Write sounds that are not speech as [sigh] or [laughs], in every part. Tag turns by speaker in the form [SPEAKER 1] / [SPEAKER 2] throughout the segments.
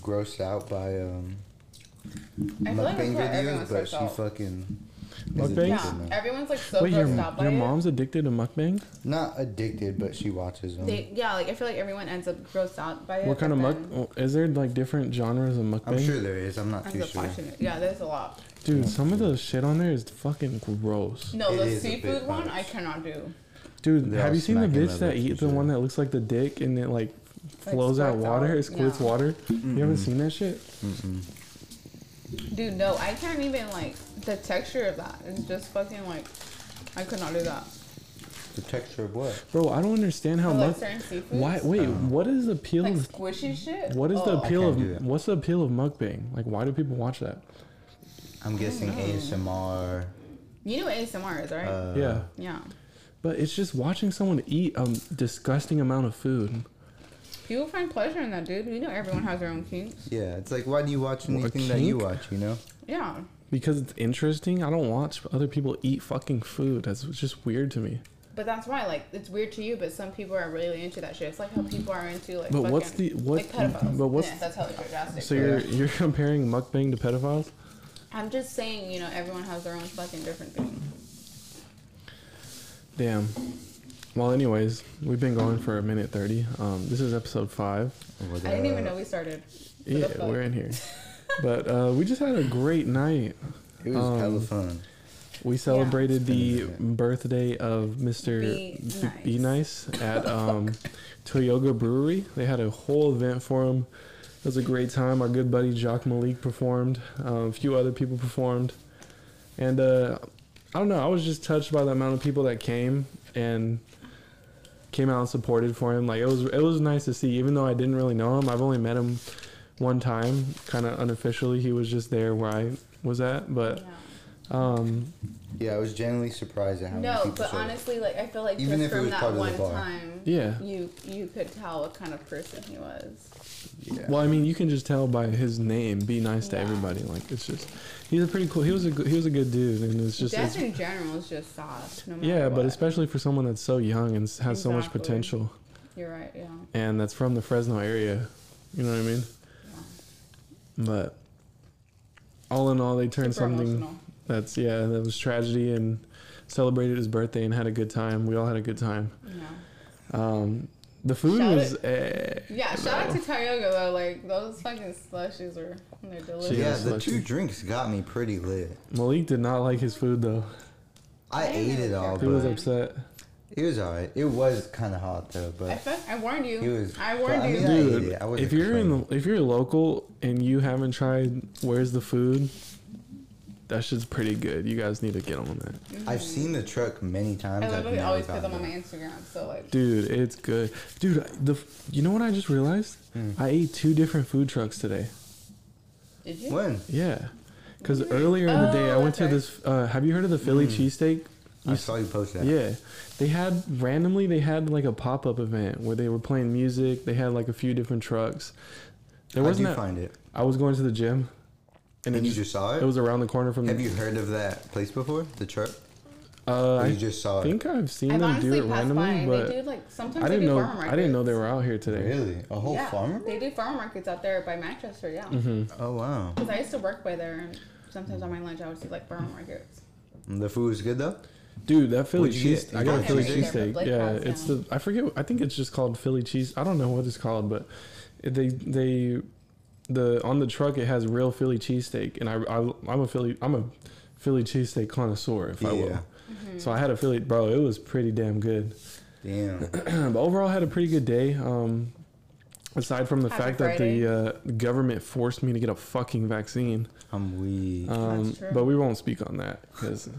[SPEAKER 1] grossed out by um,
[SPEAKER 2] I feel like
[SPEAKER 1] mukbang
[SPEAKER 2] that's why
[SPEAKER 1] videos,
[SPEAKER 2] everyone's
[SPEAKER 1] but
[SPEAKER 2] like
[SPEAKER 1] she
[SPEAKER 2] that.
[SPEAKER 1] fucking is
[SPEAKER 3] Mukbangs?
[SPEAKER 1] addicted
[SPEAKER 2] Yeah,
[SPEAKER 1] now.
[SPEAKER 2] everyone's like so
[SPEAKER 3] Wait, your,
[SPEAKER 2] grossed out by
[SPEAKER 3] your
[SPEAKER 2] it.
[SPEAKER 3] mom's addicted to mukbang?
[SPEAKER 1] Not addicted, but she watches them.
[SPEAKER 2] They, yeah, like I feel like everyone ends up grossed out by it.
[SPEAKER 3] What kind
[SPEAKER 2] but
[SPEAKER 3] of muk?
[SPEAKER 2] then
[SPEAKER 3] oh, Is there like different genres of mukbang?
[SPEAKER 1] I'm sure there is. I'm
[SPEAKER 3] Oh,
[SPEAKER 1] not too
[SPEAKER 2] Ends up
[SPEAKER 1] sure.
[SPEAKER 2] watching it. Yeah, there's a lot.
[SPEAKER 3] Dude, some of the shit on there is fucking gross.
[SPEAKER 2] No,
[SPEAKER 1] It
[SPEAKER 2] the
[SPEAKER 1] is a big
[SPEAKER 2] seafood one I
[SPEAKER 1] bunch.
[SPEAKER 2] cannot do.
[SPEAKER 3] Dude,
[SPEAKER 1] They're
[SPEAKER 3] have
[SPEAKER 1] all
[SPEAKER 3] you seen the
[SPEAKER 1] smacking
[SPEAKER 3] bitch
[SPEAKER 1] their
[SPEAKER 3] that
[SPEAKER 1] lips
[SPEAKER 3] eat
[SPEAKER 1] and
[SPEAKER 3] the
[SPEAKER 1] shit.
[SPEAKER 3] one that looks like the dick and it like flows out
[SPEAKER 2] squirts
[SPEAKER 3] water?
[SPEAKER 2] out,
[SPEAKER 3] It squirts
[SPEAKER 2] yeah.
[SPEAKER 3] water. You
[SPEAKER 1] Mm-hmm.
[SPEAKER 3] haven't seen that shit?
[SPEAKER 2] Dude, no, I can't even like the texture of that. It's just fucking like I could not do that.
[SPEAKER 1] The texture of what?
[SPEAKER 3] Bro, I don't understand how
[SPEAKER 2] But, like
[SPEAKER 3] much.
[SPEAKER 2] certain seafood.
[SPEAKER 3] Why? Wait, what is the appeal
[SPEAKER 2] Like Oh.
[SPEAKER 3] of
[SPEAKER 2] squishy shit.
[SPEAKER 3] What is the
[SPEAKER 2] Ugh.
[SPEAKER 3] appeal
[SPEAKER 1] can't do
[SPEAKER 3] of
[SPEAKER 1] that.
[SPEAKER 3] what's the appeal of mukbang? Like, why do people watch that?
[SPEAKER 1] I'm guessing ASMR.
[SPEAKER 2] You know what ASMR is, right?
[SPEAKER 1] Uh,
[SPEAKER 3] yeah,
[SPEAKER 2] yeah.
[SPEAKER 3] but it's just watching someone eat a disgusting amount of food.
[SPEAKER 2] People find pleasure in that, dude. You know everyone has their own kinks.
[SPEAKER 1] Yeah, it's like why do you watch
[SPEAKER 3] Well, a
[SPEAKER 1] anything that you
[SPEAKER 3] kink?
[SPEAKER 1] watch? You know,
[SPEAKER 2] Yeah.
[SPEAKER 3] Because it's interesting. I don't watch other people eat fucking food. That's just weird to me.
[SPEAKER 2] But that's why, like, it's weird to you, but some people are really into that shit. It's like how people are into like.
[SPEAKER 3] But what's
[SPEAKER 2] fucking-
[SPEAKER 3] the- what-
[SPEAKER 2] Like pedophiles.
[SPEAKER 3] but what's-
[SPEAKER 2] yeah, that's how it's drastic.
[SPEAKER 3] So you're you're [laughs] comparing mukbang to pedophiles?
[SPEAKER 2] I'm just saying, you know, everyone has their own fucking different thing.
[SPEAKER 3] Damn. Well, anyways, we've been going for a minute thirty. Um, this is episode five.
[SPEAKER 1] What,
[SPEAKER 2] I didn't
[SPEAKER 1] uh,
[SPEAKER 2] even know we started. What the
[SPEAKER 3] yeah,
[SPEAKER 2] fuck?
[SPEAKER 3] we're
[SPEAKER 2] [laughs]
[SPEAKER 3] in here. But uh, we just had a great night.
[SPEAKER 1] It was
[SPEAKER 3] um,
[SPEAKER 1] hella fun.
[SPEAKER 3] We celebrated the
[SPEAKER 1] It's been a
[SPEAKER 3] birthday of Mr.
[SPEAKER 2] Be
[SPEAKER 3] B- Be Nice
[SPEAKER 2] [laughs]
[SPEAKER 3] at um, Toyoga Brewery. They had a whole event for him. It was a great time. Our good buddy Jacques Malik performed. Um, a few other people performed, and uh, I don't know. I was just touched by the amount of people that came and came out and supported for him. Like it was, it was nice to see. Even though I didn't really know him, I've only met him one time, kind of unofficially. He was just there where I was at,
[SPEAKER 1] Uh,
[SPEAKER 3] but.
[SPEAKER 2] Yeah.
[SPEAKER 3] Um,
[SPEAKER 1] Yeah, I was genuinely surprised at how many
[SPEAKER 2] No,
[SPEAKER 1] people.
[SPEAKER 2] but
[SPEAKER 1] showed up.
[SPEAKER 2] honestly, like I feel like
[SPEAKER 1] Even
[SPEAKER 2] just
[SPEAKER 1] if it
[SPEAKER 2] from
[SPEAKER 1] was
[SPEAKER 2] that
[SPEAKER 1] part of the
[SPEAKER 2] one
[SPEAKER 1] bar.
[SPEAKER 2] time,
[SPEAKER 3] Yeah.
[SPEAKER 2] you you could tell what kind of person he was.
[SPEAKER 1] yeah.
[SPEAKER 3] Well, I mean, you can just tell by his name. Be nice to
[SPEAKER 2] Yeah.
[SPEAKER 3] everybody. Like it's just, he's a pretty cool. He was a good- he was a good dude, and it's just
[SPEAKER 2] Death
[SPEAKER 3] it's,
[SPEAKER 2] in general is just soft. No matter
[SPEAKER 3] yeah. But
[SPEAKER 2] what.
[SPEAKER 3] especially for someone that's so young and s- has so much
[SPEAKER 2] Exactly.
[SPEAKER 3] potential,
[SPEAKER 2] you're right. Yeah.
[SPEAKER 3] and that's from the Fresno area. You know what I mean? But all in all, they turned
[SPEAKER 2] Super
[SPEAKER 3] something
[SPEAKER 2] emotional.
[SPEAKER 3] that's yeah that was tragedy and celebrated his birthday and had a good time. We all had a good time.
[SPEAKER 2] Yeah.
[SPEAKER 3] Um, the food
[SPEAKER 2] Shout
[SPEAKER 3] was
[SPEAKER 2] it-
[SPEAKER 3] eh,
[SPEAKER 2] Yeah, shout out
[SPEAKER 3] bro.
[SPEAKER 2] to Tioga though. Like those fucking slushies were they're delicious.
[SPEAKER 1] yeah,
[SPEAKER 3] Yes,
[SPEAKER 1] the
[SPEAKER 3] let's-
[SPEAKER 1] two drinks got me pretty lit.
[SPEAKER 3] Malik did not like his food though.
[SPEAKER 1] I,
[SPEAKER 2] I didn't
[SPEAKER 1] ate it
[SPEAKER 2] really
[SPEAKER 1] all,
[SPEAKER 2] care.
[SPEAKER 3] He
[SPEAKER 1] but
[SPEAKER 3] was upset.
[SPEAKER 1] it was alright. It was kind of hot though,
[SPEAKER 2] I,
[SPEAKER 1] but
[SPEAKER 2] fuck- I warned you.
[SPEAKER 1] It was-
[SPEAKER 2] I warned
[SPEAKER 1] I
[SPEAKER 2] you.
[SPEAKER 1] mean, I-
[SPEAKER 3] Dude,
[SPEAKER 1] Yeah, wasn't
[SPEAKER 3] if you're in,
[SPEAKER 1] complaining.
[SPEAKER 3] if you're local and you haven't tried Where's the Food, that shit's pretty good. You guys need to get on that,
[SPEAKER 1] I've seen the truck many times.
[SPEAKER 2] I
[SPEAKER 1] I've
[SPEAKER 2] literally
[SPEAKER 1] never
[SPEAKER 2] always put
[SPEAKER 1] gotten
[SPEAKER 2] them on my
[SPEAKER 1] it.
[SPEAKER 2] Instagram. So like,
[SPEAKER 3] dude. It's good, dude. I- The f- you know what I just realized?
[SPEAKER 1] Hmm.
[SPEAKER 3] I ate two different food trucks today.
[SPEAKER 2] did you?
[SPEAKER 1] When?
[SPEAKER 3] Yeah, because earlier in the day I
[SPEAKER 2] Oh,
[SPEAKER 3] went to
[SPEAKER 2] okay.
[SPEAKER 3] this. Uh, have you heard of the Philly
[SPEAKER 1] Hmm.
[SPEAKER 3] cheesesteak?
[SPEAKER 1] I saw you post that.
[SPEAKER 3] Yeah, they had randomly they had like a pop up event where they were playing music. They had like a few different trucks. There
[SPEAKER 1] How'd
[SPEAKER 3] wasn't.
[SPEAKER 1] you
[SPEAKER 3] that-
[SPEAKER 1] find it?
[SPEAKER 3] I was going to the gym, and,
[SPEAKER 1] And,
[SPEAKER 3] it
[SPEAKER 1] you
[SPEAKER 3] just
[SPEAKER 1] just saw it?
[SPEAKER 3] it was around the corner from.
[SPEAKER 1] Have
[SPEAKER 3] the,
[SPEAKER 1] you heard of that place before? The truck?
[SPEAKER 3] Uh,
[SPEAKER 1] Or
[SPEAKER 3] I
[SPEAKER 1] you just saw
[SPEAKER 3] I think I've seen
[SPEAKER 2] I've
[SPEAKER 3] them do
[SPEAKER 2] honestly
[SPEAKER 3] it
[SPEAKER 2] passed by.
[SPEAKER 3] randomly,
[SPEAKER 2] and
[SPEAKER 3] but
[SPEAKER 2] they do like sometimes
[SPEAKER 3] I
[SPEAKER 2] they
[SPEAKER 3] didn't
[SPEAKER 2] do
[SPEAKER 3] know.
[SPEAKER 2] farmer markets.
[SPEAKER 3] I didn't know they were out here today.
[SPEAKER 1] it? Really? A whole
[SPEAKER 2] yeah,
[SPEAKER 1] farm?
[SPEAKER 2] They do farm markets out there by Manchester. Yeah.
[SPEAKER 3] Mm-hmm.
[SPEAKER 1] Oh wow.
[SPEAKER 2] Because I used to work by there, and sometimes on my lunch I would see like farm markets.
[SPEAKER 1] The food was good though.
[SPEAKER 3] Dude, that Philly
[SPEAKER 1] What'd you
[SPEAKER 3] cheese.
[SPEAKER 1] get?
[SPEAKER 3] I
[SPEAKER 1] You
[SPEAKER 3] got a
[SPEAKER 1] got
[SPEAKER 3] Philly
[SPEAKER 1] a cheesesteak?
[SPEAKER 3] cheesesteak.
[SPEAKER 2] Like
[SPEAKER 3] Yeah,
[SPEAKER 2] that,
[SPEAKER 3] it's
[SPEAKER 2] yeah.
[SPEAKER 3] the. I forget. I think it's just called Philly cheese. I don't know what it's called, but they they the on the truck it has real Philly cheesesteak, and I, I I'm a Philly I'm a Philly cheesesteak connoisseur, if I will.
[SPEAKER 1] Yeah.
[SPEAKER 2] Mm.
[SPEAKER 3] So I had a Philly bro. It was pretty damn good. [coughs]
[SPEAKER 1] Damn.
[SPEAKER 3] [clears throat] but overall, I had a pretty good day. Um, aside from the
[SPEAKER 2] Happy
[SPEAKER 3] fact that the uh, government forced me to get a fucking vaccine.
[SPEAKER 1] I'm weak.
[SPEAKER 3] Um,
[SPEAKER 2] That's true.
[SPEAKER 3] but we won't speak on that because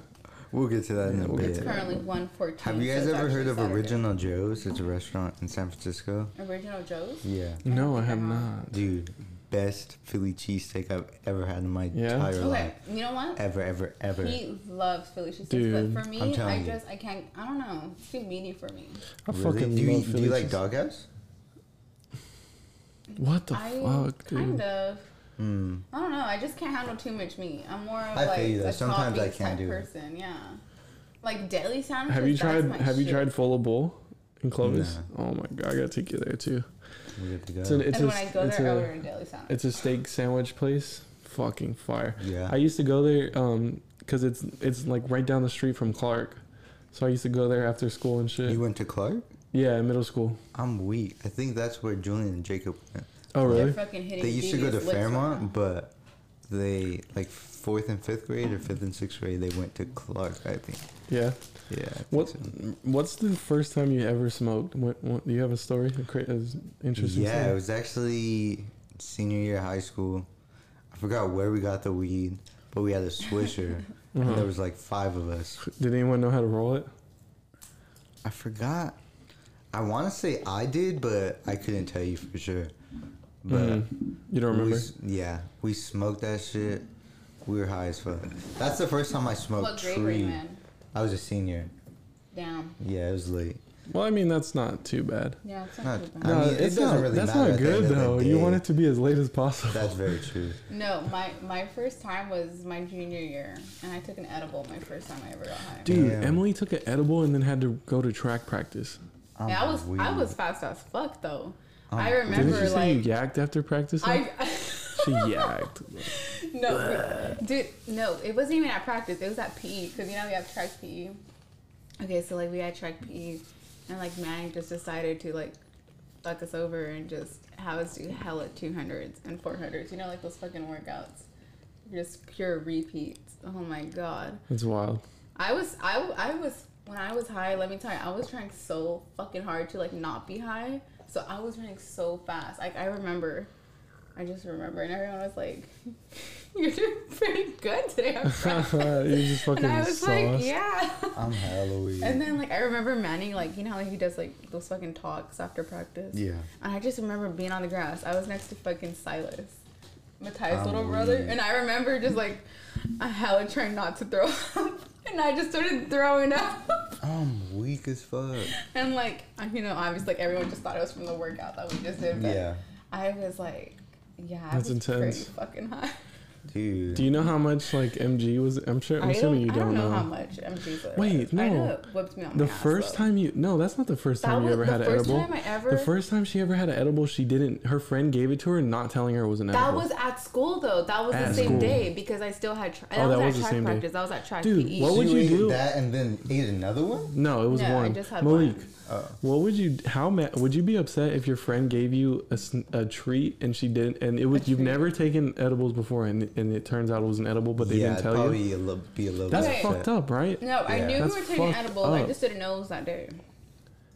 [SPEAKER 1] we'll get to that in a
[SPEAKER 3] we'll get
[SPEAKER 1] bit.
[SPEAKER 2] It's currently one fourteen.
[SPEAKER 1] Have you guys ever heard of Original Joe's? It's a restaurant in San Francisco.
[SPEAKER 2] Original Joe's?
[SPEAKER 1] Yeah.
[SPEAKER 3] no, I have
[SPEAKER 2] Yeah.
[SPEAKER 3] not.
[SPEAKER 1] Dude, best Philly cheesesteak I've ever had in my
[SPEAKER 3] Yeah?
[SPEAKER 1] entire
[SPEAKER 2] Okay,
[SPEAKER 1] life.
[SPEAKER 2] you know what?
[SPEAKER 1] Ever, ever, ever.
[SPEAKER 2] He loves Philly cheesesteaks,
[SPEAKER 3] Dude,
[SPEAKER 2] but for me,
[SPEAKER 1] I'm telling
[SPEAKER 2] I
[SPEAKER 1] you.
[SPEAKER 2] just I can't. I don't know. It's too meaty for me.
[SPEAKER 3] I
[SPEAKER 1] Really?
[SPEAKER 3] fucking
[SPEAKER 1] do you,
[SPEAKER 3] love
[SPEAKER 1] eat- do
[SPEAKER 3] Philly
[SPEAKER 1] you like
[SPEAKER 3] cheese-
[SPEAKER 1] doghouse?
[SPEAKER 3] What the
[SPEAKER 2] I
[SPEAKER 3] fuck, dude?
[SPEAKER 2] kind of.
[SPEAKER 1] Mm.
[SPEAKER 2] I don't know. I just can't handle too much meat. I'm more of
[SPEAKER 1] I feel
[SPEAKER 2] like
[SPEAKER 1] you, though.
[SPEAKER 2] a
[SPEAKER 1] Sometimes I
[SPEAKER 2] toppings
[SPEAKER 1] can't
[SPEAKER 2] type
[SPEAKER 1] do it.
[SPEAKER 2] person. Yeah, like deli sandwiches.
[SPEAKER 3] Have you
[SPEAKER 2] that's
[SPEAKER 3] tried?
[SPEAKER 2] my
[SPEAKER 3] Have you
[SPEAKER 2] shit.
[SPEAKER 3] tried Full of Bowl in Clovis? Oh my god, I gotta take you there too.
[SPEAKER 1] We're good to go.
[SPEAKER 3] It's an, it's
[SPEAKER 2] and
[SPEAKER 3] a,
[SPEAKER 2] when I go
[SPEAKER 3] it's
[SPEAKER 2] there, I
[SPEAKER 3] a-
[SPEAKER 2] order a deli sandwich.
[SPEAKER 3] it's a steak sandwich place. Fucking fire.
[SPEAKER 1] yeah.
[SPEAKER 3] I used to go there um 'cause cause it's it's like right down the street from Clark, so I used to go there after school and shit.
[SPEAKER 1] you went to Clark?
[SPEAKER 3] yeah, in middle school.
[SPEAKER 1] I'm weak. I think that's where Julian and Jacob went.
[SPEAKER 3] Oh
[SPEAKER 2] They're
[SPEAKER 3] really?
[SPEAKER 2] fucking hitting
[SPEAKER 1] They used to go to
[SPEAKER 2] devious licks right
[SPEAKER 1] Fairmont,
[SPEAKER 2] now.
[SPEAKER 1] but they like fourth and fifth grade or fifth and sixth grade. They went to Clark, I think.
[SPEAKER 3] Yeah.
[SPEAKER 1] Yeah. I think
[SPEAKER 3] What?
[SPEAKER 1] so.
[SPEAKER 3] What's the first time you ever smoked? What? what do you have a story? A cra- a interesting.
[SPEAKER 1] Yeah, it
[SPEAKER 3] story?
[SPEAKER 1] was actually senior year of high school. I forgot where we got the weed, but we had a swisher, and
[SPEAKER 3] Uh-huh.
[SPEAKER 1] there was like five of us.
[SPEAKER 3] Did anyone know how to roll it?
[SPEAKER 1] I forgot. I want to say I did, but I couldn't tell you for sure. But
[SPEAKER 3] Mhm. You don't
[SPEAKER 1] we
[SPEAKER 3] remember?
[SPEAKER 1] s- yeah, we smoked that shit. We were high as fuck. That's the first time I smoked
[SPEAKER 2] What grade were
[SPEAKER 1] tree.
[SPEAKER 2] you in?
[SPEAKER 1] I was a senior.
[SPEAKER 2] Damn.
[SPEAKER 1] Yeah, it was late.
[SPEAKER 3] Well, I mean that's not too bad.
[SPEAKER 2] Yeah, it's
[SPEAKER 1] Not-
[SPEAKER 2] not too
[SPEAKER 1] I
[SPEAKER 2] bad.
[SPEAKER 3] No,
[SPEAKER 1] mean, it
[SPEAKER 3] it's
[SPEAKER 1] doesn't
[SPEAKER 3] not,
[SPEAKER 1] really
[SPEAKER 3] that's
[SPEAKER 1] matter
[SPEAKER 3] not
[SPEAKER 1] at the end
[SPEAKER 3] good
[SPEAKER 1] of the
[SPEAKER 3] though. You want
[SPEAKER 1] day.
[SPEAKER 3] it to be as late as possible.
[SPEAKER 1] That's very true.
[SPEAKER 2] No, my my first time was my junior year, and I took an edible my first time I ever got high.
[SPEAKER 3] Dude,
[SPEAKER 1] Damn.
[SPEAKER 3] Emily took an edible and then had to go to track practice.
[SPEAKER 1] I'm
[SPEAKER 2] [laughs] Yeah, I was I
[SPEAKER 1] weak.
[SPEAKER 2] was fast as fuck though.
[SPEAKER 1] I'm
[SPEAKER 2] I
[SPEAKER 1] weak.
[SPEAKER 2] remember
[SPEAKER 3] Didn't she say
[SPEAKER 2] like
[SPEAKER 3] you yacked after practice? though?
[SPEAKER 2] I
[SPEAKER 3] [laughs]
[SPEAKER 2] [laughs]
[SPEAKER 3] she yacked.
[SPEAKER 2] no dude no it wasn't even at practice it was at PE because you know we have track PE. Okay, so like we had track PE, and like Manning just decided to like fuck us over and just have us do hella two hundreds and four hundreds. You know like those fucking workouts, just pure repeats. Oh my god. [laughs]
[SPEAKER 3] It's wild. [laughs]
[SPEAKER 2] I was I, I was when I was high, let me tell you, I was trying so fucking hard to like not be high. So I was running so fast. Like I remember I just remember and everyone was like [laughs] You're doing pretty good today
[SPEAKER 3] [laughs]
[SPEAKER 2] on Friday.
[SPEAKER 3] You're just fucking
[SPEAKER 2] and I was like,
[SPEAKER 3] sauced.
[SPEAKER 2] Yeah
[SPEAKER 1] I'm hella weak.
[SPEAKER 2] And then like I remember Manny like you know how like, he does like those fucking talks after practice.
[SPEAKER 1] yeah.
[SPEAKER 2] And I just remember being on the grass. I was next to fucking Silas, Matthias'
[SPEAKER 1] I'm
[SPEAKER 2] little brother,
[SPEAKER 1] weak.
[SPEAKER 2] and I remember just like I hella trying not to throw up, [laughs] and I just started throwing up. [laughs]
[SPEAKER 1] I'm weak as fuck.
[SPEAKER 2] And like I- you know, obviously, like everyone just thought it was from the workout that we just did. But
[SPEAKER 1] Yeah.
[SPEAKER 2] I was like, yeah, I
[SPEAKER 3] That's
[SPEAKER 2] was
[SPEAKER 3] intense.
[SPEAKER 2] pretty fucking high.
[SPEAKER 1] Dude.
[SPEAKER 3] Do you know how much like MG was? [laughs] I'm sure. I'm
[SPEAKER 2] I
[SPEAKER 3] assuming you
[SPEAKER 2] I
[SPEAKER 3] don't, know.
[SPEAKER 2] how much MG's was.
[SPEAKER 3] Wait,
[SPEAKER 2] I
[SPEAKER 3] no.
[SPEAKER 2] know it whipped me on
[SPEAKER 3] the
[SPEAKER 2] my ass,
[SPEAKER 3] first
[SPEAKER 2] though.
[SPEAKER 3] time you no, that's not the first
[SPEAKER 2] That
[SPEAKER 3] time you
[SPEAKER 2] was
[SPEAKER 3] ever
[SPEAKER 2] the
[SPEAKER 3] had an
[SPEAKER 2] first
[SPEAKER 3] edible.
[SPEAKER 2] time I ever.
[SPEAKER 3] the first time she ever had an edible, she didn't. Her friend gave it to her, not telling her it was an
[SPEAKER 2] That
[SPEAKER 3] edible.
[SPEAKER 2] was at school though. That was
[SPEAKER 1] At
[SPEAKER 2] the same
[SPEAKER 1] school.
[SPEAKER 2] day because I still had. Tra- that,
[SPEAKER 3] Oh,
[SPEAKER 2] was
[SPEAKER 3] that
[SPEAKER 2] at
[SPEAKER 3] was the
[SPEAKER 2] track
[SPEAKER 3] same day.
[SPEAKER 2] practice. That was at track E.
[SPEAKER 3] Dude,
[SPEAKER 2] PE.
[SPEAKER 3] what would you
[SPEAKER 1] ate
[SPEAKER 3] do?
[SPEAKER 1] That and then ate another one?
[SPEAKER 3] no, it was
[SPEAKER 2] No, I
[SPEAKER 3] one.
[SPEAKER 2] just had
[SPEAKER 3] Malik,
[SPEAKER 2] one.
[SPEAKER 1] Oh.
[SPEAKER 3] what would you? How ma- would you be upset if your friend gave you a, sn- a treat and she didn't? And it was you've
[SPEAKER 2] treat.
[SPEAKER 3] never taken edibles before, and and it turns out it was an edible, but they
[SPEAKER 1] yeah,
[SPEAKER 3] didn't tell
[SPEAKER 1] probably
[SPEAKER 3] you.
[SPEAKER 1] a little, be a little
[SPEAKER 3] That's
[SPEAKER 1] bit
[SPEAKER 2] Right.
[SPEAKER 1] upset.
[SPEAKER 3] fucked up, right?
[SPEAKER 2] No, I
[SPEAKER 1] Yeah.
[SPEAKER 2] knew
[SPEAKER 3] That's
[SPEAKER 2] we were taking
[SPEAKER 3] fucked
[SPEAKER 2] edibles. I
[SPEAKER 3] up.
[SPEAKER 2] just didn't know it was that day.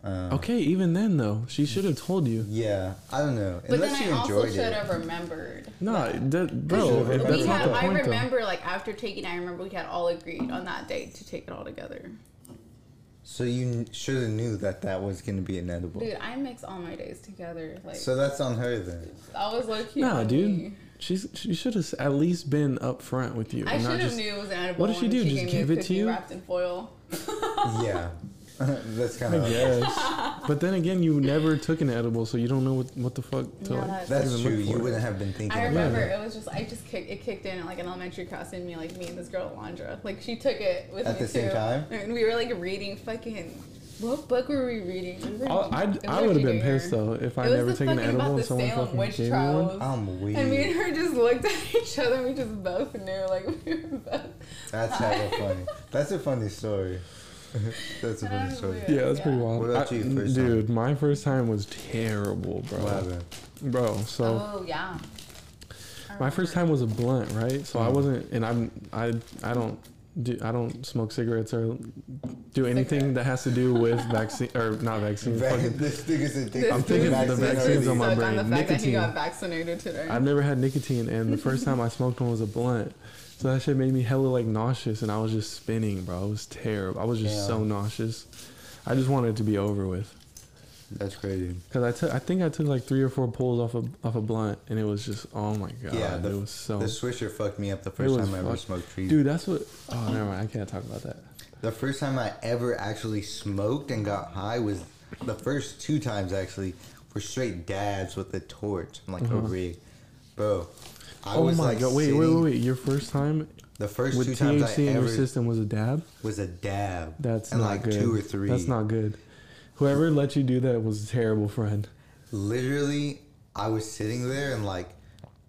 [SPEAKER 1] Um,
[SPEAKER 3] Okay, even then though, she should have told you.
[SPEAKER 1] Yeah, I don't know.
[SPEAKER 2] But
[SPEAKER 1] Unless
[SPEAKER 2] then
[SPEAKER 1] you
[SPEAKER 2] I also
[SPEAKER 1] enjoyed
[SPEAKER 2] should
[SPEAKER 1] it.
[SPEAKER 2] have remembered.
[SPEAKER 3] No, that,
[SPEAKER 1] you
[SPEAKER 3] bro,
[SPEAKER 1] remember-
[SPEAKER 3] that's
[SPEAKER 2] we
[SPEAKER 3] not
[SPEAKER 2] had,
[SPEAKER 3] the
[SPEAKER 2] I
[SPEAKER 3] point though.
[SPEAKER 2] remember, like after taking, I remember we had all agreed on that day to take it all together.
[SPEAKER 1] So you should have knew that that was going to be an edible.
[SPEAKER 2] Dude, I mix all my days together. Like
[SPEAKER 1] So that's on her then.
[SPEAKER 2] I was like,
[SPEAKER 3] Nah, dude. She's she should have at least been upfront with you.
[SPEAKER 2] I
[SPEAKER 3] and not
[SPEAKER 2] should have
[SPEAKER 3] just-
[SPEAKER 2] knew it was an edible.
[SPEAKER 3] What did she
[SPEAKER 2] when
[SPEAKER 3] do?
[SPEAKER 2] She
[SPEAKER 3] Just
[SPEAKER 2] gave me a
[SPEAKER 3] give it to
[SPEAKER 2] cookie
[SPEAKER 3] you?
[SPEAKER 2] wrapped in foil.
[SPEAKER 1] yeah. [laughs] that's kind
[SPEAKER 3] I
[SPEAKER 1] of.
[SPEAKER 3] guess. but then again, you never took an edible, so you don't know what, what the fuck to
[SPEAKER 2] Yeah,
[SPEAKER 3] like,
[SPEAKER 2] that's-
[SPEAKER 1] That's
[SPEAKER 3] even
[SPEAKER 1] true.
[SPEAKER 3] look
[SPEAKER 1] You
[SPEAKER 3] for.
[SPEAKER 1] wouldn't have been thinking
[SPEAKER 2] I
[SPEAKER 1] about
[SPEAKER 2] remember
[SPEAKER 1] it.
[SPEAKER 2] it was just I just kicked it kicked in at like an elementary class in me like me and this girl Alondra like she took it with
[SPEAKER 1] At
[SPEAKER 2] me
[SPEAKER 1] the same
[SPEAKER 2] too.
[SPEAKER 1] time?
[SPEAKER 2] and we were like reading fucking what book were we reading? We were-
[SPEAKER 3] I'll- I'd-
[SPEAKER 2] it was
[SPEAKER 3] I
[SPEAKER 2] our
[SPEAKER 3] would have been
[SPEAKER 2] junior year.
[SPEAKER 3] pissed though if I
[SPEAKER 2] It was
[SPEAKER 3] never
[SPEAKER 2] the
[SPEAKER 3] taken an
[SPEAKER 2] fucking
[SPEAKER 3] edible
[SPEAKER 2] about
[SPEAKER 3] and
[SPEAKER 2] the
[SPEAKER 3] someone
[SPEAKER 2] Salem
[SPEAKER 3] fucking
[SPEAKER 2] witch
[SPEAKER 3] gave me one.
[SPEAKER 2] trials.
[SPEAKER 1] I'm weak.
[SPEAKER 2] And me and her just looked at [laughs] each other. and We just both knew, like [laughs] we were both. [laughs]
[SPEAKER 1] That's hella funny. That's a funny story. [laughs] that's a funny
[SPEAKER 2] Um,
[SPEAKER 1] story.
[SPEAKER 2] yeah.
[SPEAKER 3] Yeah, that's pretty wild.
[SPEAKER 1] What about
[SPEAKER 3] I-
[SPEAKER 1] you, first time?
[SPEAKER 3] dude, my first time was terrible, bro.
[SPEAKER 1] What happened?
[SPEAKER 3] Bro, so
[SPEAKER 2] oh yeah. I
[SPEAKER 3] my first time was a blunt, right? So I
[SPEAKER 1] Mhm.
[SPEAKER 3] wasn't, and I'm, I, I don't do, I don't smoke cigarettes or do anything
[SPEAKER 2] Cigarette.
[SPEAKER 3] that has to do with vaccine or
[SPEAKER 1] [laughs]
[SPEAKER 3] not vaccine.
[SPEAKER 1] Vac- [laughs]
[SPEAKER 3] fucking-
[SPEAKER 1] this nigga's addicted
[SPEAKER 2] This
[SPEAKER 1] to
[SPEAKER 3] I'm thinking the
[SPEAKER 2] dude
[SPEAKER 3] vaccine's
[SPEAKER 2] really
[SPEAKER 1] already.
[SPEAKER 3] on my
[SPEAKER 2] sucked the
[SPEAKER 3] brain.
[SPEAKER 2] fact that he
[SPEAKER 3] Nicotine.
[SPEAKER 2] got vaccinated today.
[SPEAKER 3] I've never had nicotine, and the first time I smoked one was a blunt. So that shit made me hella like nauseous, and I was just spinning, bro. It was terrible. I was just
[SPEAKER 1] Yeah.
[SPEAKER 3] so nauseous. I just wanted it to be over with.
[SPEAKER 1] That's crazy.
[SPEAKER 3] Cause I took, I think I took like three or four pulls off a off a blunt, and it was just, oh my god,
[SPEAKER 1] Yeah, the-
[SPEAKER 3] it was so.
[SPEAKER 1] The swisher fucked me up the first
[SPEAKER 3] was
[SPEAKER 1] time I ever
[SPEAKER 3] fuck-
[SPEAKER 1] smoked trees.
[SPEAKER 3] Dude, that's what. Oh, never mind. I can't talk about that.
[SPEAKER 1] The first time I ever actually smoked and got high was the first two times actually were straight dabs with a torch and like a rig, bro. I
[SPEAKER 3] Uh-huh. oh
[SPEAKER 1] was
[SPEAKER 3] my
[SPEAKER 1] like
[SPEAKER 3] god! Wait, wait,
[SPEAKER 1] sitting-
[SPEAKER 3] wait, wait! Your first time
[SPEAKER 1] The first
[SPEAKER 3] with
[SPEAKER 1] two times
[SPEAKER 3] THC
[SPEAKER 1] I
[SPEAKER 3] in your
[SPEAKER 1] ever
[SPEAKER 3] system was a dab.
[SPEAKER 1] was a dab.
[SPEAKER 3] That's
[SPEAKER 1] and
[SPEAKER 3] not
[SPEAKER 1] like
[SPEAKER 3] good.
[SPEAKER 1] two or three.
[SPEAKER 3] That's not good. Whoever let you do that was a terrible friend.
[SPEAKER 1] literally, I was sitting there and like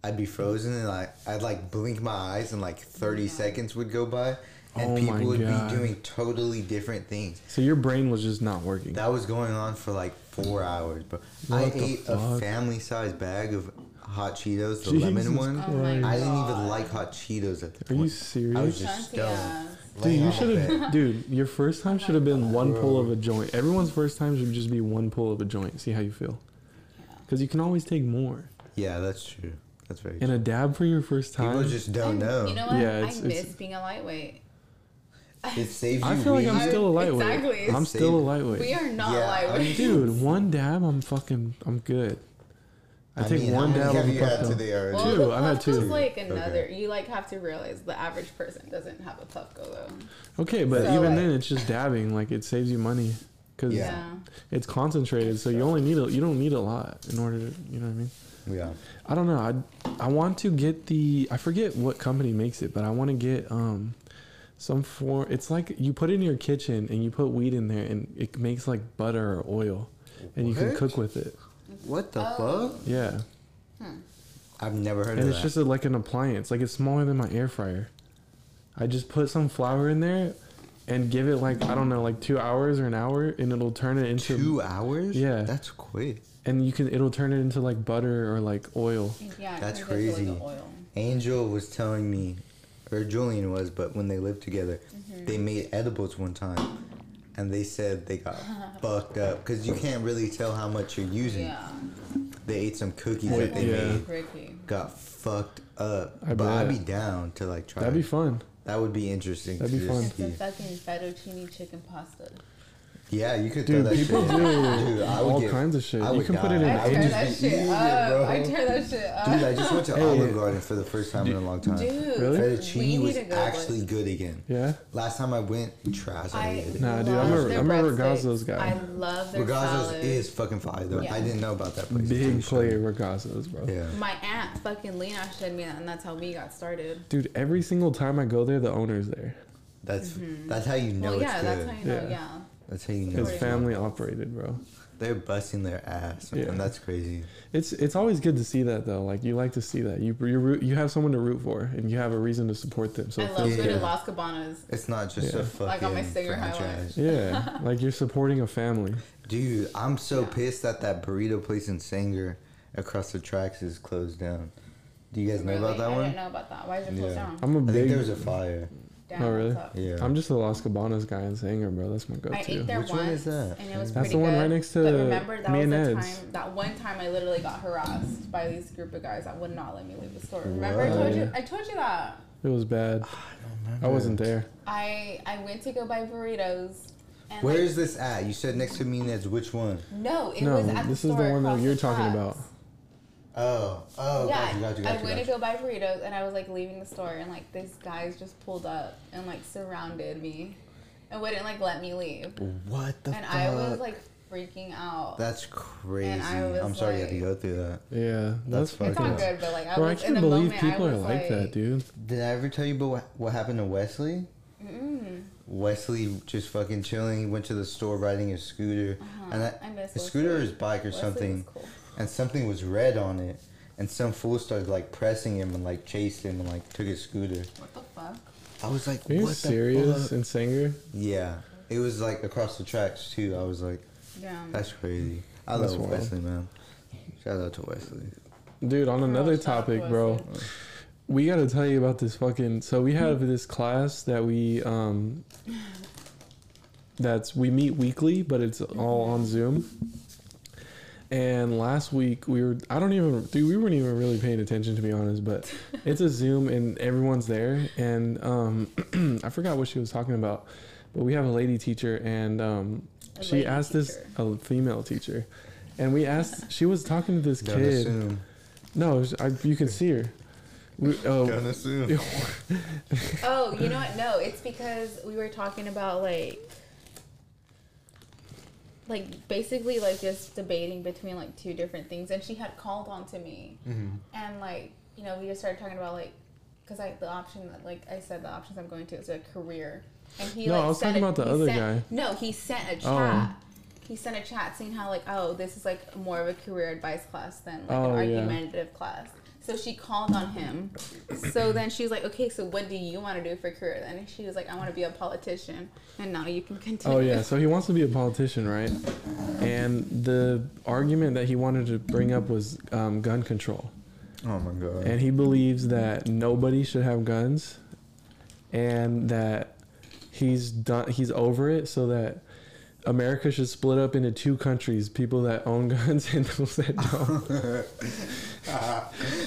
[SPEAKER 1] I'd be frozen and I, I'd like blink my eyes and like 30 seconds would go by and
[SPEAKER 3] Oh my
[SPEAKER 1] people would
[SPEAKER 3] God.
[SPEAKER 1] be doing totally different things.
[SPEAKER 3] So your brain was just not working.
[SPEAKER 1] That was going on for like four hours, but I
[SPEAKER 3] What the
[SPEAKER 1] ate a
[SPEAKER 3] fuck?
[SPEAKER 1] family sized bag of hot Cheetos, the
[SPEAKER 3] Jesus
[SPEAKER 1] lemon one.
[SPEAKER 2] Oh my
[SPEAKER 1] I didn't even
[SPEAKER 2] God.
[SPEAKER 1] like hot Cheetos at the
[SPEAKER 3] Are
[SPEAKER 1] point.
[SPEAKER 3] you
[SPEAKER 1] I was
[SPEAKER 3] serious?
[SPEAKER 1] just
[SPEAKER 2] Chunky
[SPEAKER 1] stoned.
[SPEAKER 2] ass.
[SPEAKER 1] laying
[SPEAKER 3] Dude, you
[SPEAKER 1] on my
[SPEAKER 3] should
[SPEAKER 1] bed.
[SPEAKER 3] have. Dude, your first time should have been one pull of a joint. Everyone's first time should just be one pull of a joint. See how you feel. Because you can always take more.
[SPEAKER 1] [laughs] Yeah, that's true. That's very
[SPEAKER 3] And
[SPEAKER 1] true.
[SPEAKER 3] a dab for your first
[SPEAKER 1] People
[SPEAKER 3] time.
[SPEAKER 1] just don't
[SPEAKER 2] I'm-
[SPEAKER 1] know.
[SPEAKER 2] You know what?
[SPEAKER 3] Yeah,
[SPEAKER 2] I
[SPEAKER 3] it's-
[SPEAKER 2] miss
[SPEAKER 3] it's-
[SPEAKER 2] being a lightweight.
[SPEAKER 1] it saves you.
[SPEAKER 3] I feel like I'm
[SPEAKER 1] weed.
[SPEAKER 3] still a lightweight.
[SPEAKER 2] Exactly.
[SPEAKER 3] I'm still a lightweight.
[SPEAKER 2] We are not
[SPEAKER 1] Yeah, I
[SPEAKER 2] lightweight.
[SPEAKER 3] Dude, one dab, I'm fucking, I'm good. I, take
[SPEAKER 1] mean, how
[SPEAKER 3] one
[SPEAKER 1] many
[SPEAKER 3] dab
[SPEAKER 1] Have
[SPEAKER 3] of
[SPEAKER 1] you had
[SPEAKER 3] puff
[SPEAKER 1] today already?
[SPEAKER 2] Well,
[SPEAKER 3] Two,
[SPEAKER 2] the
[SPEAKER 3] I've had
[SPEAKER 2] puff goes
[SPEAKER 3] two.
[SPEAKER 2] like another. You like have to realize the average person doesn't have a puff go though.
[SPEAKER 3] Okay, but
[SPEAKER 2] So,
[SPEAKER 3] even
[SPEAKER 2] like-
[SPEAKER 3] then, it's just dabbing. Like it saves you money because
[SPEAKER 1] Yeah.
[SPEAKER 2] Yeah.
[SPEAKER 3] it's concentrated. So you only need a, you don't need a lot in order to you know what I mean.
[SPEAKER 1] Yeah.
[SPEAKER 3] I don't know. I I want to get the I forget what company makes it, but I want to get um some form. It's like you put it in your kitchen and you put weed in there and it makes like butter or oil, and you can
[SPEAKER 1] What?
[SPEAKER 3] cook with it.
[SPEAKER 1] What the
[SPEAKER 2] Oh.
[SPEAKER 1] fuck?
[SPEAKER 3] Yeah,
[SPEAKER 1] I've never heard
[SPEAKER 3] and
[SPEAKER 1] of
[SPEAKER 3] it's
[SPEAKER 1] that.
[SPEAKER 3] just a, like an appliance. Like it's smaller than my air fryer. I just put some flour in there. And give it like I don't know, like two hours or an hour, and it'll turn it into
[SPEAKER 1] two hours.
[SPEAKER 3] Yeah.
[SPEAKER 1] that's quick.
[SPEAKER 3] and you can it'll turn it into like butter or like oil.
[SPEAKER 2] Yeah. it
[SPEAKER 1] That's
[SPEAKER 2] turns into,
[SPEAKER 1] crazy.
[SPEAKER 2] Like the oil.
[SPEAKER 1] Angel was telling me, or Julian was, but when they lived together,
[SPEAKER 2] Mm-hmm.
[SPEAKER 1] they made edibles one time, and they said they
[SPEAKER 2] [laughs]
[SPEAKER 1] got fucked up because you can't really tell how much you're using.
[SPEAKER 2] Yeah.
[SPEAKER 1] They ate some cookies
[SPEAKER 2] That's
[SPEAKER 1] that they
[SPEAKER 3] yeah.
[SPEAKER 1] made,
[SPEAKER 2] Ricky.
[SPEAKER 1] got fucked up.
[SPEAKER 3] I
[SPEAKER 1] but I'd
[SPEAKER 3] bet.
[SPEAKER 1] be down to like try.
[SPEAKER 3] That'd be fun.
[SPEAKER 1] that would be interesting.
[SPEAKER 3] That'd
[SPEAKER 1] to
[SPEAKER 3] be
[SPEAKER 1] just
[SPEAKER 2] It's a
[SPEAKER 1] see.
[SPEAKER 2] fucking fettuccine chicken pasta.
[SPEAKER 1] Yeah, you could
[SPEAKER 3] Dude,
[SPEAKER 1] throw that
[SPEAKER 3] people
[SPEAKER 1] shit.
[SPEAKER 3] do
[SPEAKER 1] Dude, I would
[SPEAKER 3] all
[SPEAKER 1] get-
[SPEAKER 3] kinds of shit.
[SPEAKER 1] I
[SPEAKER 3] You
[SPEAKER 1] would
[SPEAKER 3] can put it
[SPEAKER 1] die.
[SPEAKER 3] in
[SPEAKER 2] I
[SPEAKER 3] I'd
[SPEAKER 2] tear
[SPEAKER 3] just
[SPEAKER 2] that
[SPEAKER 1] be
[SPEAKER 2] shit
[SPEAKER 1] eating it,
[SPEAKER 2] up. I
[SPEAKER 1] bro.
[SPEAKER 2] tear that shit
[SPEAKER 1] Dude, I
[SPEAKER 2] up.
[SPEAKER 1] just went to Olive Garden for the first time in a long time.
[SPEAKER 2] Dude,
[SPEAKER 3] Really?
[SPEAKER 2] we
[SPEAKER 1] Fettuccine
[SPEAKER 2] need
[SPEAKER 1] was
[SPEAKER 2] to go.
[SPEAKER 1] actually good again.
[SPEAKER 3] Yeah.
[SPEAKER 1] Last time I went, trash. I,
[SPEAKER 2] I
[SPEAKER 1] hated it.
[SPEAKER 3] Nah, dude,
[SPEAKER 2] love
[SPEAKER 3] I'm a-
[SPEAKER 2] their
[SPEAKER 3] I'm a
[SPEAKER 2] breadsticks.
[SPEAKER 3] Ragazzo's guy.
[SPEAKER 2] I love their
[SPEAKER 1] Regazzo's
[SPEAKER 2] salad.
[SPEAKER 1] is fucking fire though.
[SPEAKER 2] Yeah.
[SPEAKER 1] I didn't know about that place.
[SPEAKER 3] Big
[SPEAKER 1] I'm sure.
[SPEAKER 3] player Ragazzo's, bro.
[SPEAKER 1] Yeah.
[SPEAKER 2] My aunt fucking Lena showed me that, and that's how we got started.
[SPEAKER 3] Dude, every single time I go there, the owner's there.
[SPEAKER 1] That's that's how you know it's
[SPEAKER 2] Mm-hmm. well, yeah,
[SPEAKER 1] good.
[SPEAKER 2] that's how you know.
[SPEAKER 3] Yeah.
[SPEAKER 2] Yeah.
[SPEAKER 1] That's how you know.
[SPEAKER 3] It's
[SPEAKER 1] it's good.
[SPEAKER 3] family operated, bro.
[SPEAKER 1] They're busting their ass, man.
[SPEAKER 3] Yeah.
[SPEAKER 1] That's crazy.
[SPEAKER 3] It's it's always good to see that though. Like you like to see that you you root, you have someone to root for and you have a reason to support them. So
[SPEAKER 2] I
[SPEAKER 3] it
[SPEAKER 2] love
[SPEAKER 3] feels
[SPEAKER 2] to go
[SPEAKER 1] Yeah.
[SPEAKER 2] to Las Cabanas.
[SPEAKER 1] It's not just
[SPEAKER 3] Yeah.
[SPEAKER 1] a fucking
[SPEAKER 2] Like on my singer highlight.
[SPEAKER 1] franchise.
[SPEAKER 2] [laughs]
[SPEAKER 3] yeah, like you're supporting a family.
[SPEAKER 1] Dude, I'm so
[SPEAKER 2] Yeah.
[SPEAKER 1] pissed that that burrito place in Sanger across the tracks is closed down. Do you guys know
[SPEAKER 2] Really?
[SPEAKER 1] about that
[SPEAKER 2] I
[SPEAKER 1] one?
[SPEAKER 2] didn't know about that. Why is it closed
[SPEAKER 1] Yeah.
[SPEAKER 2] down?
[SPEAKER 3] I'm a
[SPEAKER 1] I think
[SPEAKER 3] big.
[SPEAKER 1] there was a fire.
[SPEAKER 2] Damn,
[SPEAKER 3] Oh, really?
[SPEAKER 2] what's up?
[SPEAKER 1] Yeah.
[SPEAKER 3] I'm just a Las Cabanas guy in Sanger, bro. That's my
[SPEAKER 2] I
[SPEAKER 3] go-to.
[SPEAKER 2] ate there
[SPEAKER 1] Which
[SPEAKER 2] once,
[SPEAKER 1] one is that?
[SPEAKER 2] and it was
[SPEAKER 3] That's
[SPEAKER 2] pretty
[SPEAKER 3] the one
[SPEAKER 2] good.
[SPEAKER 3] right next
[SPEAKER 2] But
[SPEAKER 3] to
[SPEAKER 2] remember, that
[SPEAKER 3] me
[SPEAKER 2] was
[SPEAKER 3] and
[SPEAKER 2] the
[SPEAKER 3] Ed's.
[SPEAKER 2] time that one time I literally got harassed by these group of guys that would not let me leave the store. Remember, I told you, I told you that.
[SPEAKER 3] It was bad.
[SPEAKER 1] Ah,
[SPEAKER 3] I wasn't there.
[SPEAKER 2] I I went to go buy burritos. And
[SPEAKER 1] Where
[SPEAKER 2] like,
[SPEAKER 1] is this at? You said next to me and that's which one?
[SPEAKER 2] no? It
[SPEAKER 3] No,
[SPEAKER 2] was at
[SPEAKER 3] this
[SPEAKER 2] the
[SPEAKER 3] is the
[SPEAKER 2] store
[SPEAKER 3] one that
[SPEAKER 2] across
[SPEAKER 3] you're
[SPEAKER 2] the
[SPEAKER 3] talking
[SPEAKER 2] tracks.
[SPEAKER 3] about.
[SPEAKER 1] Oh, oh,
[SPEAKER 2] yeah,
[SPEAKER 1] gotcha, gotcha,
[SPEAKER 2] I
[SPEAKER 1] gotcha,
[SPEAKER 2] went
[SPEAKER 1] gotcha.
[SPEAKER 2] to go buy burritos, and I was like leaving the store, and like these guys just pulled up and like surrounded me, and wouldn't like let me leave,
[SPEAKER 1] What the
[SPEAKER 2] and
[SPEAKER 1] fuck?
[SPEAKER 2] I was like freaking out.
[SPEAKER 1] That's crazy.
[SPEAKER 2] I was
[SPEAKER 1] I'm sorry you had to
[SPEAKER 2] like-
[SPEAKER 1] go through that.
[SPEAKER 3] Yeah,
[SPEAKER 1] That's
[SPEAKER 3] that's,
[SPEAKER 2] it's
[SPEAKER 1] fucking
[SPEAKER 3] fucking.
[SPEAKER 2] not good, but like I
[SPEAKER 3] Bro, I
[SPEAKER 2] was in
[SPEAKER 3] can't
[SPEAKER 2] the
[SPEAKER 3] believe
[SPEAKER 2] moment.
[SPEAKER 3] people
[SPEAKER 2] I
[SPEAKER 3] are
[SPEAKER 2] was
[SPEAKER 3] like that, dude.
[SPEAKER 1] Did I ever tell you about what, what happened to Wesley? Wesley just fucking chilling. He went to the store riding his scooter, and I,
[SPEAKER 2] uh-huh, I miss
[SPEAKER 1] his scooter or his bike or
[SPEAKER 2] Wesley was
[SPEAKER 1] something,
[SPEAKER 2] cool.
[SPEAKER 1] and something was red on it. And some fool started like pressing him and like chased him and like took his scooter.
[SPEAKER 2] What the fuck?
[SPEAKER 1] I was like,
[SPEAKER 3] Are you
[SPEAKER 1] what the
[SPEAKER 3] serious?
[SPEAKER 1] fuck?
[SPEAKER 3] And Sanger?
[SPEAKER 1] Yeah, it was like across the tracks too. I was like,
[SPEAKER 2] Damn.
[SPEAKER 1] that's crazy. I
[SPEAKER 3] That's
[SPEAKER 1] love
[SPEAKER 3] wild.
[SPEAKER 1] Wesley, man. Shout out to Wesley.
[SPEAKER 3] Dude, on another
[SPEAKER 2] shout out to
[SPEAKER 3] topic, bro.
[SPEAKER 2] Wesley.
[SPEAKER 3] We gotta tell you about this fucking. So we have
[SPEAKER 2] Hmm.
[SPEAKER 3] this class that we um. That's we meet weekly, but it's all on Zoom. And last week we were I don't even dude we weren't even really paying attention to be honest,
[SPEAKER 2] [laughs]
[SPEAKER 3] but it's a Zoom and everyone's there and um [clears throat] I forgot what she was talking about, but we have a lady teacher and um
[SPEAKER 2] A
[SPEAKER 3] she
[SPEAKER 2] lady
[SPEAKER 3] asked
[SPEAKER 2] teacher.
[SPEAKER 3] this a female teacher, and we asked she was talking to this
[SPEAKER 1] Don't
[SPEAKER 3] kid.
[SPEAKER 1] assume.
[SPEAKER 3] No, it was- I, you can see her. We,
[SPEAKER 1] Don't
[SPEAKER 3] oh,
[SPEAKER 1] assume.
[SPEAKER 2] Oh, you know what? No, it's because we were talking about like, like basically like just debating between like two different things, and she had called on to me,
[SPEAKER 3] Mm-hmm.
[SPEAKER 2] and like you know we just started talking about like, because I the option that like I said the options I'm going to is a career, and he
[SPEAKER 3] No,
[SPEAKER 2] like
[SPEAKER 3] I was
[SPEAKER 2] sent
[SPEAKER 3] talking
[SPEAKER 2] a-
[SPEAKER 3] about the
[SPEAKER 2] he
[SPEAKER 3] other
[SPEAKER 2] sent-
[SPEAKER 3] guy.
[SPEAKER 2] No, he sent a chat.
[SPEAKER 3] Oh.
[SPEAKER 2] he sent a chat saying how like oh this is like more of a career advice class than like
[SPEAKER 3] Oh,
[SPEAKER 2] an
[SPEAKER 3] yeah.
[SPEAKER 2] argumentative class. So she called on him. So then she was like, okay, so what do you want to do for career? Then and she was like, I want to be a politician. And now you can continue.
[SPEAKER 3] Oh yeah, so he wants to be a politician, right? And the argument that he wanted to bring up was um, gun control,
[SPEAKER 1] [laughs] Oh my god. [laughs]
[SPEAKER 3] and he believes that nobody should have guns, and that he's done. He's over it, so that America should split up into two countries: people that own [laughs] guns and those that don't.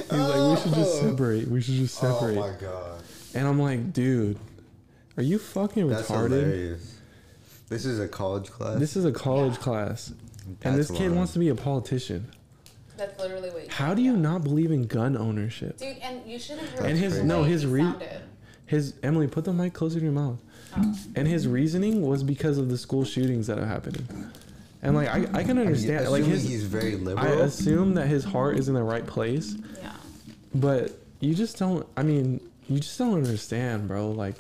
[SPEAKER 3] He's like, we should just separate. We should just
[SPEAKER 1] oh
[SPEAKER 3] separate.
[SPEAKER 1] my god.
[SPEAKER 3] and I'm like, dude, are you fucking
[SPEAKER 1] That's
[SPEAKER 3] retarded?
[SPEAKER 1] hilarious. This is a college class.
[SPEAKER 3] This is a college class. and this
[SPEAKER 1] That's
[SPEAKER 3] kid
[SPEAKER 1] lying.
[SPEAKER 3] wants to be a politician.
[SPEAKER 2] [laughs] That's literally what.
[SPEAKER 3] How do you not believe in gun ownership?
[SPEAKER 2] Dude, and you should have heard.
[SPEAKER 3] And
[SPEAKER 2] the
[SPEAKER 3] his-
[SPEAKER 2] way
[SPEAKER 3] no, his
[SPEAKER 2] he
[SPEAKER 3] re-
[SPEAKER 2] sounded.
[SPEAKER 3] His Emily, put the mic closer to your mouth.
[SPEAKER 2] Oh.
[SPEAKER 3] And his reasoning was because of the school shootings that are happening. And like I, I can understand like
[SPEAKER 1] Assuming
[SPEAKER 3] his
[SPEAKER 1] he's very
[SPEAKER 3] I
[SPEAKER 1] liberal.
[SPEAKER 3] assume that his heart is in the right place,
[SPEAKER 2] Yeah.
[SPEAKER 3] but you just don't I mean, you just don't understand, bro. Like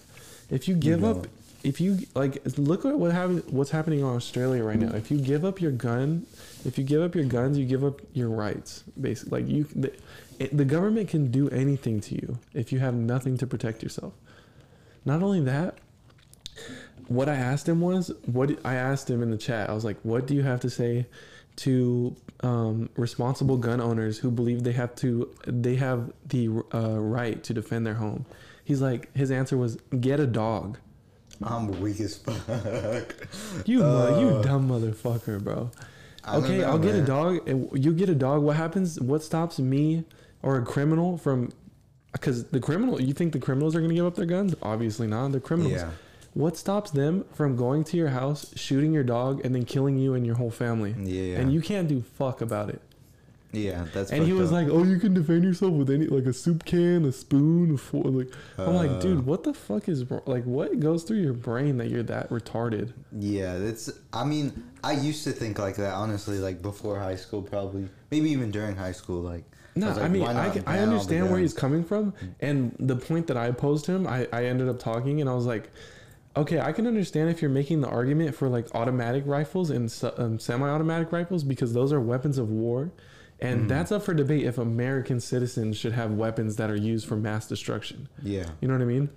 [SPEAKER 3] if you give up
[SPEAKER 1] don't.
[SPEAKER 3] if you like look at what happen, what's happening in Australia right now. If you give up your gun, if you give up your guns, you give up your rights. Basically, like you, the, it, the government can do anything to you if you have nothing to protect yourself. Not only that, what I asked him was what I asked him in the chat. I was like, "What do you have to say to um, responsible gun owners who believe they have to they have the uh, right to defend their home?" He's like, his answer was, "Get a dog."
[SPEAKER 1] I'm weak as fuck. [laughs]
[SPEAKER 3] You mo- you dumb motherfucker, bro.
[SPEAKER 1] I don't
[SPEAKER 3] Okay,
[SPEAKER 1] know,
[SPEAKER 3] I'll get a
[SPEAKER 1] man.
[SPEAKER 3] dog. and You get a dog. What happens? What stops me or a criminal from? Because the criminal, you think the criminals are going to give up their guns? Obviously not. They're criminals.
[SPEAKER 1] Yeah.
[SPEAKER 3] What stops them from going to your house, shooting your dog, and then killing you and your whole family?
[SPEAKER 1] Yeah.
[SPEAKER 3] And you can't do fuck about it.
[SPEAKER 1] Yeah, that's.
[SPEAKER 3] And he
[SPEAKER 1] fucked
[SPEAKER 3] was
[SPEAKER 1] up.
[SPEAKER 3] like, "Oh, you can defend yourself with any like a soup can, a spoon, a fork." Like, I'm like,
[SPEAKER 1] Uh.
[SPEAKER 3] dude, what the fuck is wrong? like? What goes through your brain that you're that retarded?
[SPEAKER 1] Yeah, that's. I mean, I used to think like that, honestly, like before high school, probably. Maybe even during high school. Like,
[SPEAKER 3] No, I,
[SPEAKER 1] was like,
[SPEAKER 3] mean,
[SPEAKER 1] why
[SPEAKER 3] I,
[SPEAKER 1] not
[SPEAKER 3] can-
[SPEAKER 1] ban
[SPEAKER 3] I
[SPEAKER 1] all the
[SPEAKER 3] understand where
[SPEAKER 1] guns?
[SPEAKER 3] he's coming from. And the point that I posed to him, I, I ended up talking and I was like, okay, I can understand if you're making the argument for like automatic rifles and se- um, semi automatic rifles because those are weapons of war. And
[SPEAKER 1] Mm-hmm.
[SPEAKER 3] that's up for debate if American citizens should have weapons that are used for mass destruction.
[SPEAKER 1] Yeah.
[SPEAKER 3] You know what I mean?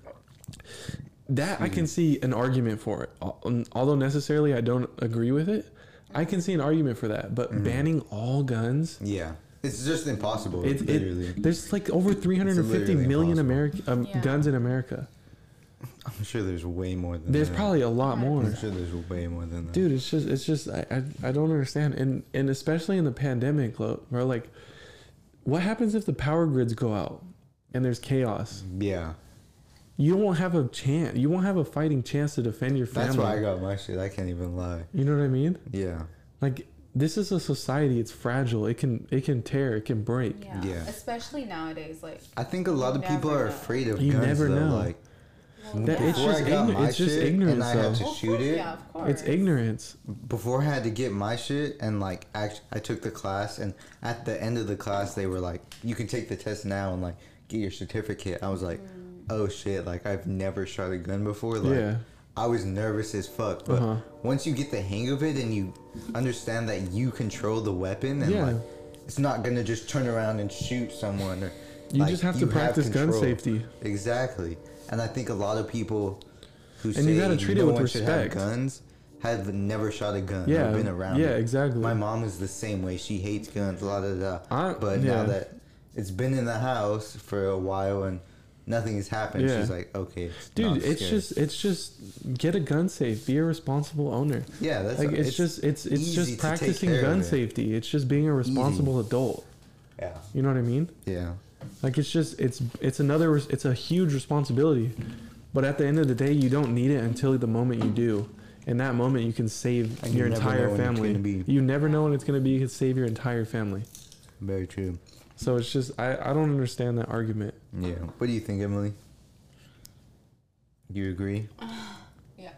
[SPEAKER 3] That I
[SPEAKER 1] Mm-hmm.
[SPEAKER 3] can see an argument for it. Al- um, Although necessarily I don't agree with it, I can see an argument for that. But
[SPEAKER 1] Mm-hmm.
[SPEAKER 3] banning all guns
[SPEAKER 1] Yeah. It's just impossible.
[SPEAKER 3] it,
[SPEAKER 1] literally.
[SPEAKER 3] it, there's like over 350
[SPEAKER 1] literally
[SPEAKER 3] million
[SPEAKER 1] impossible.
[SPEAKER 3] American um,
[SPEAKER 2] Yeah.
[SPEAKER 3] guns in America.
[SPEAKER 1] I'm sure there's way more than
[SPEAKER 3] There's
[SPEAKER 1] that.
[SPEAKER 3] probably a lot more.
[SPEAKER 1] I'm sure there's way more than that.
[SPEAKER 3] Dude, it's just it's just I, I, I don't understand. And and especially in the pandemic, lo- bro, like what happens if the power grids go out and there's chaos?
[SPEAKER 1] Yeah.
[SPEAKER 3] You won't have a chance. You won't have a fighting chance to defend your family.
[SPEAKER 1] That's why I got my shit. I can't even lie.
[SPEAKER 3] you know what I mean?
[SPEAKER 1] Yeah.
[SPEAKER 3] Like this is a society. It's fragile. It can it can tear. It can break.
[SPEAKER 2] yeah.
[SPEAKER 1] Yeah.
[SPEAKER 2] Especially nowadays, like
[SPEAKER 1] I think a lot of
[SPEAKER 2] never
[SPEAKER 1] people are
[SPEAKER 2] know.
[SPEAKER 1] afraid of
[SPEAKER 3] You
[SPEAKER 1] guns.
[SPEAKER 3] never
[SPEAKER 1] though.
[SPEAKER 3] know.
[SPEAKER 1] Like,
[SPEAKER 3] That- it's
[SPEAKER 1] before
[SPEAKER 3] just
[SPEAKER 1] I got
[SPEAKER 3] igno-
[SPEAKER 1] my
[SPEAKER 3] it's just
[SPEAKER 1] shit
[SPEAKER 3] ignorance,
[SPEAKER 1] and I had
[SPEAKER 3] though.
[SPEAKER 1] to
[SPEAKER 2] Well, of
[SPEAKER 1] shoot
[SPEAKER 2] course,
[SPEAKER 1] it.
[SPEAKER 2] Yeah, of course.
[SPEAKER 3] It's ignorance.
[SPEAKER 1] before I had to get my shit and like act, I took the class and at the end of the class they were like, you can take the test now and like get your certificate. I was like, oh shit, like I've never shot a gun before. Like
[SPEAKER 3] Yeah.
[SPEAKER 1] I was nervous as fuck, but
[SPEAKER 3] Uh-huh.
[SPEAKER 1] once you get the hang of it and you understand that you control the weapon and
[SPEAKER 3] Yeah.
[SPEAKER 1] like it's not gonna just turn around and shoot someone. Or,
[SPEAKER 3] You just have to practice gun
[SPEAKER 1] control.
[SPEAKER 3] safety.
[SPEAKER 1] Exactly, and I think a lot of people who
[SPEAKER 3] And
[SPEAKER 1] say
[SPEAKER 3] you gotta treat it
[SPEAKER 1] no
[SPEAKER 3] with
[SPEAKER 1] one should have
[SPEAKER 3] respect.
[SPEAKER 1] guns have never shot a gun
[SPEAKER 3] Yeah,
[SPEAKER 1] yeah, been around.
[SPEAKER 3] yeah,
[SPEAKER 1] it.
[SPEAKER 3] exactly.
[SPEAKER 1] My mom is the same way. She hates guns, la da da.
[SPEAKER 3] I-
[SPEAKER 1] But
[SPEAKER 3] yeah.
[SPEAKER 1] now that it's been in the house for a while and nothing has happened,
[SPEAKER 3] Yeah.
[SPEAKER 1] she's like, okay, it's
[SPEAKER 3] dude
[SPEAKER 1] not
[SPEAKER 3] it's
[SPEAKER 1] scary.
[SPEAKER 3] just it's just get a gun safe be a responsible owner
[SPEAKER 1] yeah, that's
[SPEAKER 3] like it's, just it's it's
[SPEAKER 1] easy to
[SPEAKER 3] just
[SPEAKER 1] take
[SPEAKER 3] practicing
[SPEAKER 1] care of
[SPEAKER 3] gun
[SPEAKER 1] it.
[SPEAKER 3] safety it's just being a responsible adult
[SPEAKER 1] yeah,
[SPEAKER 3] you know what i mean
[SPEAKER 1] yeah,
[SPEAKER 3] like it's just it's it's another res- it's a huge responsibility but at the end of the day you don't need it until the moment you do in that moment you can save
[SPEAKER 1] And you
[SPEAKER 3] your
[SPEAKER 1] never
[SPEAKER 3] entire
[SPEAKER 1] know when it's
[SPEAKER 3] family
[SPEAKER 1] gonna be.
[SPEAKER 3] you never know when it's going to be you can save your entire family
[SPEAKER 1] very true.
[SPEAKER 3] so it's just i i don't understand that argument
[SPEAKER 1] Yeah, what do you think, Emily? You agree?
[SPEAKER 2] Yeah.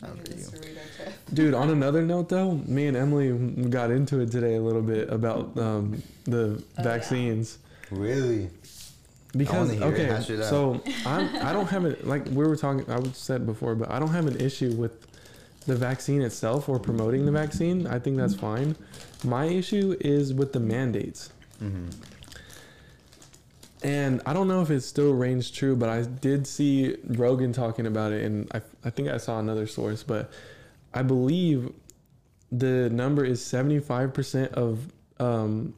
[SPEAKER 1] How
[SPEAKER 2] Maybe
[SPEAKER 1] do
[SPEAKER 2] this is a reader tip.
[SPEAKER 3] Dude, on another note though, me and Emily got into it today a little bit about um, the
[SPEAKER 2] yeah.
[SPEAKER 3] vaccines
[SPEAKER 1] Really?
[SPEAKER 3] because
[SPEAKER 1] hear it.
[SPEAKER 3] okay,
[SPEAKER 1] Hash it out.
[SPEAKER 3] so I'm, I don't have it like we were talking. I was said before, but I don't have an issue with the vaccine itself or promoting the vaccine, I think that's fine. My issue is with the mandates.
[SPEAKER 1] Mm-hmm.
[SPEAKER 3] And I don't know if it still reigns true, but I did see Rogan talking about it, and I, I think I saw another source, but I believe the number is 75% of um,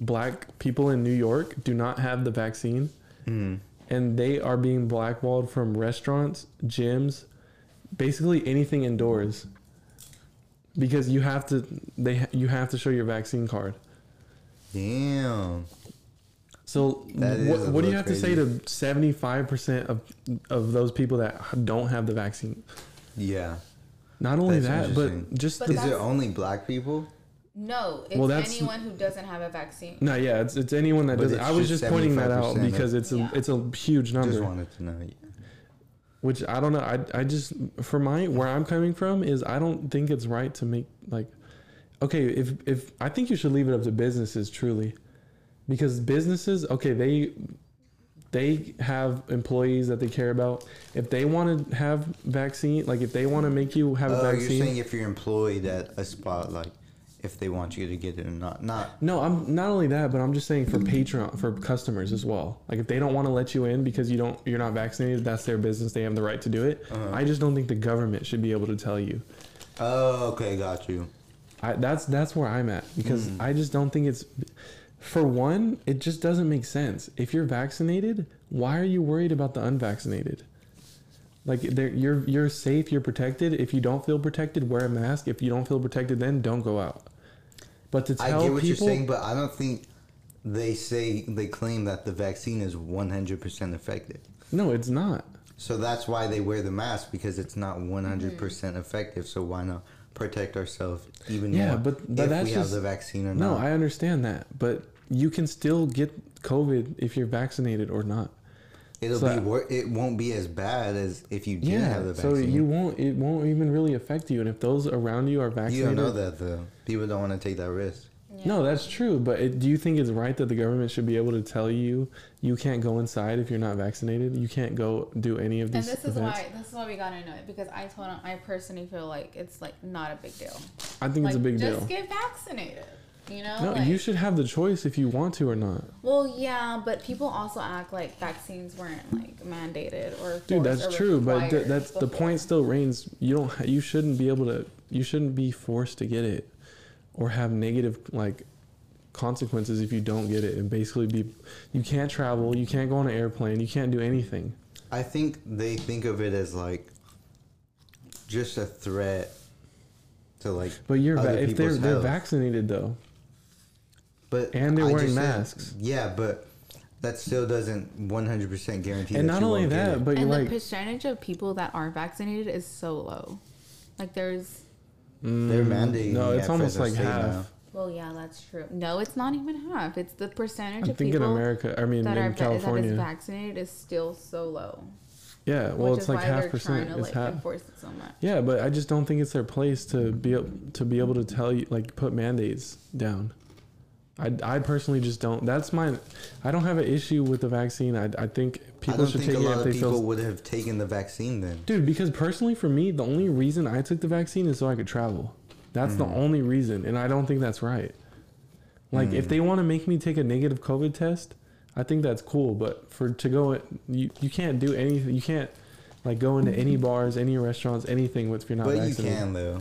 [SPEAKER 3] black people in New York do not have the vaccine,
[SPEAKER 1] Mm-hmm.
[SPEAKER 3] and they are being blackballed from restaurants, gyms, basically anything indoors because you have to they you have to show your vaccine card.
[SPEAKER 1] Damn.
[SPEAKER 3] So
[SPEAKER 1] That is
[SPEAKER 3] what,
[SPEAKER 1] a
[SPEAKER 3] what do
[SPEAKER 1] little
[SPEAKER 3] you have to say to seventy five percent of of those people that don't have the vaccine?
[SPEAKER 1] Yeah.
[SPEAKER 3] Not only
[SPEAKER 1] That's
[SPEAKER 3] that, but
[SPEAKER 1] interesting.
[SPEAKER 3] just
[SPEAKER 2] But
[SPEAKER 3] the,
[SPEAKER 1] Is it
[SPEAKER 2] that's-
[SPEAKER 1] only black people?
[SPEAKER 2] No, it's
[SPEAKER 3] Well, that's-
[SPEAKER 2] anyone who doesn't have a vaccine.
[SPEAKER 3] no, yeah, it's, it's anyone that
[SPEAKER 1] But
[SPEAKER 3] does.
[SPEAKER 1] it's
[SPEAKER 3] I was
[SPEAKER 1] just
[SPEAKER 3] just pointing that out
[SPEAKER 1] 75% of-
[SPEAKER 3] because it's a
[SPEAKER 2] Yeah.
[SPEAKER 3] it's a huge
[SPEAKER 1] Just
[SPEAKER 3] number.
[SPEAKER 1] wanted to know. Yeah.
[SPEAKER 3] which I don't know. I, I just for my where I'm coming from is I don't think it's right to make like okay if if I think you should leave it up to businesses truly because businesses okay they they have employees that they care about if they want to have vaccine like if they want to make you have a
[SPEAKER 1] Oh, you're
[SPEAKER 3] vaccine
[SPEAKER 1] saying if you're employed at a spot, like if they want you to get it or not, not
[SPEAKER 3] No, I'm not only that, but I'm just saying for Patreon for customers as well. Like if they don't want to let you in because you don't you're not vaccinated, that's their business. They have the right to do it.
[SPEAKER 1] Uh-huh.
[SPEAKER 3] I just don't think the government should be able to tell you.
[SPEAKER 1] Oh, okay, got you.
[SPEAKER 3] I, that's that's where I'm at because
[SPEAKER 1] Hmm.
[SPEAKER 3] I just don't think it's. For one, it just doesn't make sense. If you're vaccinated, why are you worried about the unvaccinated? Like they're- you're you're safe, you're protected. If you don't feel protected, wear a mask. If you don't feel protected, then don't go out. But to tell
[SPEAKER 1] I get what
[SPEAKER 3] people,
[SPEAKER 1] you're saying, but I don't think they say they claim that the vaccine is 100% effective.
[SPEAKER 3] no, it's not.
[SPEAKER 1] So that's why they wear the mask because it's not 100% effective. So why not protect ourselves even
[SPEAKER 3] Mm-hmm. Yeah,
[SPEAKER 1] more?
[SPEAKER 3] but- but
[SPEAKER 1] if
[SPEAKER 3] that's
[SPEAKER 1] we
[SPEAKER 3] just-
[SPEAKER 1] have the vaccine or
[SPEAKER 3] No,
[SPEAKER 1] not.
[SPEAKER 3] I understand that, but you can still get COVID if you're vaccinated or not.
[SPEAKER 1] It'll
[SPEAKER 3] so-
[SPEAKER 1] be wor- it won't be as bad as if you didn't have the
[SPEAKER 3] Yeah,
[SPEAKER 1] vaccine.
[SPEAKER 3] so you won't. It won't even really affect you. And if those around you are vaccinated,
[SPEAKER 1] You don't know that though. People don't want to take that risk.
[SPEAKER 3] No, that's true. But it, do you think it's right that the government should be able to tell you you can't go inside if you're not vaccinated? You can't go do any of
[SPEAKER 2] And
[SPEAKER 3] these
[SPEAKER 2] this is
[SPEAKER 3] events.
[SPEAKER 2] why this is why we got into it because I told him I personally feel like it's like not a big deal.
[SPEAKER 3] I think
[SPEAKER 2] like,
[SPEAKER 3] it's a big
[SPEAKER 2] just
[SPEAKER 3] deal.
[SPEAKER 2] get vaccinated. You know?
[SPEAKER 3] No,
[SPEAKER 2] like,
[SPEAKER 3] you should have the choice if you want to or not.
[SPEAKER 2] Well, yeah, but people also act like vaccines weren't like mandated or
[SPEAKER 3] Dude,
[SPEAKER 2] forced
[SPEAKER 3] that's
[SPEAKER 2] or
[SPEAKER 3] true. But th-
[SPEAKER 2] required
[SPEAKER 3] that's the
[SPEAKER 2] before.
[SPEAKER 3] point. Still reigns. You don't. ha- You shouldn't be able to. You shouldn't be forced to get it, or have negative like consequences if you don't get it. And basically, be you can't travel. You can't go on an airplane. You can't do anything.
[SPEAKER 1] I think they think of it as like just a threat to like.
[SPEAKER 3] But you're va-
[SPEAKER 1] other
[SPEAKER 3] if they're
[SPEAKER 1] people's
[SPEAKER 3] they're
[SPEAKER 1] health.
[SPEAKER 3] vaccinated though.
[SPEAKER 1] but
[SPEAKER 3] and they're
[SPEAKER 1] I
[SPEAKER 3] wearing
[SPEAKER 1] just said-
[SPEAKER 3] masks.
[SPEAKER 1] yeah, but that still doesn't 100 percent guarantee.
[SPEAKER 3] and
[SPEAKER 1] that
[SPEAKER 3] not
[SPEAKER 1] you
[SPEAKER 3] only
[SPEAKER 1] won't get
[SPEAKER 3] that,
[SPEAKER 1] it.
[SPEAKER 3] but you're
[SPEAKER 2] And
[SPEAKER 3] like,
[SPEAKER 2] the percentage of people that are vaccinated is so low. Like there's
[SPEAKER 1] they're mandating.
[SPEAKER 3] Mm. no,
[SPEAKER 1] at
[SPEAKER 3] it's almost
[SPEAKER 1] Fresno
[SPEAKER 3] like
[SPEAKER 1] State
[SPEAKER 3] half.
[SPEAKER 1] now.
[SPEAKER 2] well, yeah, that's true. No, it's not even half. It's the percentage
[SPEAKER 3] I
[SPEAKER 2] of
[SPEAKER 3] think in
[SPEAKER 2] people
[SPEAKER 3] America, I mean,
[SPEAKER 2] that are
[SPEAKER 3] in
[SPEAKER 2] that
[SPEAKER 3] California,
[SPEAKER 2] is vaccinated is still so low.
[SPEAKER 3] yeah. Well,
[SPEAKER 2] which
[SPEAKER 3] it's
[SPEAKER 2] is
[SPEAKER 3] like
[SPEAKER 2] why
[SPEAKER 3] half
[SPEAKER 2] they're
[SPEAKER 3] percent.
[SPEAKER 2] trying to
[SPEAKER 3] It's
[SPEAKER 2] like
[SPEAKER 3] half.
[SPEAKER 2] enforce it so much.
[SPEAKER 3] Yeah, but I just don't think it's their place to be ab- to be able to tell you like put mandates down. I, I personally just don't. That's my. I don't have an issue with the vaccine. I, I think
[SPEAKER 1] I
[SPEAKER 3] people
[SPEAKER 1] don't
[SPEAKER 3] should
[SPEAKER 1] think
[SPEAKER 3] take
[SPEAKER 1] a
[SPEAKER 3] it
[SPEAKER 1] lot
[SPEAKER 3] if
[SPEAKER 1] of
[SPEAKER 3] they
[SPEAKER 1] people
[SPEAKER 3] feel.
[SPEAKER 1] would have taken the vaccine then.
[SPEAKER 3] Dude, because personally for me, the only reason I took the vaccine is so I could travel. That's
[SPEAKER 1] Mm.
[SPEAKER 3] the only reason, and I don't think that's right. Like if
[SPEAKER 1] Mm.
[SPEAKER 3] they want to make me take a negative COVID test, I think that's cool. But for to go, you you can't do anything. You can't like go into any bars, any restaurants, anything with if you're not
[SPEAKER 1] Mm-hmm. But you
[SPEAKER 3] vaccinated.
[SPEAKER 1] can though.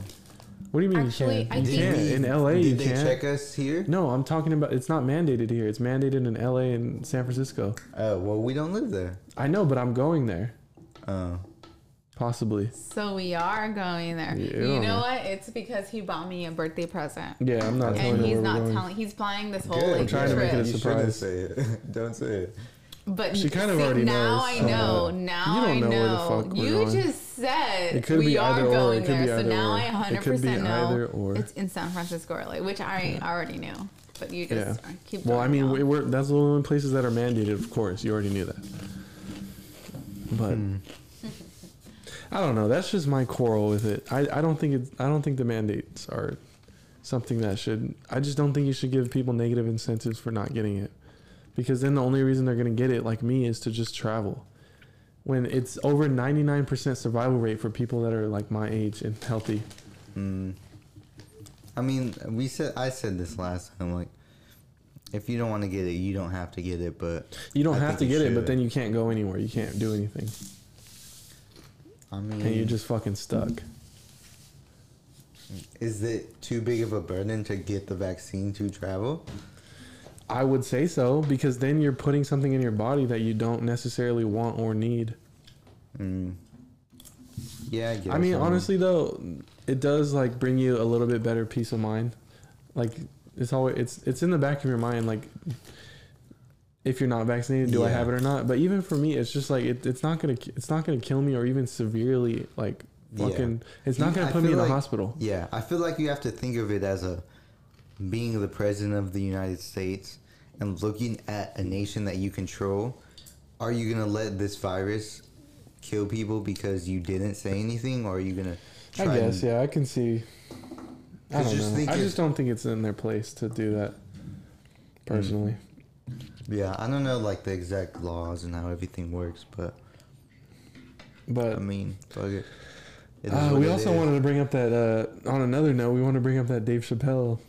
[SPEAKER 3] What do you mean
[SPEAKER 2] Actually,
[SPEAKER 3] you
[SPEAKER 2] I
[SPEAKER 3] can? not
[SPEAKER 2] think-
[SPEAKER 3] you
[SPEAKER 1] Did
[SPEAKER 3] can't.
[SPEAKER 1] we-
[SPEAKER 3] in LA.
[SPEAKER 1] did
[SPEAKER 3] you
[SPEAKER 1] they
[SPEAKER 3] can't.
[SPEAKER 1] check us here?
[SPEAKER 3] No, I'm talking about it's not mandated here. It's mandated in LA and San Francisco.
[SPEAKER 1] Oh well, we don't live there.
[SPEAKER 3] I know, but I'm going there
[SPEAKER 1] Oh,
[SPEAKER 3] possibly.
[SPEAKER 2] So we are going there.
[SPEAKER 3] Yeah.
[SPEAKER 2] You know what? It's because he bought me a birthday present.
[SPEAKER 3] Yeah, I'm not telling
[SPEAKER 2] And
[SPEAKER 3] you
[SPEAKER 2] he's
[SPEAKER 3] where we're
[SPEAKER 2] not
[SPEAKER 3] going.
[SPEAKER 2] telling. He's planning this whole
[SPEAKER 1] Good.
[SPEAKER 2] like
[SPEAKER 1] I'm
[SPEAKER 3] trying to make
[SPEAKER 2] trip.
[SPEAKER 3] it a
[SPEAKER 1] you shouldn't
[SPEAKER 3] surprise.
[SPEAKER 1] say it. [laughs] don't say it.
[SPEAKER 2] But
[SPEAKER 3] She kind of
[SPEAKER 2] see,
[SPEAKER 3] already
[SPEAKER 2] now
[SPEAKER 3] knows.
[SPEAKER 2] I know. Now
[SPEAKER 3] You don't
[SPEAKER 2] I
[SPEAKER 3] know
[SPEAKER 2] know.
[SPEAKER 3] where the fuck we're
[SPEAKER 2] you
[SPEAKER 3] going.
[SPEAKER 2] just said
[SPEAKER 3] It could
[SPEAKER 2] we
[SPEAKER 3] be
[SPEAKER 2] are
[SPEAKER 3] either or. It
[SPEAKER 2] going
[SPEAKER 3] could be
[SPEAKER 2] there. So
[SPEAKER 3] either
[SPEAKER 2] now
[SPEAKER 3] or.
[SPEAKER 2] I
[SPEAKER 3] It
[SPEAKER 2] 100
[SPEAKER 3] could be
[SPEAKER 2] percent know
[SPEAKER 3] either or.
[SPEAKER 2] it's in San Francisco, or like which I already knew. But you
[SPEAKER 3] Yeah.
[SPEAKER 2] just keep.
[SPEAKER 3] Well,
[SPEAKER 2] going
[SPEAKER 3] I mean,
[SPEAKER 2] now.
[SPEAKER 3] we, we're that's the only places that are mandated. Of course, you already knew that. But [laughs] I don't know. That's just my quarrel with it. I, I don't think it's I don't think the mandates are something that should. I just don't think you should give people negative incentives for not getting it, because then the only reason they're gonna get it, like me, is to just travel. when it's over 99% survival rate for people that are like my age and healthy.
[SPEAKER 1] Mm. I mean, we said I said this last time. Like, if you don't want to get it, you don't have to get it. But
[SPEAKER 3] You don't
[SPEAKER 1] I
[SPEAKER 3] have to
[SPEAKER 1] think
[SPEAKER 3] get
[SPEAKER 1] you
[SPEAKER 3] it, but
[SPEAKER 1] should.
[SPEAKER 3] then you can't go anywhere. You can't do anything.
[SPEAKER 1] I mean,
[SPEAKER 3] And you're just fucking stuck.
[SPEAKER 1] is it too big of a burden to get the vaccine to travel?
[SPEAKER 3] I would say so because then you're putting something in your body that you don't necessarily want or need.
[SPEAKER 1] Mm. Yeah, I guess.
[SPEAKER 3] I mean,
[SPEAKER 1] don't know.
[SPEAKER 3] honestly though, it does like bring you a little bit better peace of mind. Like it's always it's it's in the back of your mind like if you're not vaccinated, do I
[SPEAKER 1] Yeah.
[SPEAKER 3] have it or not? But even for me, it's just like it, it's not gonna ki- it's not gonna kill me or even severely like
[SPEAKER 1] Yeah.
[SPEAKER 3] fucking. It's not
[SPEAKER 1] You-
[SPEAKER 3] gonna
[SPEAKER 1] I
[SPEAKER 3] put me
[SPEAKER 1] feel
[SPEAKER 3] in
[SPEAKER 1] like-
[SPEAKER 3] the hospital.
[SPEAKER 1] Yeah, I feel like you have to think of it as a being the president of the United States and looking at a nation that you control. Are you gonna let this virus kill people because you didn't say anything, or are you gonna?
[SPEAKER 3] I
[SPEAKER 1] and-
[SPEAKER 3] guess yeah, I can see. I
[SPEAKER 1] 'Cause
[SPEAKER 3] don't
[SPEAKER 1] just
[SPEAKER 3] know.
[SPEAKER 1] think
[SPEAKER 3] I
[SPEAKER 1] if-
[SPEAKER 3] just don't think it's in their place to do that.
[SPEAKER 1] Mm.
[SPEAKER 3] Personally,
[SPEAKER 1] Yeah, I don't know like the exact laws and how everything works, but
[SPEAKER 3] but
[SPEAKER 1] I mean, fuck it. It is
[SPEAKER 3] Uh,
[SPEAKER 1] what
[SPEAKER 3] we
[SPEAKER 1] it
[SPEAKER 3] also
[SPEAKER 1] is.
[SPEAKER 3] wanted to bring up that uh, on another note, we want to bring up that Dave Chappelle.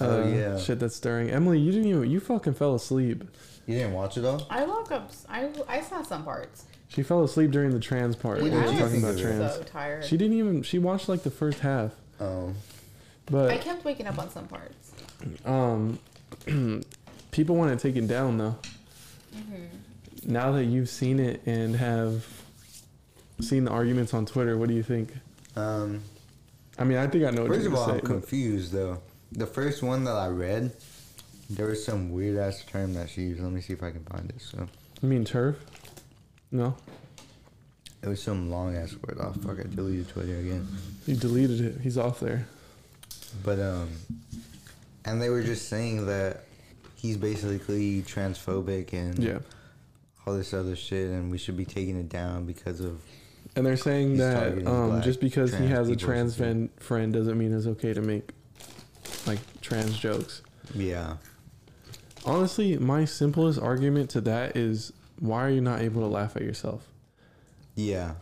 [SPEAKER 3] Uh,
[SPEAKER 1] Oh, yeah.
[SPEAKER 3] shit that's stirring. Emily, you didn't even you fucking fell asleep.
[SPEAKER 1] You didn't watch it all.
[SPEAKER 2] I woke up. I, I saw some parts.
[SPEAKER 3] She fell asleep during the trans part.
[SPEAKER 1] What
[SPEAKER 3] when
[SPEAKER 1] did
[SPEAKER 3] we
[SPEAKER 1] you
[SPEAKER 3] were talking
[SPEAKER 1] think
[SPEAKER 3] about
[SPEAKER 1] of it?
[SPEAKER 3] trans.
[SPEAKER 2] so tired.
[SPEAKER 3] She didn't even she watched like the first half,
[SPEAKER 1] Oh,
[SPEAKER 2] I
[SPEAKER 3] but
[SPEAKER 2] kept waking up on some parts.
[SPEAKER 3] um, [clears throat] people want it taken down though. Now that you've seen it and have seen the arguments on Twitter, what do you think?
[SPEAKER 1] um,
[SPEAKER 3] I mean, I think I know what
[SPEAKER 1] First
[SPEAKER 3] you're
[SPEAKER 1] of all,
[SPEAKER 3] gonna
[SPEAKER 1] I'm
[SPEAKER 3] say. but-
[SPEAKER 1] confused though. The first one that I read, there was some weird ass term that she used. Let me see if I can find it. So
[SPEAKER 3] You mean turf? No,
[SPEAKER 1] it was some long ass word. Oh fuck! I deleted Twitter again.
[SPEAKER 3] you deleted it. He's off there.
[SPEAKER 1] But um, and they were just saying that he's basically transphobic and
[SPEAKER 3] Yeah.
[SPEAKER 1] all this other shit, and we should be taking it down because of
[SPEAKER 3] And they're saying
[SPEAKER 1] He's
[SPEAKER 3] that
[SPEAKER 1] targeting
[SPEAKER 3] um,
[SPEAKER 1] black
[SPEAKER 3] just because he
[SPEAKER 1] trans
[SPEAKER 3] has a
[SPEAKER 1] people or
[SPEAKER 3] trans
[SPEAKER 1] something.
[SPEAKER 3] fan, friend doesn't mean it's okay to make like trans jokes.
[SPEAKER 1] yeah.
[SPEAKER 3] Honestly, my simplest argument to that is why are you not able to laugh at yourself?
[SPEAKER 1] Yeah,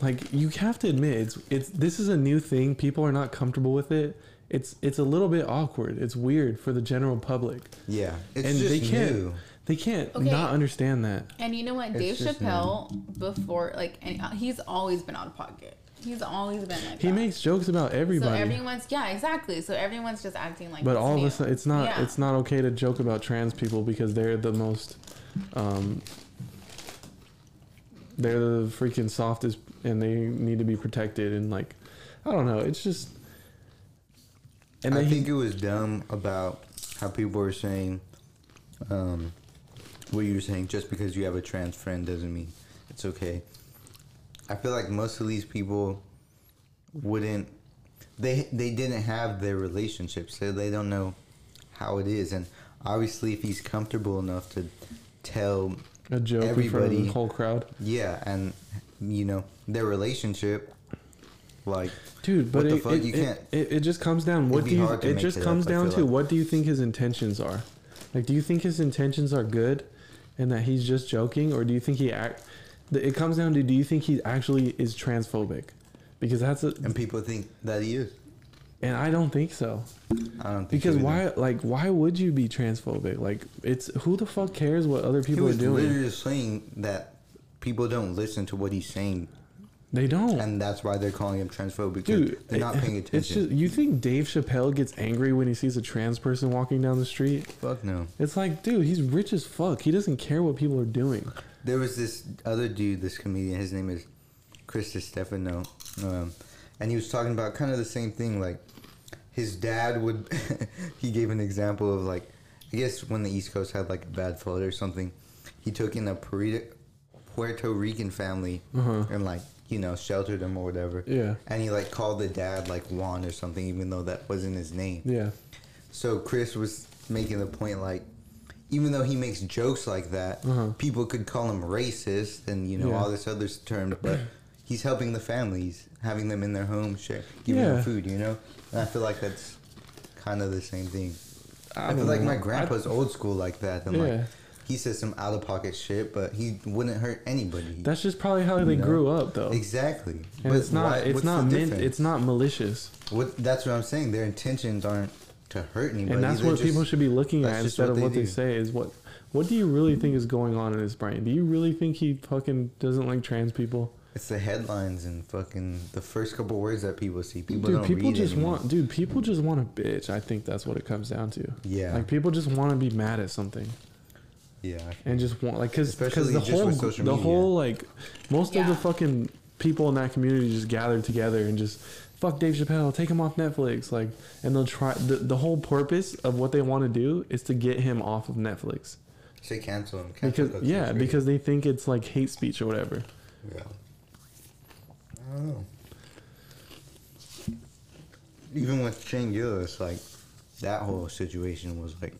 [SPEAKER 3] Like you have to admit it's it's this is a new thing. People are not comfortable with it. It's it's a little bit awkward. It's weird for the general public.
[SPEAKER 1] yeah. It's
[SPEAKER 3] And
[SPEAKER 1] just
[SPEAKER 3] they can't-
[SPEAKER 1] new.
[SPEAKER 3] They can't
[SPEAKER 2] Okay.
[SPEAKER 3] not understand that.
[SPEAKER 2] And you know what?
[SPEAKER 1] It's
[SPEAKER 2] Dave
[SPEAKER 1] just
[SPEAKER 2] Chappelle, before, like, and uh, he's always been out of pocket. He's always been like
[SPEAKER 3] He
[SPEAKER 2] that.
[SPEAKER 3] makes jokes about everybody.
[SPEAKER 2] Uh, So everyone's, yeah, exactly. So everyone's just acting like
[SPEAKER 3] But
[SPEAKER 2] it's
[SPEAKER 3] all of
[SPEAKER 2] new.
[SPEAKER 3] a sudden, it's not
[SPEAKER 2] Yeah.
[SPEAKER 3] it's not okay to joke about trans people because they're the most, um, they're the freaking softest, and they need to be protected. And like, I don't know, it's just. And
[SPEAKER 1] I
[SPEAKER 3] then
[SPEAKER 1] think
[SPEAKER 3] he,
[SPEAKER 1] it was dumb about how people were saying, um, what you were saying, just because you have a trans friend doesn't mean it's okay. I feel like most of these people wouldn't, they they didn't have their relationship, so they don't know how it is. And obviously, if he's comfortable enough to tell,
[SPEAKER 3] a joke in front of
[SPEAKER 1] everybody-
[SPEAKER 3] the whole crowd,
[SPEAKER 1] yeah, and you know their relationship, like
[SPEAKER 3] dude. But
[SPEAKER 1] What the
[SPEAKER 3] it,
[SPEAKER 1] fuck,
[SPEAKER 3] it,
[SPEAKER 1] you
[SPEAKER 3] it-
[SPEAKER 1] can't-
[SPEAKER 3] It, it just comes down. What
[SPEAKER 1] be
[SPEAKER 3] do you?
[SPEAKER 1] hard to
[SPEAKER 3] It
[SPEAKER 1] make
[SPEAKER 3] just
[SPEAKER 1] it up,
[SPEAKER 3] comes
[SPEAKER 1] I
[SPEAKER 3] down
[SPEAKER 1] feel
[SPEAKER 3] to
[SPEAKER 1] like.
[SPEAKER 3] what do you think his intentions are? Like, do you think his intentions are good, and that he's just joking, or do you think he act? the- It comes down to do you think he actually is transphobic? Because that's a,
[SPEAKER 1] and people think that he is.
[SPEAKER 3] and I don't think so.
[SPEAKER 1] I don't think
[SPEAKER 3] Because
[SPEAKER 1] so either.
[SPEAKER 3] why? Like, why would you be transphobic? Like, it's who the fuck cares what other people
[SPEAKER 1] he
[SPEAKER 3] are
[SPEAKER 1] was
[SPEAKER 3] doing?
[SPEAKER 1] literally just saying that people don't listen to what he's saying,
[SPEAKER 3] they don't.
[SPEAKER 1] and that's why they're calling him transphobic. Because
[SPEAKER 3] Dude,
[SPEAKER 1] they're not
[SPEAKER 3] it-
[SPEAKER 1] paying attention.
[SPEAKER 3] [laughs] It's just you think Dave Chappelle gets angry when he sees a trans person walking down the street?
[SPEAKER 1] Fuck no.
[SPEAKER 3] It's like, dude, he's rich as fuck. He doesn't care what people are doing.
[SPEAKER 1] There was this other dude, this comedian. His name is Chris Stefano, um, and he was talking about kind of the same thing. Like his dad would. [laughs] he gave an example of like, I guess when the East Coast had like a bad flood or something, he took in a Puerto, Puerto Rican family
[SPEAKER 3] Uh-huh.
[SPEAKER 1] and like you know sheltered them or whatever.
[SPEAKER 3] Yeah.
[SPEAKER 1] And he like called the dad like Juan or something, even though that wasn't his name.
[SPEAKER 3] Yeah.
[SPEAKER 1] So Chris was making the point like, even though he makes jokes like that,
[SPEAKER 3] Uh-huh.
[SPEAKER 1] people could call him racist and you know
[SPEAKER 3] Yeah.
[SPEAKER 1] all this other s- term, but he's helping the families, having them in their home, share, giving
[SPEAKER 3] Yeah.
[SPEAKER 1] them food, you know. And I feel like that's kind of the same thing. I,
[SPEAKER 3] don't
[SPEAKER 1] feel like
[SPEAKER 3] know.
[SPEAKER 1] my grandpa's old school like that, and
[SPEAKER 3] Yeah.
[SPEAKER 1] like he says some out of pocket shit, but he wouldn't hurt anybody.
[SPEAKER 3] That's just probably how they
[SPEAKER 1] No.
[SPEAKER 3] grew up, though.
[SPEAKER 1] exactly.
[SPEAKER 3] And it's not.
[SPEAKER 1] why-
[SPEAKER 3] it's
[SPEAKER 1] what's
[SPEAKER 3] not
[SPEAKER 1] the
[SPEAKER 3] meant.
[SPEAKER 1] difference?
[SPEAKER 3] It's not malicious,
[SPEAKER 1] What, that's what I'm saying. Their intentions aren't to hurt anybody.
[SPEAKER 3] and that's
[SPEAKER 1] They're
[SPEAKER 3] what
[SPEAKER 1] just-
[SPEAKER 3] people should be looking
[SPEAKER 1] that's
[SPEAKER 3] at
[SPEAKER 1] just
[SPEAKER 3] instead
[SPEAKER 1] what
[SPEAKER 3] of
[SPEAKER 1] they
[SPEAKER 3] what they
[SPEAKER 1] do.
[SPEAKER 3] say. Is what What do you really think is going on in his brain? Do you really think he fucking doesn't like trans people?
[SPEAKER 1] It's the headlines and fucking the first couple words that people see. People
[SPEAKER 3] dude,
[SPEAKER 1] don't
[SPEAKER 3] people
[SPEAKER 1] read
[SPEAKER 3] just
[SPEAKER 1] anymore.
[SPEAKER 3] want. Dude, people just want a bitch. I think that's what it comes down to.
[SPEAKER 1] Yeah,
[SPEAKER 3] Like people just want to be mad at something
[SPEAKER 1] yeah.
[SPEAKER 3] and just want like because
[SPEAKER 1] Especially
[SPEAKER 3] the
[SPEAKER 1] just
[SPEAKER 3] whole
[SPEAKER 1] with
[SPEAKER 3] the
[SPEAKER 1] social media.
[SPEAKER 3] whole like most of the
[SPEAKER 2] Yeah.
[SPEAKER 3] fucking people in that community just gathered together and just fuck Dave Chappelle, take him off Netflix, like and they'll try the, the whole purpose of what they want to do is to get him off of Netflix
[SPEAKER 1] Say cancel them. Cancel
[SPEAKER 3] because
[SPEAKER 1] culture is
[SPEAKER 3] yeah
[SPEAKER 1] great.
[SPEAKER 3] because they think it's like hate speech or whatever.
[SPEAKER 1] Yeah. I don't know. Even with Changula, it's like that whole situation was like.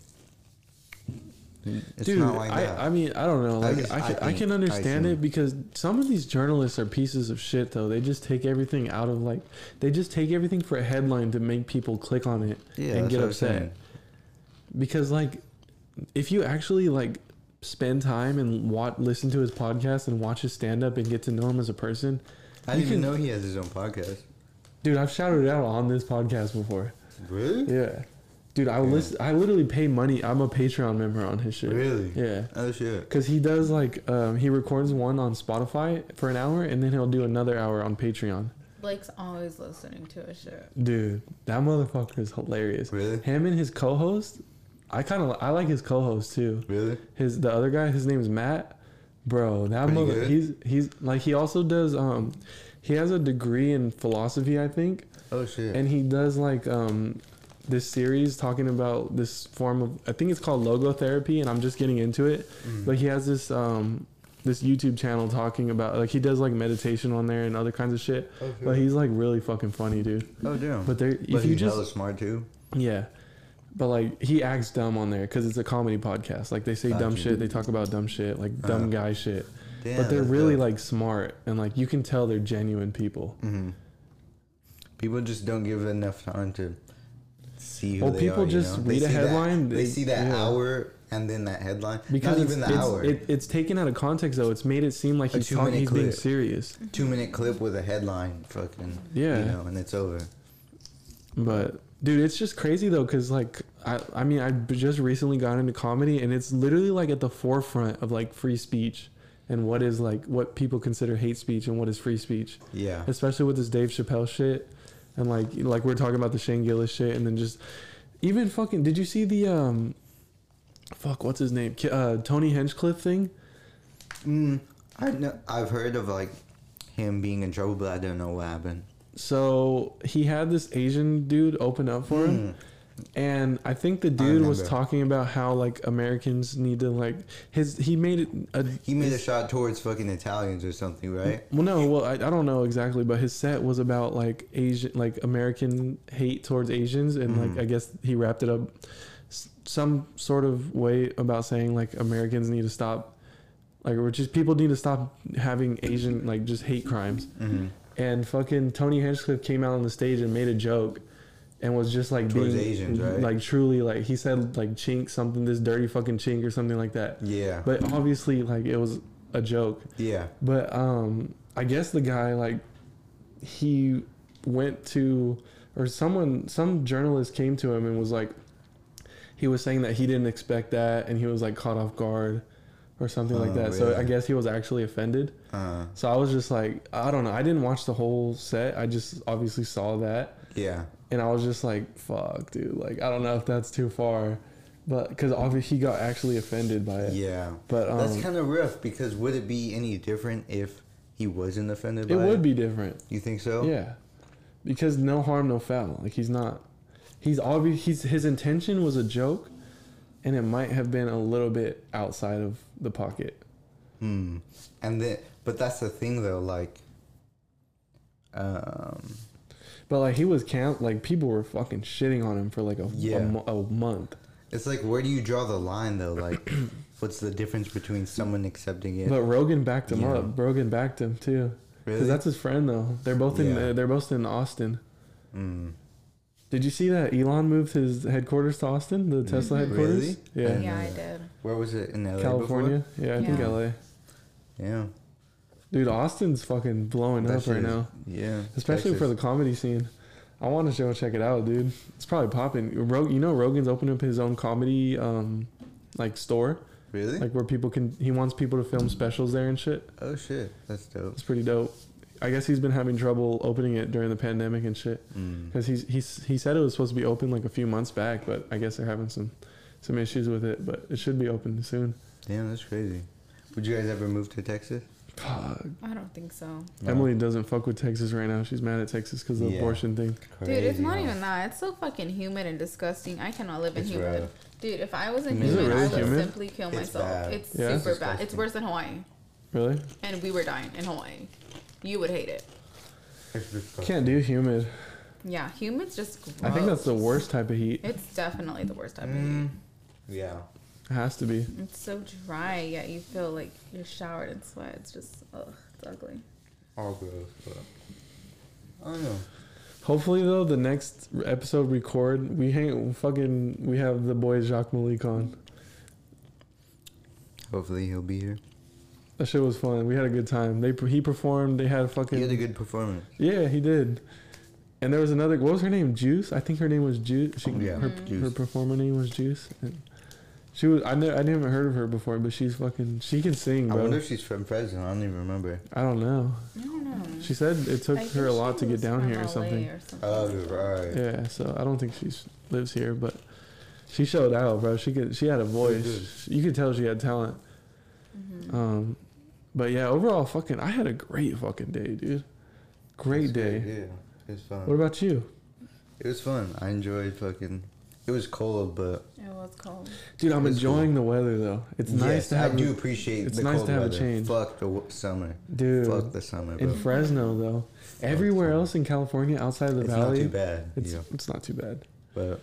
[SPEAKER 1] It's
[SPEAKER 3] Dude,
[SPEAKER 1] not like
[SPEAKER 3] I,
[SPEAKER 1] that.
[SPEAKER 3] I mean, I don't know.
[SPEAKER 1] I
[SPEAKER 3] Like, I,
[SPEAKER 1] just- I
[SPEAKER 3] can, I,
[SPEAKER 1] think-
[SPEAKER 3] can
[SPEAKER 1] I
[SPEAKER 3] understand
[SPEAKER 1] think-
[SPEAKER 3] it because some of these journalists are pieces of shit, though. They just take everything out of like, they just take everything for a headline to make people click on it
[SPEAKER 1] yeah,
[SPEAKER 3] and
[SPEAKER 1] that's
[SPEAKER 3] get
[SPEAKER 1] what I'm
[SPEAKER 3] upset.
[SPEAKER 1] saying.
[SPEAKER 3] Because like, if you actually like spend time and watch, listen to his podcast and watch his stand up and get to know him as a person,
[SPEAKER 1] I didn't
[SPEAKER 3] You
[SPEAKER 1] even
[SPEAKER 3] can-
[SPEAKER 1] know he has his own podcast.
[SPEAKER 3] dude, I've shouted it out on this podcast before.
[SPEAKER 1] Really?
[SPEAKER 3] Yeah, dude, I
[SPEAKER 1] Yeah.
[SPEAKER 3] listen. I literally pay money. I'm a Patreon member on his shit.
[SPEAKER 1] Really?
[SPEAKER 3] Yeah.
[SPEAKER 1] Oh shit.
[SPEAKER 3] Because he does like um, he records one on Spotify for an hour, and then he'll do another hour on Patreon.
[SPEAKER 2] Blake's always listening to his shit.
[SPEAKER 3] Dude, that motherfucker is hilarious.
[SPEAKER 1] Really?
[SPEAKER 3] Him and his co-host, I kind of I like his co-host too.
[SPEAKER 1] Really?
[SPEAKER 3] His the other guy, his name is Matt. Bro, that
[SPEAKER 1] Pretty
[SPEAKER 3] mother,
[SPEAKER 1] good.
[SPEAKER 3] he's he's like he also does um, he has a degree in philosophy, I think,
[SPEAKER 1] Oh shit.
[SPEAKER 3] and he does like um, this series talking about this form of I think it's called logotherapy, and I'm just getting into it.
[SPEAKER 1] Mm.
[SPEAKER 3] But he has this um this YouTube channel talking about like he does like meditation on there and other kinds of shit.
[SPEAKER 1] oh, shit.
[SPEAKER 3] But he's like really fucking funny, dude.
[SPEAKER 1] oh damn.
[SPEAKER 3] But
[SPEAKER 1] But,
[SPEAKER 3] there, if you
[SPEAKER 1] he's
[SPEAKER 3] just
[SPEAKER 1] hella smart too.
[SPEAKER 3] yeah, but like he acts dumb on there because it's a comedy podcast. Like they say dumb
[SPEAKER 1] Gotcha.
[SPEAKER 3] shit, they talk about dumb shit, like dumb
[SPEAKER 1] Uh-huh.
[SPEAKER 3] guy shit.
[SPEAKER 1] Damn.
[SPEAKER 3] but they're really like smart and like you can tell they're genuine people.
[SPEAKER 1] hmm People just don't give enough time to see who
[SPEAKER 3] Well,
[SPEAKER 1] they
[SPEAKER 3] people
[SPEAKER 1] are, you
[SPEAKER 3] just
[SPEAKER 1] know? They
[SPEAKER 3] read a
[SPEAKER 1] see that-
[SPEAKER 3] headline,
[SPEAKER 1] they,
[SPEAKER 3] they-
[SPEAKER 1] see that
[SPEAKER 3] yeah.
[SPEAKER 1] hour and then that headline.
[SPEAKER 3] Because
[SPEAKER 1] Not
[SPEAKER 3] it's,
[SPEAKER 1] even the
[SPEAKER 3] it's,
[SPEAKER 1] hour.
[SPEAKER 3] It, it's taken out of context though. It's made it seem like
[SPEAKER 1] A
[SPEAKER 3] he's
[SPEAKER 1] two-minute
[SPEAKER 3] talking, he's being
[SPEAKER 1] clip.
[SPEAKER 3] serious.
[SPEAKER 1] Two minute clip with a headline, fucking.
[SPEAKER 3] Yeah.
[SPEAKER 1] You know, and it's over.
[SPEAKER 3] But dude, it's just crazy though, cause like I, I mean, I b- just recently got into comedy, and it's literally like at the forefront of like free speech and what is like what people consider hate speech and what is free speech,
[SPEAKER 1] Yeah.
[SPEAKER 3] especially with this Dave Chappelle shit, and like like we're talking about the Shane Gillis shit, and then just even fucking did you see the um, fuck what's his name Ki- uh, Tony Hinchcliffe thing?
[SPEAKER 1] Mm, I know, I've heard of like him being in trouble, but I don't know what happened.
[SPEAKER 3] So he had this Asian dude open up for him.
[SPEAKER 1] Mm.
[SPEAKER 3] and I think the dude was
[SPEAKER 1] remember.
[SPEAKER 3] talking about how like Americans need to like his he made it a
[SPEAKER 1] He made a shot towards fucking Italians or something, right?
[SPEAKER 3] well no well I, I don't know exactly but his set was about like Asian like American hate towards Asians and
[SPEAKER 1] Mhm.
[SPEAKER 3] like I guess he wrapped it up s- some sort of way about saying like Americans need to stop like or just people need to stop having Asian like just hate crimes
[SPEAKER 1] Mm-hmm.
[SPEAKER 3] and fucking Tony Hinchcliffe came out on the stage and made a joke and was just like
[SPEAKER 1] Towards
[SPEAKER 3] being
[SPEAKER 1] Asians, right?
[SPEAKER 3] like truly like he said like chink something this dirty fucking chink or something like that
[SPEAKER 1] Yeah.
[SPEAKER 3] but obviously like it was a joke
[SPEAKER 1] yeah.
[SPEAKER 3] but um I guess the guy like he went to or someone some journalist came to him and was like he was saying that he didn't expect that and he was like caught off guard or something like
[SPEAKER 1] Oh,
[SPEAKER 3] that so
[SPEAKER 1] really?
[SPEAKER 3] I guess he was actually offended
[SPEAKER 1] Uh,
[SPEAKER 3] so I was just like, I don't know. I didn't watch the whole set. I just obviously saw that,
[SPEAKER 1] yeah.
[SPEAKER 3] and I was just like, "Fuck, dude! Like, I don't know if that's too far," but because obviously he got actually offended by it.
[SPEAKER 1] Yeah.
[SPEAKER 3] But um,
[SPEAKER 1] That's kind of rough because would it be any different if he wasn't offended by
[SPEAKER 3] it would be different,
[SPEAKER 1] You think so?
[SPEAKER 3] yeah, because no harm, no foul. Like he's not. He's obvious. He's his intention was a joke, and it might have been a little bit outside of the pocket.
[SPEAKER 1] Hmm. And then, but that's the thing though, like, um,
[SPEAKER 3] But like he was count. Like people were fucking shitting on him for like a, a
[SPEAKER 1] Yeah.
[SPEAKER 3] mo- a month.
[SPEAKER 1] it's like, where do you draw the line though?
[SPEAKER 3] [clears throat]
[SPEAKER 1] Like, what's the difference between someone accepting it?
[SPEAKER 3] But Rogan backed him
[SPEAKER 1] Yeah.
[SPEAKER 3] up. Rogan backed him too. Because
[SPEAKER 1] really?
[SPEAKER 3] that's his friend though. They're both in.
[SPEAKER 1] Yeah.
[SPEAKER 3] Uh, they're both in Austin.
[SPEAKER 1] mm.
[SPEAKER 3] Did you see that Elon moved his headquarters to Austin, the Tesla
[SPEAKER 2] Mhm.
[SPEAKER 3] headquarters?
[SPEAKER 1] Mm-hmm. Really?
[SPEAKER 3] Yeah,
[SPEAKER 2] Yeah, I
[SPEAKER 1] Yeah.
[SPEAKER 2] did.
[SPEAKER 1] Where was it in LA? before?
[SPEAKER 3] California. Yeah, I think
[SPEAKER 2] Yeah.
[SPEAKER 3] LA.
[SPEAKER 1] Yeah.
[SPEAKER 3] Dude, Austin's fucking blowing
[SPEAKER 1] That
[SPEAKER 3] up
[SPEAKER 1] shit
[SPEAKER 3] right
[SPEAKER 1] is-
[SPEAKER 3] now,
[SPEAKER 1] Yeah.
[SPEAKER 3] especially for the comedy scene. I want to go check it out, dude. It's probably popping. Rog- you know, Rogan's opening up his own comedy, um, like store,
[SPEAKER 1] the really.
[SPEAKER 3] like where people can. He wants people to film specials there and shit.
[SPEAKER 1] oh shit, that's dope.
[SPEAKER 3] It's pretty dope. I guess he's been having trouble opening it during the pandemic and shit.
[SPEAKER 1] Mm.
[SPEAKER 3] Because he's he's he said it was supposed to be open like a few months back, but I guess they're having some some issues with it. But it should be open soon.
[SPEAKER 1] Damn, that's crazy. Would you guys ever move to Texas?
[SPEAKER 3] Fuck.
[SPEAKER 2] I don't think so.
[SPEAKER 1] No.
[SPEAKER 3] Emily doesn't fuck with Texas right now. She's mad at Texas because of the
[SPEAKER 1] Yeah.
[SPEAKER 3] abortion thing.
[SPEAKER 2] Dude, it's
[SPEAKER 1] Crazy,
[SPEAKER 2] not
[SPEAKER 1] huh?
[SPEAKER 2] even that. It's so fucking humid and disgusting. I cannot live in
[SPEAKER 1] It's
[SPEAKER 2] humid.
[SPEAKER 1] rough.
[SPEAKER 2] Dude, if I was in
[SPEAKER 1] Is it
[SPEAKER 2] humid,
[SPEAKER 3] really
[SPEAKER 2] I would
[SPEAKER 3] humid?
[SPEAKER 2] simply kill
[SPEAKER 1] It's
[SPEAKER 2] myself.
[SPEAKER 1] bad.
[SPEAKER 2] It's
[SPEAKER 3] Yeah?
[SPEAKER 2] super bad. It's
[SPEAKER 1] Disgusting.
[SPEAKER 2] worse than Hawaii.
[SPEAKER 3] Really?
[SPEAKER 2] And we were dying in Hawaii. You would hate it.
[SPEAKER 1] It's disgusting.
[SPEAKER 3] Can't do humid.
[SPEAKER 2] Yeah, humid's just gross.
[SPEAKER 3] I think that's the worst type of heat.
[SPEAKER 2] It's definitely the worst type of
[SPEAKER 1] Mm.
[SPEAKER 2] heat.
[SPEAKER 1] Yeah.
[SPEAKER 3] It has to be.
[SPEAKER 1] Mm.
[SPEAKER 2] It's so dry, yet you feel like you're showered in sweat. It's just, ugh, it's ugly.
[SPEAKER 1] All gross. But I don't know.
[SPEAKER 3] Hopefully though, the next episode record we hang fucking we have the boy Jacques Malik on.
[SPEAKER 1] Hopefully he'll be here.
[SPEAKER 3] That shit was fun. We had a good time. They he performed. They had fucking.
[SPEAKER 1] He had a good performance.
[SPEAKER 3] Yeah, he did. And there was another. What was her name? Juice. I think her name was Juice. She,
[SPEAKER 1] Oh, Yeah,
[SPEAKER 3] her,
[SPEAKER 1] Juice.
[SPEAKER 2] Mm-hmm.
[SPEAKER 3] her performer name was Juice. And she was. I never. I never heard of her before, but she's fucking. She can sing,
[SPEAKER 1] I
[SPEAKER 3] bro. I,
[SPEAKER 1] wonder if she's from Fresno. I don't even remember.
[SPEAKER 3] don't know.
[SPEAKER 2] I don't know.
[SPEAKER 3] She said it took
[SPEAKER 2] I
[SPEAKER 3] her
[SPEAKER 2] think
[SPEAKER 3] a lot
[SPEAKER 2] she
[SPEAKER 3] to get
[SPEAKER 2] was
[SPEAKER 3] down
[SPEAKER 2] from
[SPEAKER 3] here or
[SPEAKER 2] LA
[SPEAKER 3] something.
[SPEAKER 2] or something.
[SPEAKER 1] Oh, right.
[SPEAKER 3] Yeah. So I don't think she lives here, but she showed out, bro. She could. She had a
[SPEAKER 1] good.
[SPEAKER 3] voice. You could tell she had talent.
[SPEAKER 2] Mhm.
[SPEAKER 3] Um, but yeah, overall, fucking, I had a great fucking day, dude. Great
[SPEAKER 1] It's
[SPEAKER 3] day.
[SPEAKER 1] Yeah. It was fun.
[SPEAKER 3] What about you?
[SPEAKER 1] it was fun. I enjoyed fucking. It was cold, but
[SPEAKER 2] It was cold.
[SPEAKER 3] Dude, I'm
[SPEAKER 1] It was
[SPEAKER 3] enjoying the weather though. It's nice
[SPEAKER 1] Yes,
[SPEAKER 3] to have
[SPEAKER 1] I do
[SPEAKER 3] you,
[SPEAKER 1] appreciate.
[SPEAKER 3] it's
[SPEAKER 1] the
[SPEAKER 3] nice
[SPEAKER 1] cold
[SPEAKER 3] to have a
[SPEAKER 1] weather.
[SPEAKER 3] change.
[SPEAKER 1] Fuck the w- summer.
[SPEAKER 3] dude.
[SPEAKER 1] Fuck the summer, bro.
[SPEAKER 3] in Fresno though, everywhere else in California outside of the
[SPEAKER 1] it's not
[SPEAKER 3] valley,
[SPEAKER 1] too bad.
[SPEAKER 3] it's
[SPEAKER 1] yeah,
[SPEAKER 3] it's not too bad.
[SPEAKER 1] but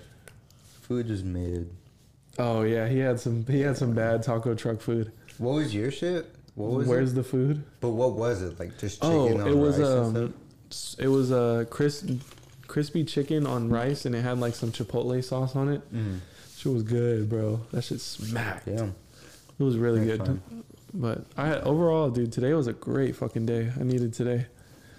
[SPEAKER 1] food is mid.
[SPEAKER 3] Oh yeah, he had some he had some bad taco truck food.
[SPEAKER 1] What was your shit? What was
[SPEAKER 3] Where's
[SPEAKER 1] it?
[SPEAKER 3] the food?
[SPEAKER 1] But what was it like? Just chicken
[SPEAKER 3] Oh,
[SPEAKER 1] on
[SPEAKER 3] it was
[SPEAKER 1] rice and
[SPEAKER 3] um, s- it was a crisp, crispy chicken on rice, and it had like some chipotle sauce on it.
[SPEAKER 1] stuff.
[SPEAKER 3] Shit was good, bro. That shit smacked.
[SPEAKER 1] Mm, Mm-hmm. yeah,
[SPEAKER 3] It was really
[SPEAKER 1] that's
[SPEAKER 3] good.
[SPEAKER 1] fine.
[SPEAKER 3] But I overall, dude, today was a great fucking day. I needed today.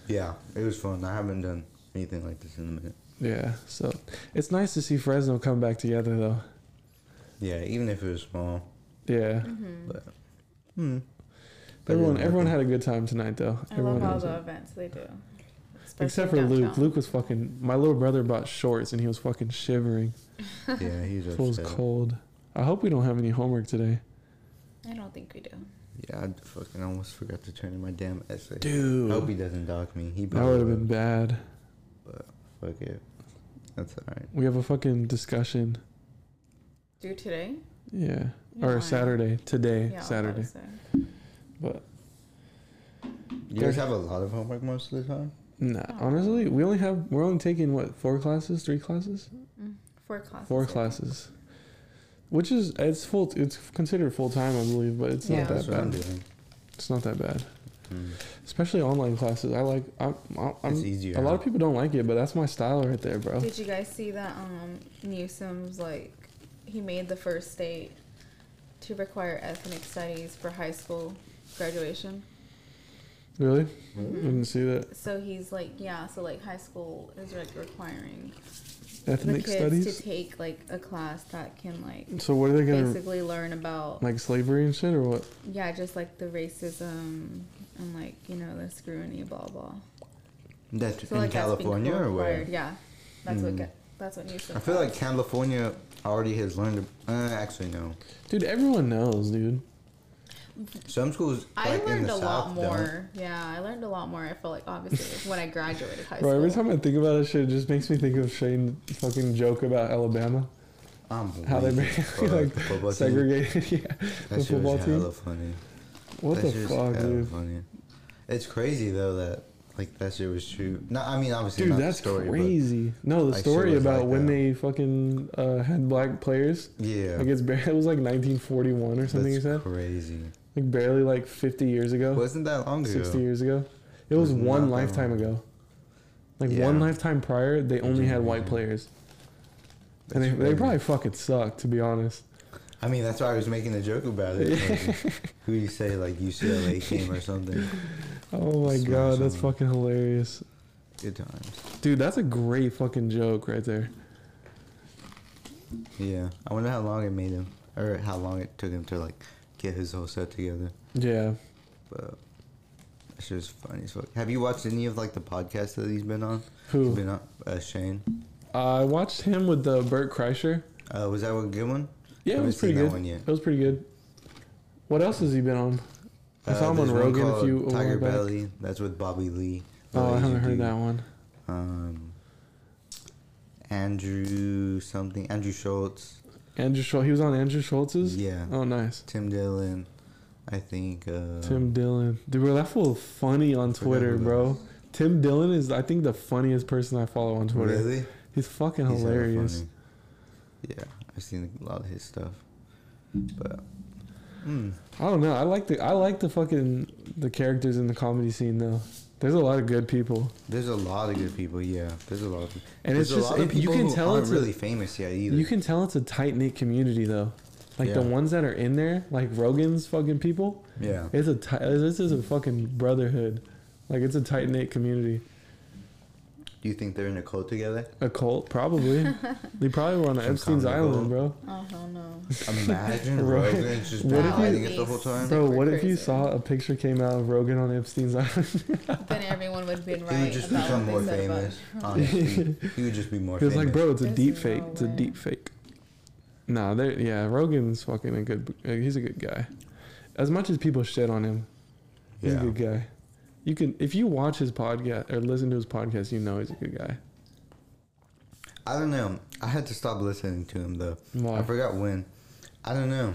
[SPEAKER 1] Yeah, it was fun. I haven't done anything like this in a minute.
[SPEAKER 3] Yeah, so it's nice to see Fresno come back together though.
[SPEAKER 1] Yeah, even if it was small.
[SPEAKER 3] Yeah,
[SPEAKER 2] Mm-hmm.
[SPEAKER 1] But hmm. Better
[SPEAKER 3] everyone
[SPEAKER 1] than
[SPEAKER 3] everyone
[SPEAKER 1] nothing.
[SPEAKER 3] had a good time tonight though.
[SPEAKER 2] I
[SPEAKER 3] everyone
[SPEAKER 2] love all
[SPEAKER 3] was-
[SPEAKER 2] the events they do. Especially
[SPEAKER 3] except for Luke.
[SPEAKER 2] downtown.
[SPEAKER 3] Luke was fucking. My little brother bought shorts and he was fucking shivering.
[SPEAKER 1] Yeah, he's
[SPEAKER 3] [laughs] It was
[SPEAKER 1] upset.
[SPEAKER 3] cold. I hope we don't have any homework today,
[SPEAKER 2] I don't think we do.
[SPEAKER 1] Yeah, I fucking almost forgot to turn in my damn essay.
[SPEAKER 3] dude.
[SPEAKER 1] I hope he doesn't dock me. He
[SPEAKER 3] that would
[SPEAKER 1] probably
[SPEAKER 3] have
[SPEAKER 1] will,
[SPEAKER 3] been bad.
[SPEAKER 1] But fuck it. That's alright.
[SPEAKER 3] We have a fucking discussion.
[SPEAKER 2] Do today?
[SPEAKER 3] Yeah,
[SPEAKER 2] No, I-
[SPEAKER 3] or Saturday today,
[SPEAKER 2] I was about to
[SPEAKER 3] Saturday.
[SPEAKER 2] say. Mm-hmm.
[SPEAKER 3] But
[SPEAKER 1] You guys have a lot of homework most of the time.
[SPEAKER 3] nah,
[SPEAKER 2] Oh.
[SPEAKER 3] honestly, we only have we're only taking what four classes, three classes.
[SPEAKER 2] Mm, Four classes.
[SPEAKER 3] four
[SPEAKER 2] I think.
[SPEAKER 3] classes, which is it's full. It's considered full time, I believe, but it's
[SPEAKER 2] Yeah.
[SPEAKER 3] not that
[SPEAKER 1] That's what I'm
[SPEAKER 3] bad.
[SPEAKER 1] doing.
[SPEAKER 3] It's not that bad,
[SPEAKER 1] Mm.
[SPEAKER 3] especially online classes. I like. I'm.
[SPEAKER 1] It's
[SPEAKER 3] I'm
[SPEAKER 1] easier.
[SPEAKER 3] Um, a lot of people don't like it, but that's my style right there, bro.
[SPEAKER 2] Did you guys see that um Newsom's like he made the first state to require ethnic studies for high school graduation?
[SPEAKER 3] Really, I
[SPEAKER 2] Mhm.
[SPEAKER 3] didn't see that
[SPEAKER 2] So he's like, yeah, so like high school is like requiring the
[SPEAKER 3] ethnic
[SPEAKER 2] kids
[SPEAKER 3] studies.
[SPEAKER 2] to take like a class that can like
[SPEAKER 3] So what are they gonna
[SPEAKER 2] basically learn about
[SPEAKER 3] like slavery and shit or what?
[SPEAKER 2] yeah, just like the racism and like, you know, the scrutiny, blah blah.
[SPEAKER 1] That's
[SPEAKER 2] So
[SPEAKER 1] in
[SPEAKER 2] like that's been
[SPEAKER 1] California or where?
[SPEAKER 2] required. Yeah. That's what
[SPEAKER 1] Mm.
[SPEAKER 2] get, that's what Newsom
[SPEAKER 1] I feel
[SPEAKER 2] taught.
[SPEAKER 1] like California already has learned. Uh, actually, no.
[SPEAKER 3] Dude, everyone knows, dude.
[SPEAKER 1] Some schools.
[SPEAKER 2] I
[SPEAKER 1] like, in
[SPEAKER 2] learned
[SPEAKER 1] the
[SPEAKER 2] a
[SPEAKER 1] South,
[SPEAKER 2] lot
[SPEAKER 1] don't.
[SPEAKER 2] more. Yeah, I learned a lot more. I felt like obviously when I graduated
[SPEAKER 3] [laughs]
[SPEAKER 2] high
[SPEAKER 3] Bro,
[SPEAKER 2] school.
[SPEAKER 3] every time I think about that shit, it just makes me think of Shane fucking joke about Alabama,
[SPEAKER 1] I'm
[SPEAKER 3] [laughs] how they
[SPEAKER 1] weak
[SPEAKER 3] make
[SPEAKER 1] as fuck.
[SPEAKER 3] like
[SPEAKER 1] The football team-
[SPEAKER 3] segregated. [laughs] yeah,
[SPEAKER 1] That
[SPEAKER 3] the
[SPEAKER 1] shit was
[SPEAKER 3] football team.
[SPEAKER 1] hella funny.
[SPEAKER 3] What
[SPEAKER 1] That
[SPEAKER 3] the
[SPEAKER 1] shit was
[SPEAKER 3] fuck,
[SPEAKER 1] hella
[SPEAKER 3] dude?
[SPEAKER 1] funny. It's crazy though that like that shit was true. No, I mean obviously
[SPEAKER 3] Dude,
[SPEAKER 1] not
[SPEAKER 3] that's
[SPEAKER 1] the story, but-
[SPEAKER 3] crazy. No, the
[SPEAKER 1] like, shit
[SPEAKER 3] story
[SPEAKER 1] was
[SPEAKER 3] about
[SPEAKER 1] like
[SPEAKER 3] when
[SPEAKER 1] that.
[SPEAKER 3] they fucking uh, had black players.
[SPEAKER 1] yeah,
[SPEAKER 3] Like it's barely, it was like 1941 or something. you
[SPEAKER 1] that's
[SPEAKER 3] said Oh,
[SPEAKER 1] crazy.
[SPEAKER 3] like barely like 50 years ago,
[SPEAKER 1] Wasn't that long ago?
[SPEAKER 3] 60 years ago. It was
[SPEAKER 1] Not
[SPEAKER 3] one
[SPEAKER 1] that
[SPEAKER 3] lifetime
[SPEAKER 1] long.
[SPEAKER 3] ago. Like
[SPEAKER 1] Yeah.
[SPEAKER 3] one lifetime prior, they only had white
[SPEAKER 1] Generation.
[SPEAKER 3] players. and they,
[SPEAKER 1] That's
[SPEAKER 3] they
[SPEAKER 1] weird.
[SPEAKER 3] probably fucking suck to be honest.
[SPEAKER 1] I mean, that's why I was making a joke about
[SPEAKER 3] [laughs]
[SPEAKER 1] it. Like, who you say like UCLA came or something?
[SPEAKER 3] Oh my
[SPEAKER 1] Smash
[SPEAKER 3] god, that's
[SPEAKER 1] someone.
[SPEAKER 3] fucking hilarious,
[SPEAKER 1] Good times.
[SPEAKER 3] dude. That's a great fucking joke right there.
[SPEAKER 1] Yeah. I wonder how long it made him, or how long it took him to like get his whole set together.
[SPEAKER 3] Yeah,
[SPEAKER 1] But that shit was funny as fuck. Have you watched any of like the podcasts that he's been on? He's
[SPEAKER 3] who?
[SPEAKER 1] been on uh, Shane.
[SPEAKER 3] I watched him with the Burt Kreischer.
[SPEAKER 1] Uh, was that one good one?
[SPEAKER 3] Yeah, it
[SPEAKER 1] Haven't
[SPEAKER 3] was pretty
[SPEAKER 1] seen that
[SPEAKER 3] good.
[SPEAKER 1] one yet.
[SPEAKER 3] It was pretty good. What else has he been on? I
[SPEAKER 1] Uh,
[SPEAKER 3] saw him on
[SPEAKER 1] there's one
[SPEAKER 3] Rogan a
[SPEAKER 1] called
[SPEAKER 3] few a while
[SPEAKER 1] Tiger
[SPEAKER 3] back.
[SPEAKER 1] Belly. That's with Bobby Lee.
[SPEAKER 3] Oh, I
[SPEAKER 1] Belly's a
[SPEAKER 3] haven't heard
[SPEAKER 1] dude.
[SPEAKER 3] that one.
[SPEAKER 1] Um, Andrew something. Andrew Schultz.
[SPEAKER 3] Andrew Schultz. He was on Andrew Schultz's.
[SPEAKER 1] Yeah.
[SPEAKER 3] Oh, nice.
[SPEAKER 1] Tim Dillon. I think. Uh,
[SPEAKER 3] Tim Dillon. Dude, bro, that fool is funny on
[SPEAKER 1] forgot
[SPEAKER 3] Twitter,
[SPEAKER 1] who that
[SPEAKER 3] bro. Tim Dillon is, I think, the funniest person I follow on Twitter.
[SPEAKER 1] Really?
[SPEAKER 3] He's fucking
[SPEAKER 1] He's hella
[SPEAKER 3] hilarious.
[SPEAKER 1] funny. Yeah, I've seen a lot of his stuff, but mm,
[SPEAKER 3] I don't know. I like the I like the fucking the characters in the comedy scene though. There's a lot of good people,
[SPEAKER 1] there's a lot of good people. Yeah, there's a lot of people.
[SPEAKER 3] and
[SPEAKER 1] there's
[SPEAKER 3] it's just it- you can
[SPEAKER 1] who
[SPEAKER 3] tell
[SPEAKER 1] aren't
[SPEAKER 3] it's
[SPEAKER 1] really famous yet
[SPEAKER 3] a,
[SPEAKER 1] either.
[SPEAKER 3] you can tell it's a tight knit community though. Like the
[SPEAKER 1] Yeah.
[SPEAKER 3] ones that are in there, like Rogan's fucking people.
[SPEAKER 1] yeah,
[SPEAKER 3] It's a ti- this is a fucking brotherhood. Like it's a tight knit community.
[SPEAKER 1] do you think they're in a cult together?
[SPEAKER 3] A cult,
[SPEAKER 1] [laughs]
[SPEAKER 3] probably. they probably were on
[SPEAKER 1] Some
[SPEAKER 3] Epstein's
[SPEAKER 1] common
[SPEAKER 3] island, bro.
[SPEAKER 2] Oh hell no.
[SPEAKER 3] [laughs]
[SPEAKER 1] Imagine
[SPEAKER 3] Right.
[SPEAKER 1] Rogan's just
[SPEAKER 3] What
[SPEAKER 1] been
[SPEAKER 3] if you-
[SPEAKER 1] hiding it the whole time.
[SPEAKER 3] Bro,
[SPEAKER 2] Super
[SPEAKER 3] what if
[SPEAKER 2] crazy.
[SPEAKER 3] you saw a picture came out of Rogan on Epstein's [laughs] island?
[SPEAKER 2] then everyone would
[SPEAKER 1] [laughs]
[SPEAKER 2] have been
[SPEAKER 1] He would
[SPEAKER 2] right
[SPEAKER 1] just
[SPEAKER 2] about
[SPEAKER 1] become more
[SPEAKER 2] what they said about
[SPEAKER 1] famous. Honestly,
[SPEAKER 3] [laughs]
[SPEAKER 1] he would just be more
[SPEAKER 3] He was
[SPEAKER 1] famous.
[SPEAKER 3] like, bro, it's a
[SPEAKER 2] There's
[SPEAKER 3] deep
[SPEAKER 2] no
[SPEAKER 3] fake. It's a
[SPEAKER 2] way.
[SPEAKER 3] deep fake. Nah, there. Yeah, Rogan's fucking a good. uh, He's a good guy. As much as people shit on him, he's
[SPEAKER 1] yeah,
[SPEAKER 3] a good guy. You can if you watch his podcast or listen to his podcast, you know he's a good guy.
[SPEAKER 1] I don't know. I had to stop listening to him though. I
[SPEAKER 3] Why?
[SPEAKER 1] forgot when. I don't know.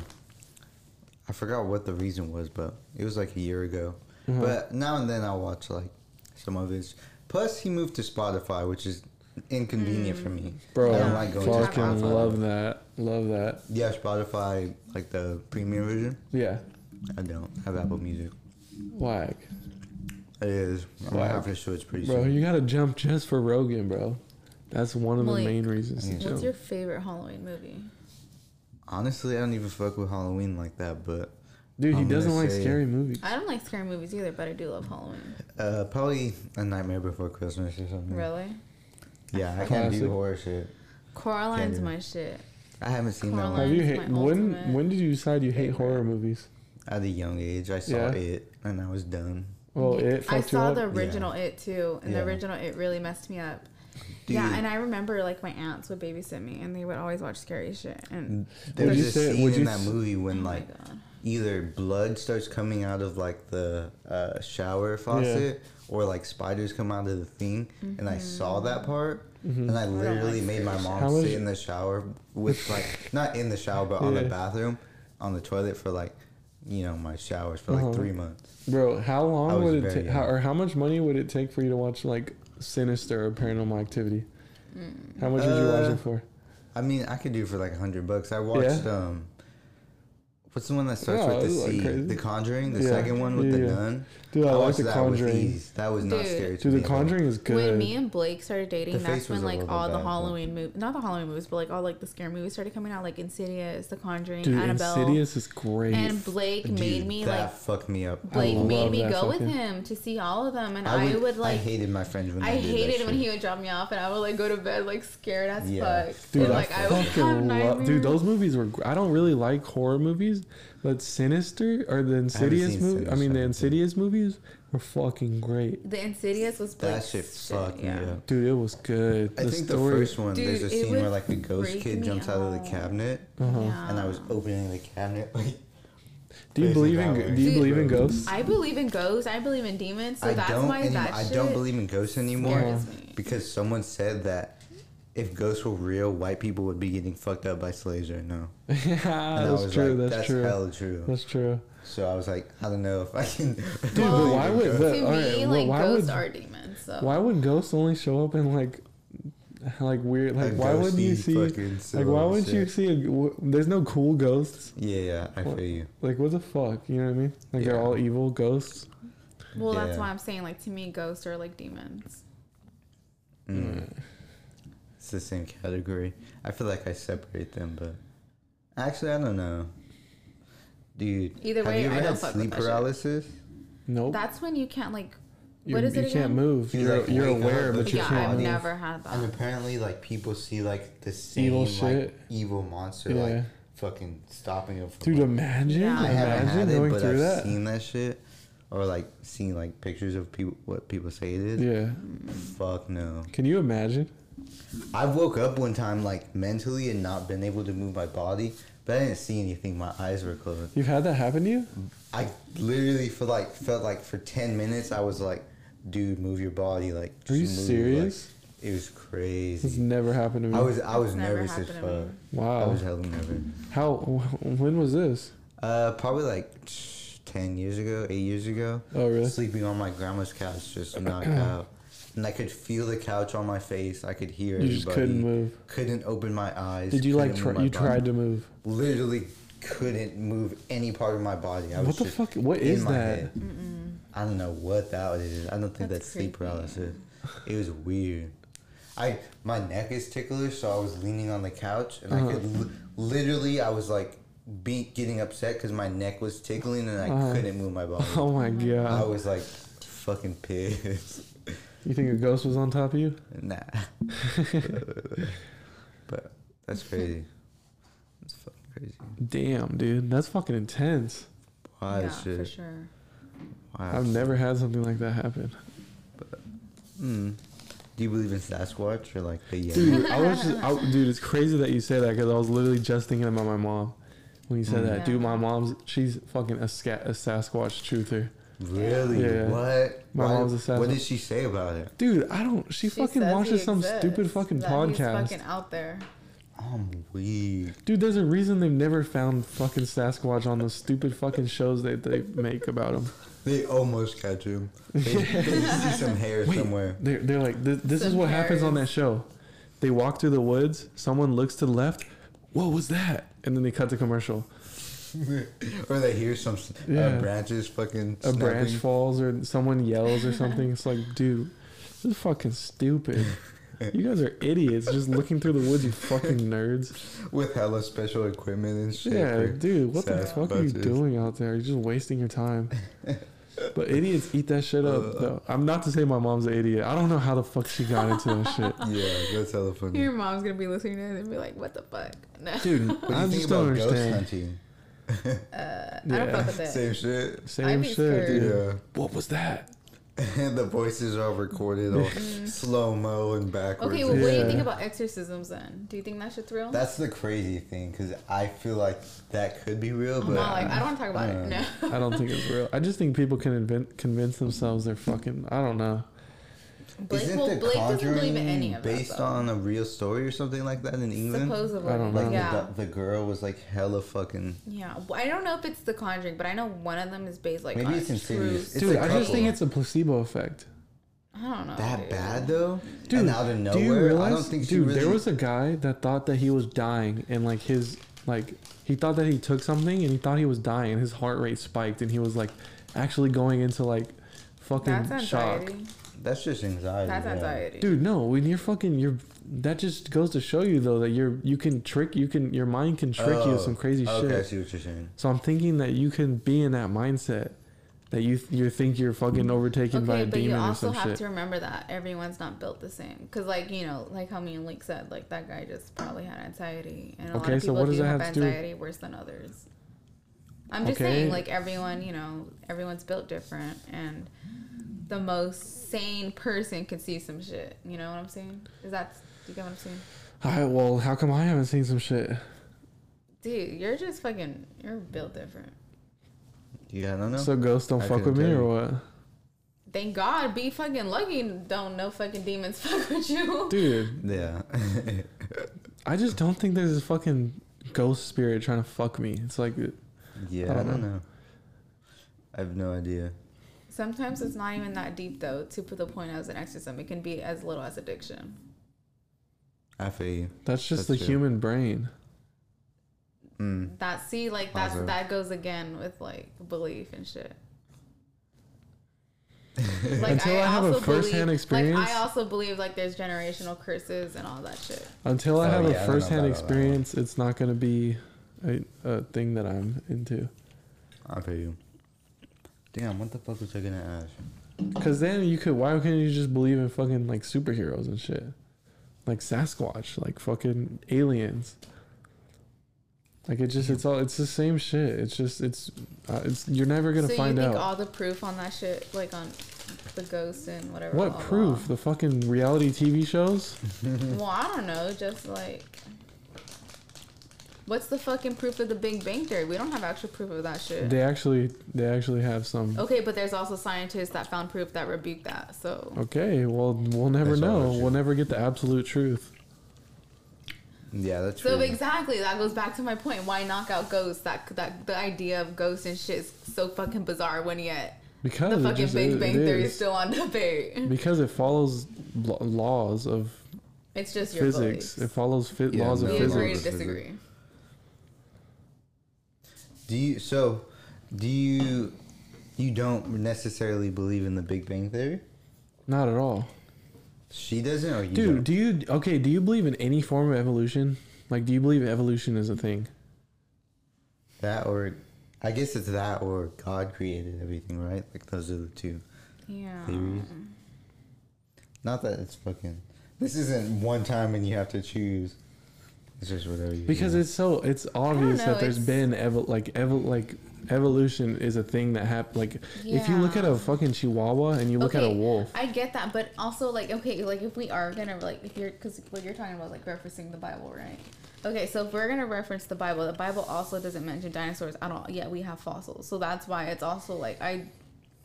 [SPEAKER 1] I forgot what the reason was, but it was like a year ago.
[SPEAKER 3] Uh-huh.
[SPEAKER 1] But now and then I'll watch like some of his. Plus, he moved to Spotify, which is inconvenient for me.
[SPEAKER 3] Bro,
[SPEAKER 1] I don't like going to
[SPEAKER 3] fucking
[SPEAKER 1] Spotify.
[SPEAKER 3] love that. Love that.
[SPEAKER 1] Yeah, Spotify, like the premium version.
[SPEAKER 3] Yeah.
[SPEAKER 1] I don't have Apple Music.
[SPEAKER 3] Whack.
[SPEAKER 1] It is. I'm gonna
[SPEAKER 3] Wow.
[SPEAKER 1] have to switch pretty
[SPEAKER 3] Bro,
[SPEAKER 1] soon.
[SPEAKER 3] you gotta jump just for Rogan, bro. That's one of the
[SPEAKER 2] Malik,
[SPEAKER 3] main reasons to
[SPEAKER 1] what's
[SPEAKER 2] What's
[SPEAKER 3] jump.
[SPEAKER 2] your favorite Halloween movie?
[SPEAKER 1] Honestly, I don't even fuck with Halloween like that, but
[SPEAKER 3] Dude, he
[SPEAKER 1] I'm gonna
[SPEAKER 3] doesn't like
[SPEAKER 1] say-
[SPEAKER 3] scary movies.
[SPEAKER 2] I don't like scary movies either, but I do love Halloween.
[SPEAKER 1] uh, probably A Nightmare Before Christmas or something.
[SPEAKER 2] Really?
[SPEAKER 1] Yeah, I can't
[SPEAKER 3] Classic.
[SPEAKER 1] do horror shit.
[SPEAKER 2] Coraline's
[SPEAKER 1] Yeah.
[SPEAKER 2] my shit.
[SPEAKER 1] I haven't seen that one.
[SPEAKER 2] Coraline.
[SPEAKER 3] Have you
[SPEAKER 2] Mine's
[SPEAKER 3] hate
[SPEAKER 2] my
[SPEAKER 3] when
[SPEAKER 2] ultimate
[SPEAKER 3] when did you decide you hate
[SPEAKER 2] favorite.
[SPEAKER 3] horror movies?
[SPEAKER 1] At a young age, I saw
[SPEAKER 3] Yeah.
[SPEAKER 1] it and I was done.
[SPEAKER 3] Well, it
[SPEAKER 2] I
[SPEAKER 3] fucked you
[SPEAKER 2] saw
[SPEAKER 3] up?
[SPEAKER 2] the original It too, and
[SPEAKER 1] Yeah.
[SPEAKER 2] the original It really messed me up.
[SPEAKER 1] Dude,
[SPEAKER 2] Yeah, and I remember like my aunts would babysit me, and they would always watch scary shit. And
[SPEAKER 1] there's
[SPEAKER 3] Would you
[SPEAKER 1] a
[SPEAKER 3] say-
[SPEAKER 1] scene
[SPEAKER 3] would
[SPEAKER 1] in
[SPEAKER 3] you
[SPEAKER 1] that
[SPEAKER 3] s-
[SPEAKER 1] movie
[SPEAKER 2] oh
[SPEAKER 1] when
[SPEAKER 2] my
[SPEAKER 1] like
[SPEAKER 2] God.
[SPEAKER 1] either blood starts coming out of like the uh, shower faucet or like spiders come out of the thing, and I saw that part. And I literally
[SPEAKER 2] Mm-hmm. like
[SPEAKER 1] made my mom
[SPEAKER 3] Mm-hmm. How
[SPEAKER 1] sit
[SPEAKER 3] is-
[SPEAKER 1] in the shower with like not in the shower but on the
[SPEAKER 3] Yeah.
[SPEAKER 1] bathroom, on the toilet for like, you know, my showers for like
[SPEAKER 3] Uh-huh.
[SPEAKER 1] three months.
[SPEAKER 3] Bro, how long
[SPEAKER 1] was
[SPEAKER 3] would it
[SPEAKER 1] very
[SPEAKER 3] take? How,
[SPEAKER 1] young.
[SPEAKER 3] or how much money would it take for you to watch like Sinister or Paranormal Activity?
[SPEAKER 2] Mm.
[SPEAKER 3] How much would you watch
[SPEAKER 1] Uh,
[SPEAKER 3] it for?
[SPEAKER 1] I mean, I could do it for like a hundred bucks. I watched um, what's the one that starts
[SPEAKER 3] Yeah,
[SPEAKER 1] with
[SPEAKER 3] it
[SPEAKER 1] the
[SPEAKER 3] was, like,
[SPEAKER 1] C?
[SPEAKER 3] crazy.
[SPEAKER 1] The Conjuring, the
[SPEAKER 3] Yeah.
[SPEAKER 1] second one with
[SPEAKER 3] Yeah,
[SPEAKER 1] the
[SPEAKER 3] yeah.
[SPEAKER 1] nun.
[SPEAKER 3] Dude, I, like
[SPEAKER 1] watched
[SPEAKER 3] The Conjuring.
[SPEAKER 1] ease. That was not
[SPEAKER 2] Dude.
[SPEAKER 1] scary to
[SPEAKER 3] Dude,
[SPEAKER 1] me.
[SPEAKER 3] The
[SPEAKER 1] at all.
[SPEAKER 3] Conjuring is good.
[SPEAKER 2] when me and Blake started dating,
[SPEAKER 1] The
[SPEAKER 2] that's
[SPEAKER 1] face was
[SPEAKER 2] when
[SPEAKER 1] a
[SPEAKER 2] like
[SPEAKER 1] little
[SPEAKER 2] all
[SPEAKER 1] bad,
[SPEAKER 2] the
[SPEAKER 1] but-
[SPEAKER 2] Halloween movies, not the Halloween movies, but like all like the scary movies started coming out, like Insidious, The Conjuring,
[SPEAKER 3] Dude,
[SPEAKER 2] Annabelle.
[SPEAKER 3] Insidious is great.
[SPEAKER 2] And Blake
[SPEAKER 1] Dude,
[SPEAKER 2] made me
[SPEAKER 1] that
[SPEAKER 2] like
[SPEAKER 1] fucked me up.
[SPEAKER 2] Blake
[SPEAKER 3] I
[SPEAKER 2] made
[SPEAKER 3] love
[SPEAKER 2] me
[SPEAKER 3] that
[SPEAKER 2] go with
[SPEAKER 3] fucking-
[SPEAKER 2] him to see all of them, and I would, like.
[SPEAKER 1] I hated my friends when
[SPEAKER 2] I
[SPEAKER 1] they did that
[SPEAKER 2] hated when
[SPEAKER 1] shit.
[SPEAKER 2] he would drop me off, and I would like go to bed like scared as
[SPEAKER 1] Yeah.
[SPEAKER 2] fuck.
[SPEAKER 3] Dude,
[SPEAKER 2] and,
[SPEAKER 3] I
[SPEAKER 2] like I, would have
[SPEAKER 3] fucking love.
[SPEAKER 2] nightmares.
[SPEAKER 3] Dude, those movies were. gr- I don't really like horror movies, but Sinister or the Insidious
[SPEAKER 1] seen
[SPEAKER 3] movie. I mean, the
[SPEAKER 1] Sinister.
[SPEAKER 3] Insidious movies were fucking great.
[SPEAKER 2] the Insidious was
[SPEAKER 1] That
[SPEAKER 2] Blake's
[SPEAKER 1] shit fucked
[SPEAKER 2] yeah.
[SPEAKER 1] me up.
[SPEAKER 3] Dude, it was good.
[SPEAKER 1] I
[SPEAKER 3] the
[SPEAKER 1] think
[SPEAKER 3] story,
[SPEAKER 1] the first one, there's a
[SPEAKER 2] Dude, it
[SPEAKER 1] scene where
[SPEAKER 2] would
[SPEAKER 1] like the ghost
[SPEAKER 2] freak
[SPEAKER 1] kid
[SPEAKER 2] me
[SPEAKER 1] jumps out of
[SPEAKER 2] out.
[SPEAKER 1] the cabinet,
[SPEAKER 3] uh-huh.
[SPEAKER 2] Yeah.
[SPEAKER 1] and I was opening the cabinet. [laughs] Like,
[SPEAKER 3] Do you
[SPEAKER 1] Crazy
[SPEAKER 3] believe
[SPEAKER 1] that
[SPEAKER 3] in?
[SPEAKER 1] one.
[SPEAKER 3] Do you
[SPEAKER 2] Dude.
[SPEAKER 3] believe
[SPEAKER 2] [laughs]
[SPEAKER 3] in ghosts?
[SPEAKER 2] I believe in ghosts. I believe in demons. So
[SPEAKER 1] I
[SPEAKER 2] that's
[SPEAKER 1] don't.
[SPEAKER 2] why
[SPEAKER 1] Any-
[SPEAKER 2] that
[SPEAKER 1] I
[SPEAKER 2] shit
[SPEAKER 1] don't believe in ghosts anymore
[SPEAKER 2] scares me.
[SPEAKER 1] because someone said that if ghosts were real, white people would be getting fucked up by slaves right now.
[SPEAKER 3] yeah,
[SPEAKER 1] And I
[SPEAKER 3] [laughs] that's
[SPEAKER 1] was
[SPEAKER 3] true.
[SPEAKER 1] like,
[SPEAKER 3] that's,
[SPEAKER 1] that's
[SPEAKER 3] true.
[SPEAKER 1] hella true.
[SPEAKER 3] That's true.
[SPEAKER 1] So I was like, I don't know if I can.
[SPEAKER 3] Dude, but why would?
[SPEAKER 2] To
[SPEAKER 3] But,
[SPEAKER 2] me,
[SPEAKER 3] all right, well,
[SPEAKER 2] like
[SPEAKER 3] why
[SPEAKER 2] ghosts
[SPEAKER 3] would?
[SPEAKER 2] are demons. So
[SPEAKER 3] Why would ghosts only show up in like, like
[SPEAKER 1] [laughs]
[SPEAKER 3] weird? [laughs] Like, why wouldn't you see? Like, why wouldn't you see? A, wh- there's no cool ghosts.
[SPEAKER 1] Yeah, yeah, I feel you.
[SPEAKER 3] Like, what the fuck? You know what I mean? Like, they're
[SPEAKER 1] Yeah.
[SPEAKER 3] all evil ghosts.
[SPEAKER 2] well, that's
[SPEAKER 1] Yeah.
[SPEAKER 3] Mm.
[SPEAKER 2] why I'm saying like to me, ghosts are like demons.
[SPEAKER 1] Mm, It's the same category. I feel like I separate them, but actually, I don't know. Dude,
[SPEAKER 2] Either
[SPEAKER 1] have
[SPEAKER 2] way,
[SPEAKER 1] you ever
[SPEAKER 2] I don't
[SPEAKER 1] had
[SPEAKER 2] fuck with
[SPEAKER 1] sleep
[SPEAKER 2] that shit.
[SPEAKER 1] paralysis?
[SPEAKER 3] Nope.
[SPEAKER 2] That's when you can't like.
[SPEAKER 3] you
[SPEAKER 2] what is
[SPEAKER 3] you
[SPEAKER 2] it
[SPEAKER 3] can't
[SPEAKER 2] again?
[SPEAKER 3] move.
[SPEAKER 1] You,
[SPEAKER 3] You're,
[SPEAKER 1] like,
[SPEAKER 3] you're
[SPEAKER 1] wake
[SPEAKER 3] aware,
[SPEAKER 1] up,
[SPEAKER 3] but
[SPEAKER 1] but
[SPEAKER 3] you
[SPEAKER 2] Yeah,
[SPEAKER 3] can't
[SPEAKER 2] I've
[SPEAKER 1] body.
[SPEAKER 3] move.
[SPEAKER 2] never had that.
[SPEAKER 1] And apparently, like people see like the same
[SPEAKER 3] Evil
[SPEAKER 1] like,
[SPEAKER 3] shit.
[SPEAKER 1] evil monster, like
[SPEAKER 3] Yeah.
[SPEAKER 1] fucking stopping them. From,
[SPEAKER 3] Dude,
[SPEAKER 1] like,
[SPEAKER 3] imagine,
[SPEAKER 2] Yeah.
[SPEAKER 1] I haven't
[SPEAKER 3] imagine
[SPEAKER 1] had it,
[SPEAKER 3] going
[SPEAKER 1] but
[SPEAKER 3] through
[SPEAKER 1] I've
[SPEAKER 3] that.
[SPEAKER 1] seen that shit, or like seen like pictures of people what people say it is.
[SPEAKER 3] Yeah.
[SPEAKER 1] Fuck no.
[SPEAKER 3] Can you imagine?
[SPEAKER 1] I woke up one time like mentally and not been able to move my body, but I didn't see anything. My eyes were closed.
[SPEAKER 3] You've had that happen to you?
[SPEAKER 1] I literally for like felt like for ten minutes I was like, dude, move your body. Like,
[SPEAKER 3] Are you
[SPEAKER 1] just move,
[SPEAKER 3] serious?
[SPEAKER 1] Like, it was
[SPEAKER 3] It's
[SPEAKER 1] crazy.
[SPEAKER 3] never happened to me.
[SPEAKER 1] Mm-hmm. I was I was
[SPEAKER 2] That's never
[SPEAKER 1] nervous as
[SPEAKER 2] happened
[SPEAKER 1] fuck.
[SPEAKER 2] to me.
[SPEAKER 1] I
[SPEAKER 3] wow.
[SPEAKER 1] was hella nervous.
[SPEAKER 3] How? [laughs] When was this?
[SPEAKER 1] Uh, probably like ten years ago, eight years ago.
[SPEAKER 3] Oh, really?
[SPEAKER 1] Sleeping on my grandma's couch,
[SPEAKER 3] [clears throat]
[SPEAKER 1] just knocked out, and I could feel the couch on my face. I could hear.
[SPEAKER 3] You just
[SPEAKER 1] everybody.
[SPEAKER 3] couldn't move.
[SPEAKER 1] Couldn't open my eyes.
[SPEAKER 3] Did you like?
[SPEAKER 1] couldn't
[SPEAKER 3] Try,
[SPEAKER 1] move my
[SPEAKER 3] you
[SPEAKER 1] body.
[SPEAKER 3] tried
[SPEAKER 1] [laughs]
[SPEAKER 3] to move. [laughs]
[SPEAKER 1] Literally couldn't move any part of my body. I was
[SPEAKER 3] What the
[SPEAKER 1] just
[SPEAKER 3] fuck? What
[SPEAKER 1] in
[SPEAKER 3] is
[SPEAKER 1] my
[SPEAKER 3] that?
[SPEAKER 1] head. I don't know what that is. I don't think that's,
[SPEAKER 2] That's
[SPEAKER 1] sleep
[SPEAKER 2] creepy.
[SPEAKER 1] paralysis. It was weird. I my neck is ticklish, so I was leaning on the couch, and
[SPEAKER 3] Uh-huh.
[SPEAKER 1] I could li- literally I was like be getting upset because my neck was tickling and I
[SPEAKER 3] Uh-huh.
[SPEAKER 1] couldn't move my body.
[SPEAKER 3] Oh my
[SPEAKER 1] I
[SPEAKER 3] god!
[SPEAKER 1] was like fucking pissed. [laughs]
[SPEAKER 3] You think a ghost was on top of you? [laughs]
[SPEAKER 1] nah, but that's crazy. That's fucking crazy.
[SPEAKER 3] Damn, dude, that's fucking intense.
[SPEAKER 1] Why
[SPEAKER 2] yeah,
[SPEAKER 1] is shit?
[SPEAKER 2] for sure.
[SPEAKER 1] Why
[SPEAKER 3] I've never had something like that happen.
[SPEAKER 1] Mm. Do you believe in Sasquatch or like the yeah?
[SPEAKER 3] Dude,
[SPEAKER 1] [laughs]
[SPEAKER 3] I was just, I, dude, it's crazy that you say that because I was literally just thinking about my mom when you said
[SPEAKER 1] Mm.
[SPEAKER 3] that.
[SPEAKER 2] Yeah.
[SPEAKER 3] Dude, my mom's she's fucking a, sca- a Sasquatch truther.
[SPEAKER 1] Really?
[SPEAKER 3] Yeah.
[SPEAKER 1] What?
[SPEAKER 3] My
[SPEAKER 1] Why-
[SPEAKER 3] mom's a Sasquatch.
[SPEAKER 1] What did she say about it?
[SPEAKER 3] Dude, I don't. She,
[SPEAKER 2] She
[SPEAKER 3] fucking
[SPEAKER 2] says he
[SPEAKER 3] watches some
[SPEAKER 2] exists,
[SPEAKER 3] stupid fucking
[SPEAKER 2] that
[SPEAKER 3] podcast.
[SPEAKER 2] He's fucking out there.
[SPEAKER 1] I'm weak.
[SPEAKER 3] Dude, there's a reason they've never found fucking Sasquatch on those stupid fucking shows that they make about them.
[SPEAKER 1] They almost catch him. They,
[SPEAKER 3] [laughs]
[SPEAKER 1] they just see some hair
[SPEAKER 3] Wait.
[SPEAKER 1] somewhere.
[SPEAKER 3] They're, they're like, this, this is
[SPEAKER 2] Some
[SPEAKER 3] what happens on that
[SPEAKER 2] hairs.
[SPEAKER 3] show. They walk through the woods, someone looks to the left, what was that? And then they cut the commercial.
[SPEAKER 1] or they hear some
[SPEAKER 3] Yeah.
[SPEAKER 1] uh, branches fucking
[SPEAKER 3] A branch
[SPEAKER 1] snapping.
[SPEAKER 3] falls or someone yells or something. It's like, dude, this is fucking stupid. You guys are idiots just looking through the woods, you fucking nerds.
[SPEAKER 1] with hella special equipment and shit.
[SPEAKER 3] Yeah,
[SPEAKER 1] for
[SPEAKER 3] dude, what the fuck are you
[SPEAKER 1] Sasquatches.
[SPEAKER 3] doing out there? You're just wasting
[SPEAKER 1] [laughs]
[SPEAKER 3] your time. But idiots eat that shit up,
[SPEAKER 1] Uh,
[SPEAKER 3] though. I'm not to say my mom's an idiot. I don't know how the fuck she got into that shit.
[SPEAKER 1] [laughs] Yeah, that's hella funny.
[SPEAKER 2] Your mom's gonna be listening to this and be like, "What the fuck?" No,
[SPEAKER 3] Dude,
[SPEAKER 1] What do
[SPEAKER 3] I
[SPEAKER 1] you think
[SPEAKER 3] just don't
[SPEAKER 1] about ghost
[SPEAKER 3] understand.
[SPEAKER 1] hunting?
[SPEAKER 2] uh, I
[SPEAKER 3] Yeah.
[SPEAKER 2] don't fuck with that.
[SPEAKER 1] Same shit.
[SPEAKER 3] Same
[SPEAKER 2] be
[SPEAKER 3] shit,
[SPEAKER 2] scared.
[SPEAKER 3] dude.
[SPEAKER 1] Yeah. [laughs]
[SPEAKER 3] What was that?
[SPEAKER 1] And the voices are all recorded
[SPEAKER 3] [laughs]
[SPEAKER 1] all slow mo and backwards.
[SPEAKER 2] Mm. Okay, well, what do you
[SPEAKER 3] Yeah.
[SPEAKER 2] think about exorcisms then? Do you think that shit's real?
[SPEAKER 1] That's the crazy thing because I feel like that could be real,
[SPEAKER 2] I'm
[SPEAKER 1] but
[SPEAKER 2] not like I don't want to talk about
[SPEAKER 1] Uh,
[SPEAKER 2] it. No.
[SPEAKER 3] I don't think it's real. I just think people can invent, convince themselves they're fucking. I don't know.
[SPEAKER 2] [laughs] Blake, well, Blake doesn't believe in any of that.
[SPEAKER 1] based
[SPEAKER 2] though.
[SPEAKER 1] on a real story or something like that in England?
[SPEAKER 2] supposedly,
[SPEAKER 3] I don't know.
[SPEAKER 1] Like
[SPEAKER 2] yeah,
[SPEAKER 1] the, the girl was like hella fucking.
[SPEAKER 2] yeah. Well, I don't know if it's The Conjuring, but I know one of them is based like
[SPEAKER 1] Maybe
[SPEAKER 2] on
[SPEAKER 1] it's in
[SPEAKER 2] true.
[SPEAKER 1] series. It's
[SPEAKER 3] dude,
[SPEAKER 1] a
[SPEAKER 3] I just think
[SPEAKER 1] couple.
[SPEAKER 3] it's a placebo effect.
[SPEAKER 2] I don't know.
[SPEAKER 1] That
[SPEAKER 2] dude.
[SPEAKER 1] bad though,
[SPEAKER 3] Dude,
[SPEAKER 1] And out of nowhere,
[SPEAKER 3] do you realize?
[SPEAKER 1] I don't think she
[SPEAKER 3] dude,
[SPEAKER 1] really.
[SPEAKER 3] there was a guy that thought that he was dying, and like his like he thought that he took something, and he thought he was dying. His heart rate spiked, and he was like actually going into like fucking
[SPEAKER 2] That's
[SPEAKER 3] shock.
[SPEAKER 2] anxiety.
[SPEAKER 1] that's just anxiety.
[SPEAKER 2] That's
[SPEAKER 1] yeah.
[SPEAKER 2] anxiety.
[SPEAKER 3] Dude, no, when you're fucking, you're that just goes to show you though that you're you can trick, you can your mind can trick you
[SPEAKER 1] Oh,
[SPEAKER 3] with some crazy
[SPEAKER 1] okay, I
[SPEAKER 3] shit.
[SPEAKER 1] see what you're saying.
[SPEAKER 3] So I'm thinking that you can be in that mindset that you you think you're fucking overtaken by a
[SPEAKER 2] Okay, but you
[SPEAKER 3] demon or
[SPEAKER 2] also
[SPEAKER 3] some
[SPEAKER 2] have
[SPEAKER 3] shit.
[SPEAKER 2] to remember that everyone's not built the same. Because, like, you know, like how me and Link said, like, that guy just probably had anxiety. And a lot
[SPEAKER 3] Okay,
[SPEAKER 2] of
[SPEAKER 3] so
[SPEAKER 2] people
[SPEAKER 3] what does
[SPEAKER 2] do
[SPEAKER 3] that
[SPEAKER 2] have
[SPEAKER 3] have to do-
[SPEAKER 2] anxiety worse than others. I'm just
[SPEAKER 3] Okay.
[SPEAKER 2] saying, like, everyone, you know, everyone's built different. And the most sane person can see some shit. You know what I'm saying? Is that, do you get what I'm saying?
[SPEAKER 3] All right, well, how come I haven't seen some shit?
[SPEAKER 2] Dude, you're just fucking, you're built different.
[SPEAKER 1] Yeah, I don't know.
[SPEAKER 3] So ghosts don't
[SPEAKER 1] I
[SPEAKER 3] fuck with
[SPEAKER 1] couldn't
[SPEAKER 3] me
[SPEAKER 1] tell
[SPEAKER 3] or
[SPEAKER 1] you.
[SPEAKER 3] what?
[SPEAKER 2] Thank God, be fucking lucky. Don't no fucking demons [laughs] fuck with you.
[SPEAKER 3] Dude,
[SPEAKER 1] yeah, [laughs]
[SPEAKER 3] I just don't think there's a fucking ghost spirit trying to fuck me. It's like
[SPEAKER 1] yeah, I
[SPEAKER 3] don't
[SPEAKER 1] don't
[SPEAKER 3] know.
[SPEAKER 1] know. I have no idea.
[SPEAKER 2] Sometimes it's not even that deep though, to put the point as an exorcism. It can be as little as addiction.
[SPEAKER 1] I feel you.
[SPEAKER 3] that's just
[SPEAKER 1] That's
[SPEAKER 3] the
[SPEAKER 1] true.
[SPEAKER 3] human brain.
[SPEAKER 1] Mm.
[SPEAKER 2] That see, like that's
[SPEAKER 1] Awesome.
[SPEAKER 2] that goes again with like belief and shit. Like,
[SPEAKER 3] Until I have a
[SPEAKER 2] also
[SPEAKER 3] first-hand
[SPEAKER 2] believe-
[SPEAKER 3] experience-
[SPEAKER 2] Like, I also believe like there's generational curses and all that shit.
[SPEAKER 3] Until I
[SPEAKER 1] Oh,
[SPEAKER 3] have
[SPEAKER 1] yeah, I
[SPEAKER 3] a
[SPEAKER 1] don't know
[SPEAKER 3] first hand
[SPEAKER 1] about all that one.
[SPEAKER 3] experience, it's not going to be a, a thing that I'm into.
[SPEAKER 1] I feel you. Damn, what the fuck was I gonna ask?
[SPEAKER 3] Because then you could, why couldn't you just believe in fucking like superheroes and shit? Like Sasquatch, like fucking aliens. Like it just, it's all, it's the same shit. It's just, it's, uh, it's, you're never going to
[SPEAKER 2] so
[SPEAKER 3] find
[SPEAKER 2] you think
[SPEAKER 3] out.
[SPEAKER 2] all the proof on that shit, like on the ghosts and whatever.
[SPEAKER 3] what
[SPEAKER 2] blah, blah.
[SPEAKER 3] proof? The fucking reality TV shows?
[SPEAKER 2] Well, I don't know. Just like, what's the fucking proof of the Big Bang Theory? We don't have actual proof of that shit.
[SPEAKER 3] They actually, they actually have some.
[SPEAKER 2] Okay, but there's also scientists that found proof that rebuked that. So
[SPEAKER 3] Okay, well, we'll never
[SPEAKER 1] That's all
[SPEAKER 3] know.
[SPEAKER 1] true.
[SPEAKER 3] We'll never get the absolute truth.
[SPEAKER 1] Yeah, that's
[SPEAKER 2] So
[SPEAKER 1] true.
[SPEAKER 2] exactly, that goes back to my point. Why knock out ghosts? That that the idea of ghosts and shit is so fucking bizarre. When yet
[SPEAKER 3] Because
[SPEAKER 2] the
[SPEAKER 3] it
[SPEAKER 2] fucking
[SPEAKER 3] just
[SPEAKER 2] Big
[SPEAKER 3] is-
[SPEAKER 2] Bang
[SPEAKER 3] it
[SPEAKER 2] Theory
[SPEAKER 3] is.
[SPEAKER 2] is still on debate.
[SPEAKER 3] Because it follows lo- laws of
[SPEAKER 2] It's just your
[SPEAKER 3] physics. It
[SPEAKER 2] beliefs.
[SPEAKER 3] follows fi-
[SPEAKER 1] Yeah,
[SPEAKER 3] laws of
[SPEAKER 1] no.
[SPEAKER 2] We agree to
[SPEAKER 3] physics.
[SPEAKER 1] Physics.
[SPEAKER 2] disagree.
[SPEAKER 1] do you so do you you don't necessarily believe in the Big Bang Theory?
[SPEAKER 3] Not at all,
[SPEAKER 1] She doesn't or you
[SPEAKER 3] dude.
[SPEAKER 1] don't?
[SPEAKER 3] Do you okay? Do you believe in any form of evolution? Like, do you believe evolution is a thing?
[SPEAKER 1] that or I guess it's that or God created everything, right? Like those are the two.
[SPEAKER 2] Yeah.
[SPEAKER 1] Theories. Not that it's fucking this isn't one time and you have to choose. It's just whatever you
[SPEAKER 3] Because
[SPEAKER 1] do.
[SPEAKER 3] it's so it's obvious
[SPEAKER 2] know,
[SPEAKER 3] that there's
[SPEAKER 2] it's-
[SPEAKER 3] been evo- like evo- like evolution is a thing that happened. Like, if you look at
[SPEAKER 2] Yeah.
[SPEAKER 3] a fucking chihuahua and you look at a wolf,
[SPEAKER 2] I get that, but also like okay, like if we are gonna like if you're because what you're talking about like referencing the Bible, right? Okay, so if we're gonna reference the Bible, the Bible also doesn't mention dinosaurs at all. Yet we have fossils, so that's why it's also like I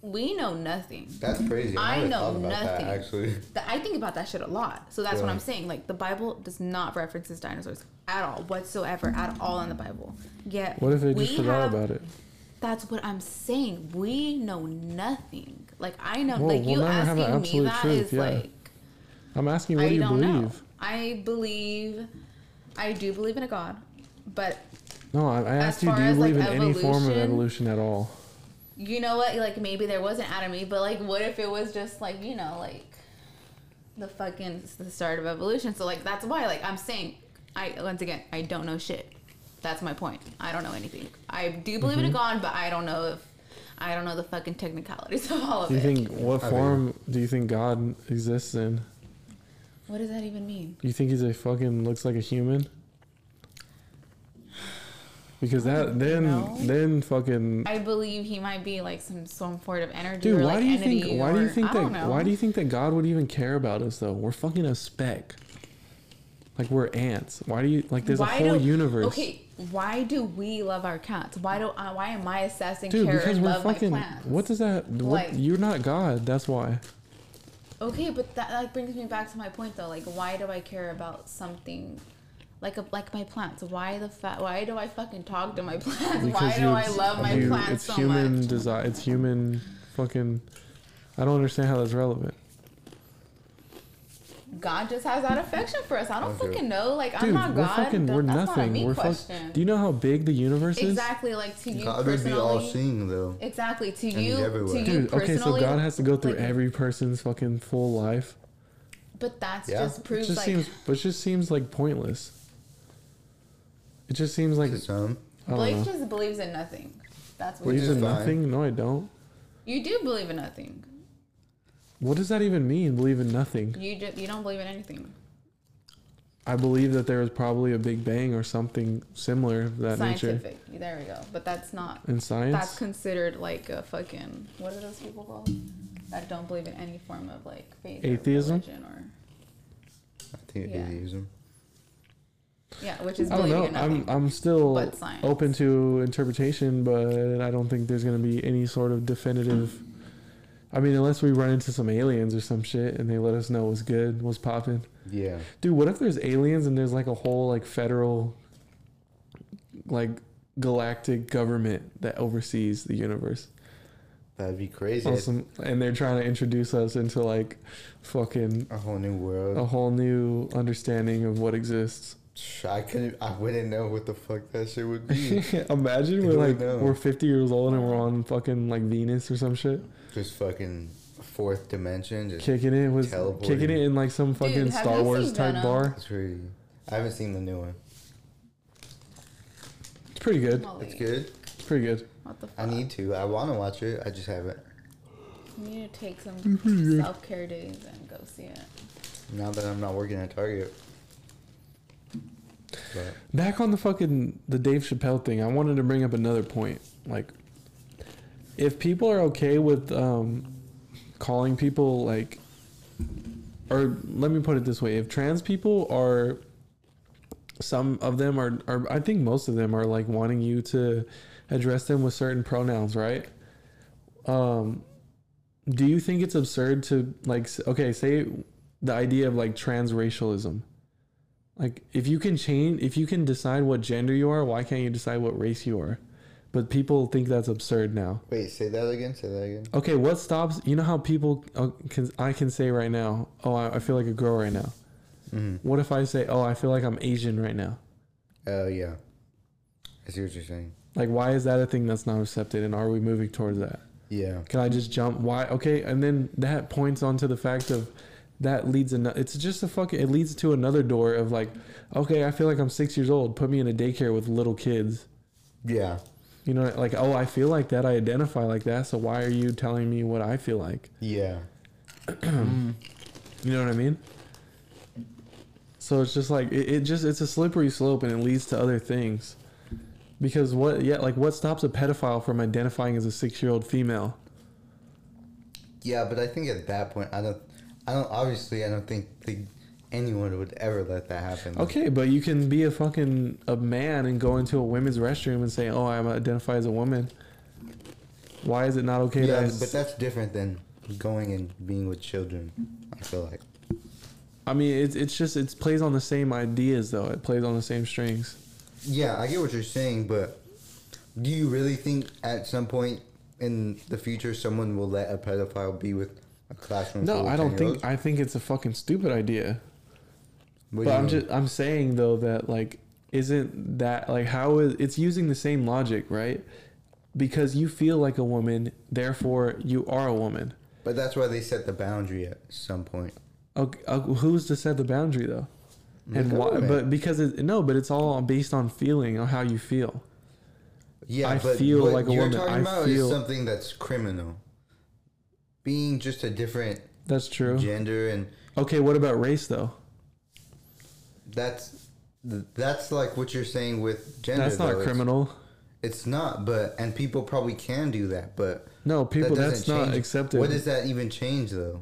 [SPEAKER 2] we know nothing.
[SPEAKER 1] that's crazy.
[SPEAKER 2] I
[SPEAKER 1] never
[SPEAKER 2] know
[SPEAKER 1] thought about
[SPEAKER 2] nothing.
[SPEAKER 1] That, actually,
[SPEAKER 2] Th- I think about that shit a lot. So that's what
[SPEAKER 1] Yeah.
[SPEAKER 2] I'm saying. Like the Bible does not reference his dinosaurs at all, whatsoever, at all in the Bible. Yet
[SPEAKER 3] what if they
[SPEAKER 2] we
[SPEAKER 3] just forgot
[SPEAKER 2] have-
[SPEAKER 3] about it?
[SPEAKER 2] That's what I'm saying. We know nothing. Like I know.
[SPEAKER 3] Well,
[SPEAKER 2] like
[SPEAKER 3] we'll
[SPEAKER 2] you
[SPEAKER 3] never have an
[SPEAKER 2] asking me
[SPEAKER 3] absolute
[SPEAKER 2] that is
[SPEAKER 3] truth, yeah.
[SPEAKER 2] like
[SPEAKER 3] I'm asking, what
[SPEAKER 2] I
[SPEAKER 3] do you
[SPEAKER 2] don't
[SPEAKER 3] believe?
[SPEAKER 2] know. I believe. I do believe in a God, but
[SPEAKER 3] No, I, I asked you,
[SPEAKER 2] far
[SPEAKER 3] do you
[SPEAKER 2] as, like,
[SPEAKER 3] believe in any form of
[SPEAKER 2] evolution-
[SPEAKER 3] evolution at all?
[SPEAKER 2] you know what? Like maybe there was an Adam and Eve, but like what if it was just like you know like the fucking it's the start of evolution? So like that's why like I'm saying I once again I don't know shit. That's my point. I don't know anything. I do believe
[SPEAKER 3] Mm-hmm.
[SPEAKER 2] in a God, but I don't know if I don't know the fucking technicalities [laughs] of all of
[SPEAKER 3] Do you
[SPEAKER 2] it.
[SPEAKER 3] think what
[SPEAKER 1] I mean-
[SPEAKER 3] form do you think God exists in?
[SPEAKER 2] what does that even mean?
[SPEAKER 3] You think he's a fucking looks like a human? Because that then
[SPEAKER 2] know.
[SPEAKER 3] then fucking
[SPEAKER 2] I believe he might be like some some sort of energy.
[SPEAKER 3] dude,
[SPEAKER 2] or,
[SPEAKER 3] why
[SPEAKER 2] like,
[SPEAKER 3] do you
[SPEAKER 2] entity
[SPEAKER 3] think why do
[SPEAKER 2] or-
[SPEAKER 3] you think
[SPEAKER 2] I
[SPEAKER 3] that
[SPEAKER 2] don't know.
[SPEAKER 3] why do you think that God would even care about us though? We're fucking a speck. Like we're ants. Why do you like there's
[SPEAKER 2] Why
[SPEAKER 3] a whole
[SPEAKER 2] do-
[SPEAKER 3] universe.
[SPEAKER 2] Okay, why do we love our cats? Why do I, why am I assessing
[SPEAKER 3] Dude,
[SPEAKER 2] care
[SPEAKER 3] because
[SPEAKER 2] and
[SPEAKER 3] we're
[SPEAKER 2] love
[SPEAKER 3] fucking
[SPEAKER 2] my plants?
[SPEAKER 3] what does that what
[SPEAKER 2] Like-
[SPEAKER 3] you're not God, that's why.
[SPEAKER 2] okay, but that like brings me back to my point though. Like, why do I care about something? Like a, like my plants. Why the fa- Why do I fucking talk to my [laughs] plants? why do
[SPEAKER 3] you-
[SPEAKER 2] I love my
[SPEAKER 3] you-
[SPEAKER 2] plants
[SPEAKER 3] It's
[SPEAKER 2] so
[SPEAKER 3] human
[SPEAKER 2] much?
[SPEAKER 3] desi- It's human fucking. I don't understand how that's relevant.
[SPEAKER 2] God just has that affection for us. I don't
[SPEAKER 1] Okay.
[SPEAKER 2] fucking know. Like I'm
[SPEAKER 3] Dude,
[SPEAKER 2] not
[SPEAKER 3] we're
[SPEAKER 2] God.
[SPEAKER 3] fucking.
[SPEAKER 2] That-
[SPEAKER 3] we're
[SPEAKER 2] that's not a
[SPEAKER 3] nothing.
[SPEAKER 2] me
[SPEAKER 3] we're
[SPEAKER 2] question.
[SPEAKER 3] fucking. Do you know how big the universe is?
[SPEAKER 2] exactly. Like to you
[SPEAKER 1] God would be
[SPEAKER 2] personally.
[SPEAKER 1] all seeing though.
[SPEAKER 2] Exactly. To
[SPEAKER 1] he's
[SPEAKER 2] you, to
[SPEAKER 1] everywhere.
[SPEAKER 2] you
[SPEAKER 3] Dude, okay, so
[SPEAKER 2] personally,
[SPEAKER 3] God has to go through
[SPEAKER 2] like-
[SPEAKER 3] every person's fucking full life.
[SPEAKER 2] But that's
[SPEAKER 1] Yeah. It
[SPEAKER 2] just
[SPEAKER 3] It
[SPEAKER 2] proves
[SPEAKER 3] just
[SPEAKER 2] like
[SPEAKER 3] seems, but it just seems like pointless. It just seems like
[SPEAKER 1] To some,
[SPEAKER 3] I don't
[SPEAKER 2] Blake
[SPEAKER 3] know.
[SPEAKER 2] just believes in nothing. That's what
[SPEAKER 3] Believes
[SPEAKER 2] you
[SPEAKER 1] is
[SPEAKER 3] in
[SPEAKER 1] fine.
[SPEAKER 3] nothing? No, I don't.
[SPEAKER 2] you do believe in nothing.
[SPEAKER 3] What does that even mean? Believe in nothing.
[SPEAKER 2] You just you don't believe in anything.
[SPEAKER 3] I believe that there was probably a Big Bang or something similar of that nature
[SPEAKER 2] Scientific. There we go. But that's not.
[SPEAKER 3] in science.
[SPEAKER 2] That's considered like a fucking. What are those people called? That don't believe in any form of like faith. or
[SPEAKER 3] Atheism?
[SPEAKER 2] religion Or,
[SPEAKER 1] I think it
[SPEAKER 2] Yeah.
[SPEAKER 1] is them.
[SPEAKER 2] yeah, which is
[SPEAKER 3] I don't
[SPEAKER 2] believing
[SPEAKER 3] know.
[SPEAKER 2] in nothing.
[SPEAKER 3] I'm I'm still
[SPEAKER 2] But science.
[SPEAKER 3] open to interpretation, but I don't think there's going to be any sort of definitive. I mean, unless we run into some aliens or some shit and they let us know what's good, what's popping.
[SPEAKER 1] Yeah,
[SPEAKER 3] Dude, what if there's aliens and there's like a whole like federal, like galactic government that oversees the universe?
[SPEAKER 1] that'd be crazy.
[SPEAKER 3] Awesome. And they're trying to introduce us into like fucking
[SPEAKER 1] A whole new
[SPEAKER 3] a
[SPEAKER 1] world.
[SPEAKER 3] whole new understanding of what exists.
[SPEAKER 1] I couldn't. I wouldn't know what the fuck that shit would
[SPEAKER 3] [laughs]
[SPEAKER 1] be.
[SPEAKER 3] Imagine
[SPEAKER 1] Who
[SPEAKER 3] we're
[SPEAKER 1] would
[SPEAKER 3] like
[SPEAKER 1] know?
[SPEAKER 3] we're 50 years old and we're on fucking like Venus or some shit.
[SPEAKER 1] Just fucking fourth dimension. Just
[SPEAKER 3] Kicking it was
[SPEAKER 1] Teleporting.
[SPEAKER 3] kicking it in like some fucking
[SPEAKER 2] have
[SPEAKER 3] Star
[SPEAKER 2] you
[SPEAKER 3] Wars
[SPEAKER 2] seen
[SPEAKER 3] type
[SPEAKER 2] Venom?
[SPEAKER 3] bar.
[SPEAKER 1] it's pretty. I haven't seen the new one.
[SPEAKER 3] It's pretty good.
[SPEAKER 2] Molly,
[SPEAKER 1] It's good.
[SPEAKER 3] It's pretty good.
[SPEAKER 2] What the fuck?
[SPEAKER 1] I need to. I want to watch it. I just haven't.
[SPEAKER 2] You need to take
[SPEAKER 3] Mm-hmm,
[SPEAKER 2] some self care days and go see it.
[SPEAKER 1] Now that I'm not working at Target. But
[SPEAKER 3] Back on the fucking the Dave Chappelle thing, I wanted to bring up another point. Like, if people are okay with um, calling people like, or let me put it this way: if trans people are, some of them are, are I think most of them are like wanting you to address them with certain pronouns, right? Um, do you think it's absurd to like? s- Okay, say the idea of like transracialism. Like if you can change if you can decide what gender you are, why can't you decide what race you are? But people think that's absurd now.
[SPEAKER 1] wait, say that again. Say that again.
[SPEAKER 3] Okay, what stops? You know how people uh, can I can say right now, "Oh, I, I feel like a girl right now."
[SPEAKER 1] Mhm.
[SPEAKER 3] What if I say, "Oh, I feel like I'm Asian right now?"
[SPEAKER 1] Oh yeah. I see what you're saying.
[SPEAKER 3] Like why is that a thing that's not accepted and are we moving towards that?
[SPEAKER 1] Yeah.
[SPEAKER 3] Can I just jump? Why? Okay, and then that points onto the fact of that leads another. It's just a fucking. It leads to another door of like, okay, I feel like I'm six years old. Put me in a daycare with little kids.
[SPEAKER 1] Yeah.
[SPEAKER 3] You know, like oh, I feel like that. I identify like that. So why are you telling me what I feel like?
[SPEAKER 1] Yeah.
[SPEAKER 3] You know what I mean? So it's just like it, it just it's a slippery slope and it leads to other things. Because what yeah, like what stops a pedophile from identifying as a six year old female?
[SPEAKER 1] Yeah, but I think at that point, I don't. I don't. Obviously, I don't think the, anyone would ever let that happen.
[SPEAKER 3] Okay, but you can be a fucking a man and go into a women's restroom and say, "Oh, I identify as a woman." Why is it not okay?
[SPEAKER 1] Yeah,
[SPEAKER 3] to
[SPEAKER 1] but that's different than going and being with children. I feel like.
[SPEAKER 3] I mean, it's it's just it plays on the same ideas though. It plays on the same strings.
[SPEAKER 1] Yeah, I get what you're saying, but do you really think at some point in the future someone will let a pedophile be with a classroom?
[SPEAKER 3] No,
[SPEAKER 1] full of
[SPEAKER 3] I don't
[SPEAKER 1] 10-year-olds?
[SPEAKER 3] think I think it's a fucking stupid idea.
[SPEAKER 1] What do
[SPEAKER 3] But
[SPEAKER 1] you
[SPEAKER 3] I'm
[SPEAKER 1] mean?
[SPEAKER 3] just I'm saying though that like isn't that like how is it's using the same logic, right? Because you feel like a woman, therefore you are a woman.
[SPEAKER 1] But that's why they set the boundary at some point.
[SPEAKER 3] Okay, uh, who's to set the boundary though? And
[SPEAKER 1] The
[SPEAKER 3] why?
[SPEAKER 1] government.
[SPEAKER 3] But because it, no, but it's all based on feeling on how you feel.
[SPEAKER 1] Yeah,
[SPEAKER 3] I
[SPEAKER 1] but
[SPEAKER 3] feel
[SPEAKER 1] what
[SPEAKER 3] like a
[SPEAKER 1] you're
[SPEAKER 3] woman.
[SPEAKER 1] talking
[SPEAKER 3] I
[SPEAKER 1] about
[SPEAKER 3] feel-
[SPEAKER 1] is something that's criminal. Being just a different
[SPEAKER 3] That's true.
[SPEAKER 1] gender and
[SPEAKER 3] Okay, what about race though?
[SPEAKER 1] that's that's like what you're saying with gender.
[SPEAKER 3] That's
[SPEAKER 1] though.
[SPEAKER 3] not
[SPEAKER 1] It's-
[SPEAKER 3] criminal.
[SPEAKER 1] It's not, but and people probably can do that, but
[SPEAKER 3] No, people.
[SPEAKER 1] that
[SPEAKER 3] That's
[SPEAKER 1] doesn't
[SPEAKER 3] not
[SPEAKER 1] change-
[SPEAKER 3] accepted.
[SPEAKER 1] What does that even change though?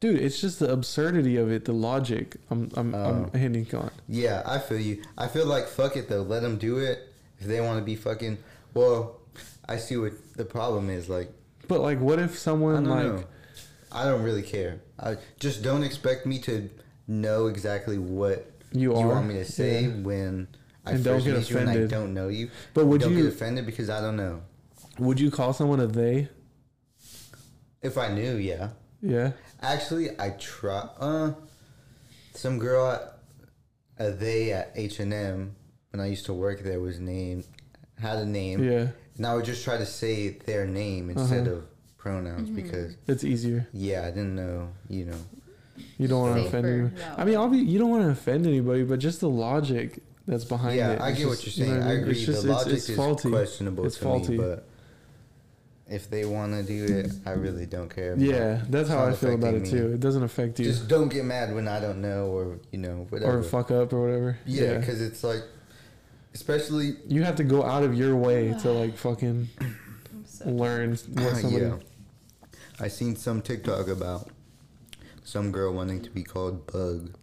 [SPEAKER 3] Dude, it's just the absurdity of it, the logic. I'm I'm,
[SPEAKER 1] Oh.
[SPEAKER 3] I'm hitting on.
[SPEAKER 1] Yeah, I feel you. I feel like fuck it though. Let them do it if they want to be fucking. Well, I see what the problem is. Like
[SPEAKER 3] But like, what if
[SPEAKER 1] I
[SPEAKER 3] someone
[SPEAKER 1] don't
[SPEAKER 3] like?
[SPEAKER 1] know. I don't really care. I just don't expect me to know exactly what
[SPEAKER 3] You are.
[SPEAKER 1] want me to say
[SPEAKER 3] Yeah.
[SPEAKER 1] when I
[SPEAKER 3] And don't
[SPEAKER 1] first
[SPEAKER 3] get
[SPEAKER 1] meet you and I
[SPEAKER 3] offended.
[SPEAKER 1] don't know you.
[SPEAKER 3] But would
[SPEAKER 1] don't
[SPEAKER 3] you-
[SPEAKER 1] get offended because I don't know.
[SPEAKER 3] Would you call someone a they?
[SPEAKER 1] If I knew, yeah.
[SPEAKER 3] Yeah.
[SPEAKER 1] Actually, I try. Uh, some girl, at- uh, they at H and M when I used to work there was named had a name.
[SPEAKER 3] Yeah. Uh-huh.
[SPEAKER 1] And I would just try to say their name instead of pronouns because
[SPEAKER 3] It's easier.
[SPEAKER 1] yeah, I didn't know. You know,
[SPEAKER 3] You don't want to
[SPEAKER 2] Safer,
[SPEAKER 3] offend anyone.
[SPEAKER 2] no.
[SPEAKER 3] I mean, I'll be, you don't want to offend anybody, but just the logic that's behind
[SPEAKER 1] yeah,
[SPEAKER 3] it.
[SPEAKER 1] I
[SPEAKER 3] it's
[SPEAKER 1] get what
[SPEAKER 3] just-
[SPEAKER 1] you're saying.
[SPEAKER 3] you know
[SPEAKER 1] I
[SPEAKER 3] mean?
[SPEAKER 1] agree. the logic is questionable
[SPEAKER 3] It's
[SPEAKER 1] to
[SPEAKER 3] faulty.
[SPEAKER 1] me, but if they want to do it, I really don't care.
[SPEAKER 3] yeah, that's
[SPEAKER 1] um, It's
[SPEAKER 3] how
[SPEAKER 1] not
[SPEAKER 3] I feel about it
[SPEAKER 1] affecting me.
[SPEAKER 3] too. It doesn't affect you
[SPEAKER 1] Just don't get mad when I don't know or you know whatever.
[SPEAKER 3] or fuck up or whatever.
[SPEAKER 1] yeah, because it's like, especially
[SPEAKER 3] you have to go out of your way to like fucking
[SPEAKER 2] I'm so
[SPEAKER 1] [laughs]
[SPEAKER 3] learn what somebody.
[SPEAKER 1] Uh, yeah. I seen some TikTok about some girl wanting to be called
[SPEAKER 3] [sighs]
[SPEAKER 1] Bug.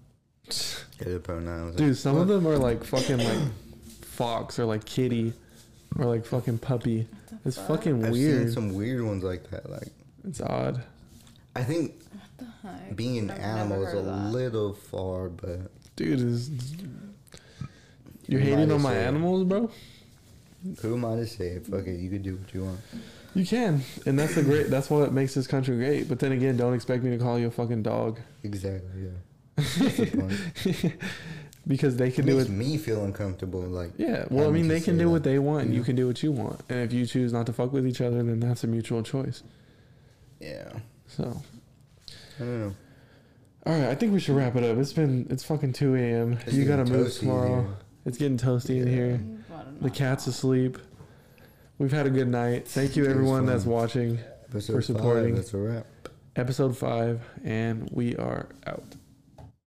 [SPEAKER 1] Get a pronoun. I was like,
[SPEAKER 3] Dude, some of them are like fucking like [clears throat] fox or like kitty or like fucking puppy.
[SPEAKER 2] What the
[SPEAKER 3] It's
[SPEAKER 2] fuck?
[SPEAKER 3] fucking
[SPEAKER 1] I've
[SPEAKER 3] weird.
[SPEAKER 1] seen some weird ones like that. Like
[SPEAKER 3] it's odd.
[SPEAKER 1] I think
[SPEAKER 2] high.
[SPEAKER 1] being an
[SPEAKER 2] I've never
[SPEAKER 1] animal is
[SPEAKER 2] heard
[SPEAKER 1] a
[SPEAKER 2] of that.
[SPEAKER 1] little far, but
[SPEAKER 3] Dude, is you're
[SPEAKER 1] Who am I
[SPEAKER 3] hating
[SPEAKER 1] to
[SPEAKER 3] on my
[SPEAKER 1] say?
[SPEAKER 3] animals, bro?
[SPEAKER 1] who am I to say? Fuck it, you can do what you want.
[SPEAKER 3] You can, and that's the great. That's what makes this country great. But then again, don't expect me to call you a fucking [laughs] dog
[SPEAKER 1] Exactly. Yeah. That's
[SPEAKER 3] [laughs]
[SPEAKER 1] the point.
[SPEAKER 3] because they
[SPEAKER 1] It
[SPEAKER 3] can do
[SPEAKER 1] makes
[SPEAKER 3] it.
[SPEAKER 1] me feel uncomfortable. Like
[SPEAKER 3] Yeah, well, I
[SPEAKER 1] having
[SPEAKER 3] mean,
[SPEAKER 1] to
[SPEAKER 3] they can
[SPEAKER 1] say
[SPEAKER 3] do what
[SPEAKER 1] that.
[SPEAKER 3] they want. and You can do what you want, and if you choose not to fuck with each other, then that's a mutual choice.
[SPEAKER 1] Yeah.
[SPEAKER 3] So,
[SPEAKER 1] I don't know.
[SPEAKER 3] all right, I think we should wrap it up. It's been it's fucking two a.m.
[SPEAKER 1] It's
[SPEAKER 3] You gotta
[SPEAKER 1] getting
[SPEAKER 3] move
[SPEAKER 1] toasty
[SPEAKER 3] tomorrow.
[SPEAKER 1] here.
[SPEAKER 3] It's getting toasty in
[SPEAKER 1] Yeah.
[SPEAKER 3] here.
[SPEAKER 2] I don't know.
[SPEAKER 3] The cat's asleep. We've had a good night. Thank you
[SPEAKER 1] It was
[SPEAKER 3] everyone
[SPEAKER 1] fun.
[SPEAKER 3] that's watching
[SPEAKER 1] Episode
[SPEAKER 3] For
[SPEAKER 1] five,
[SPEAKER 3] supporting.
[SPEAKER 1] That's a wrap.
[SPEAKER 3] episode five, and we are out.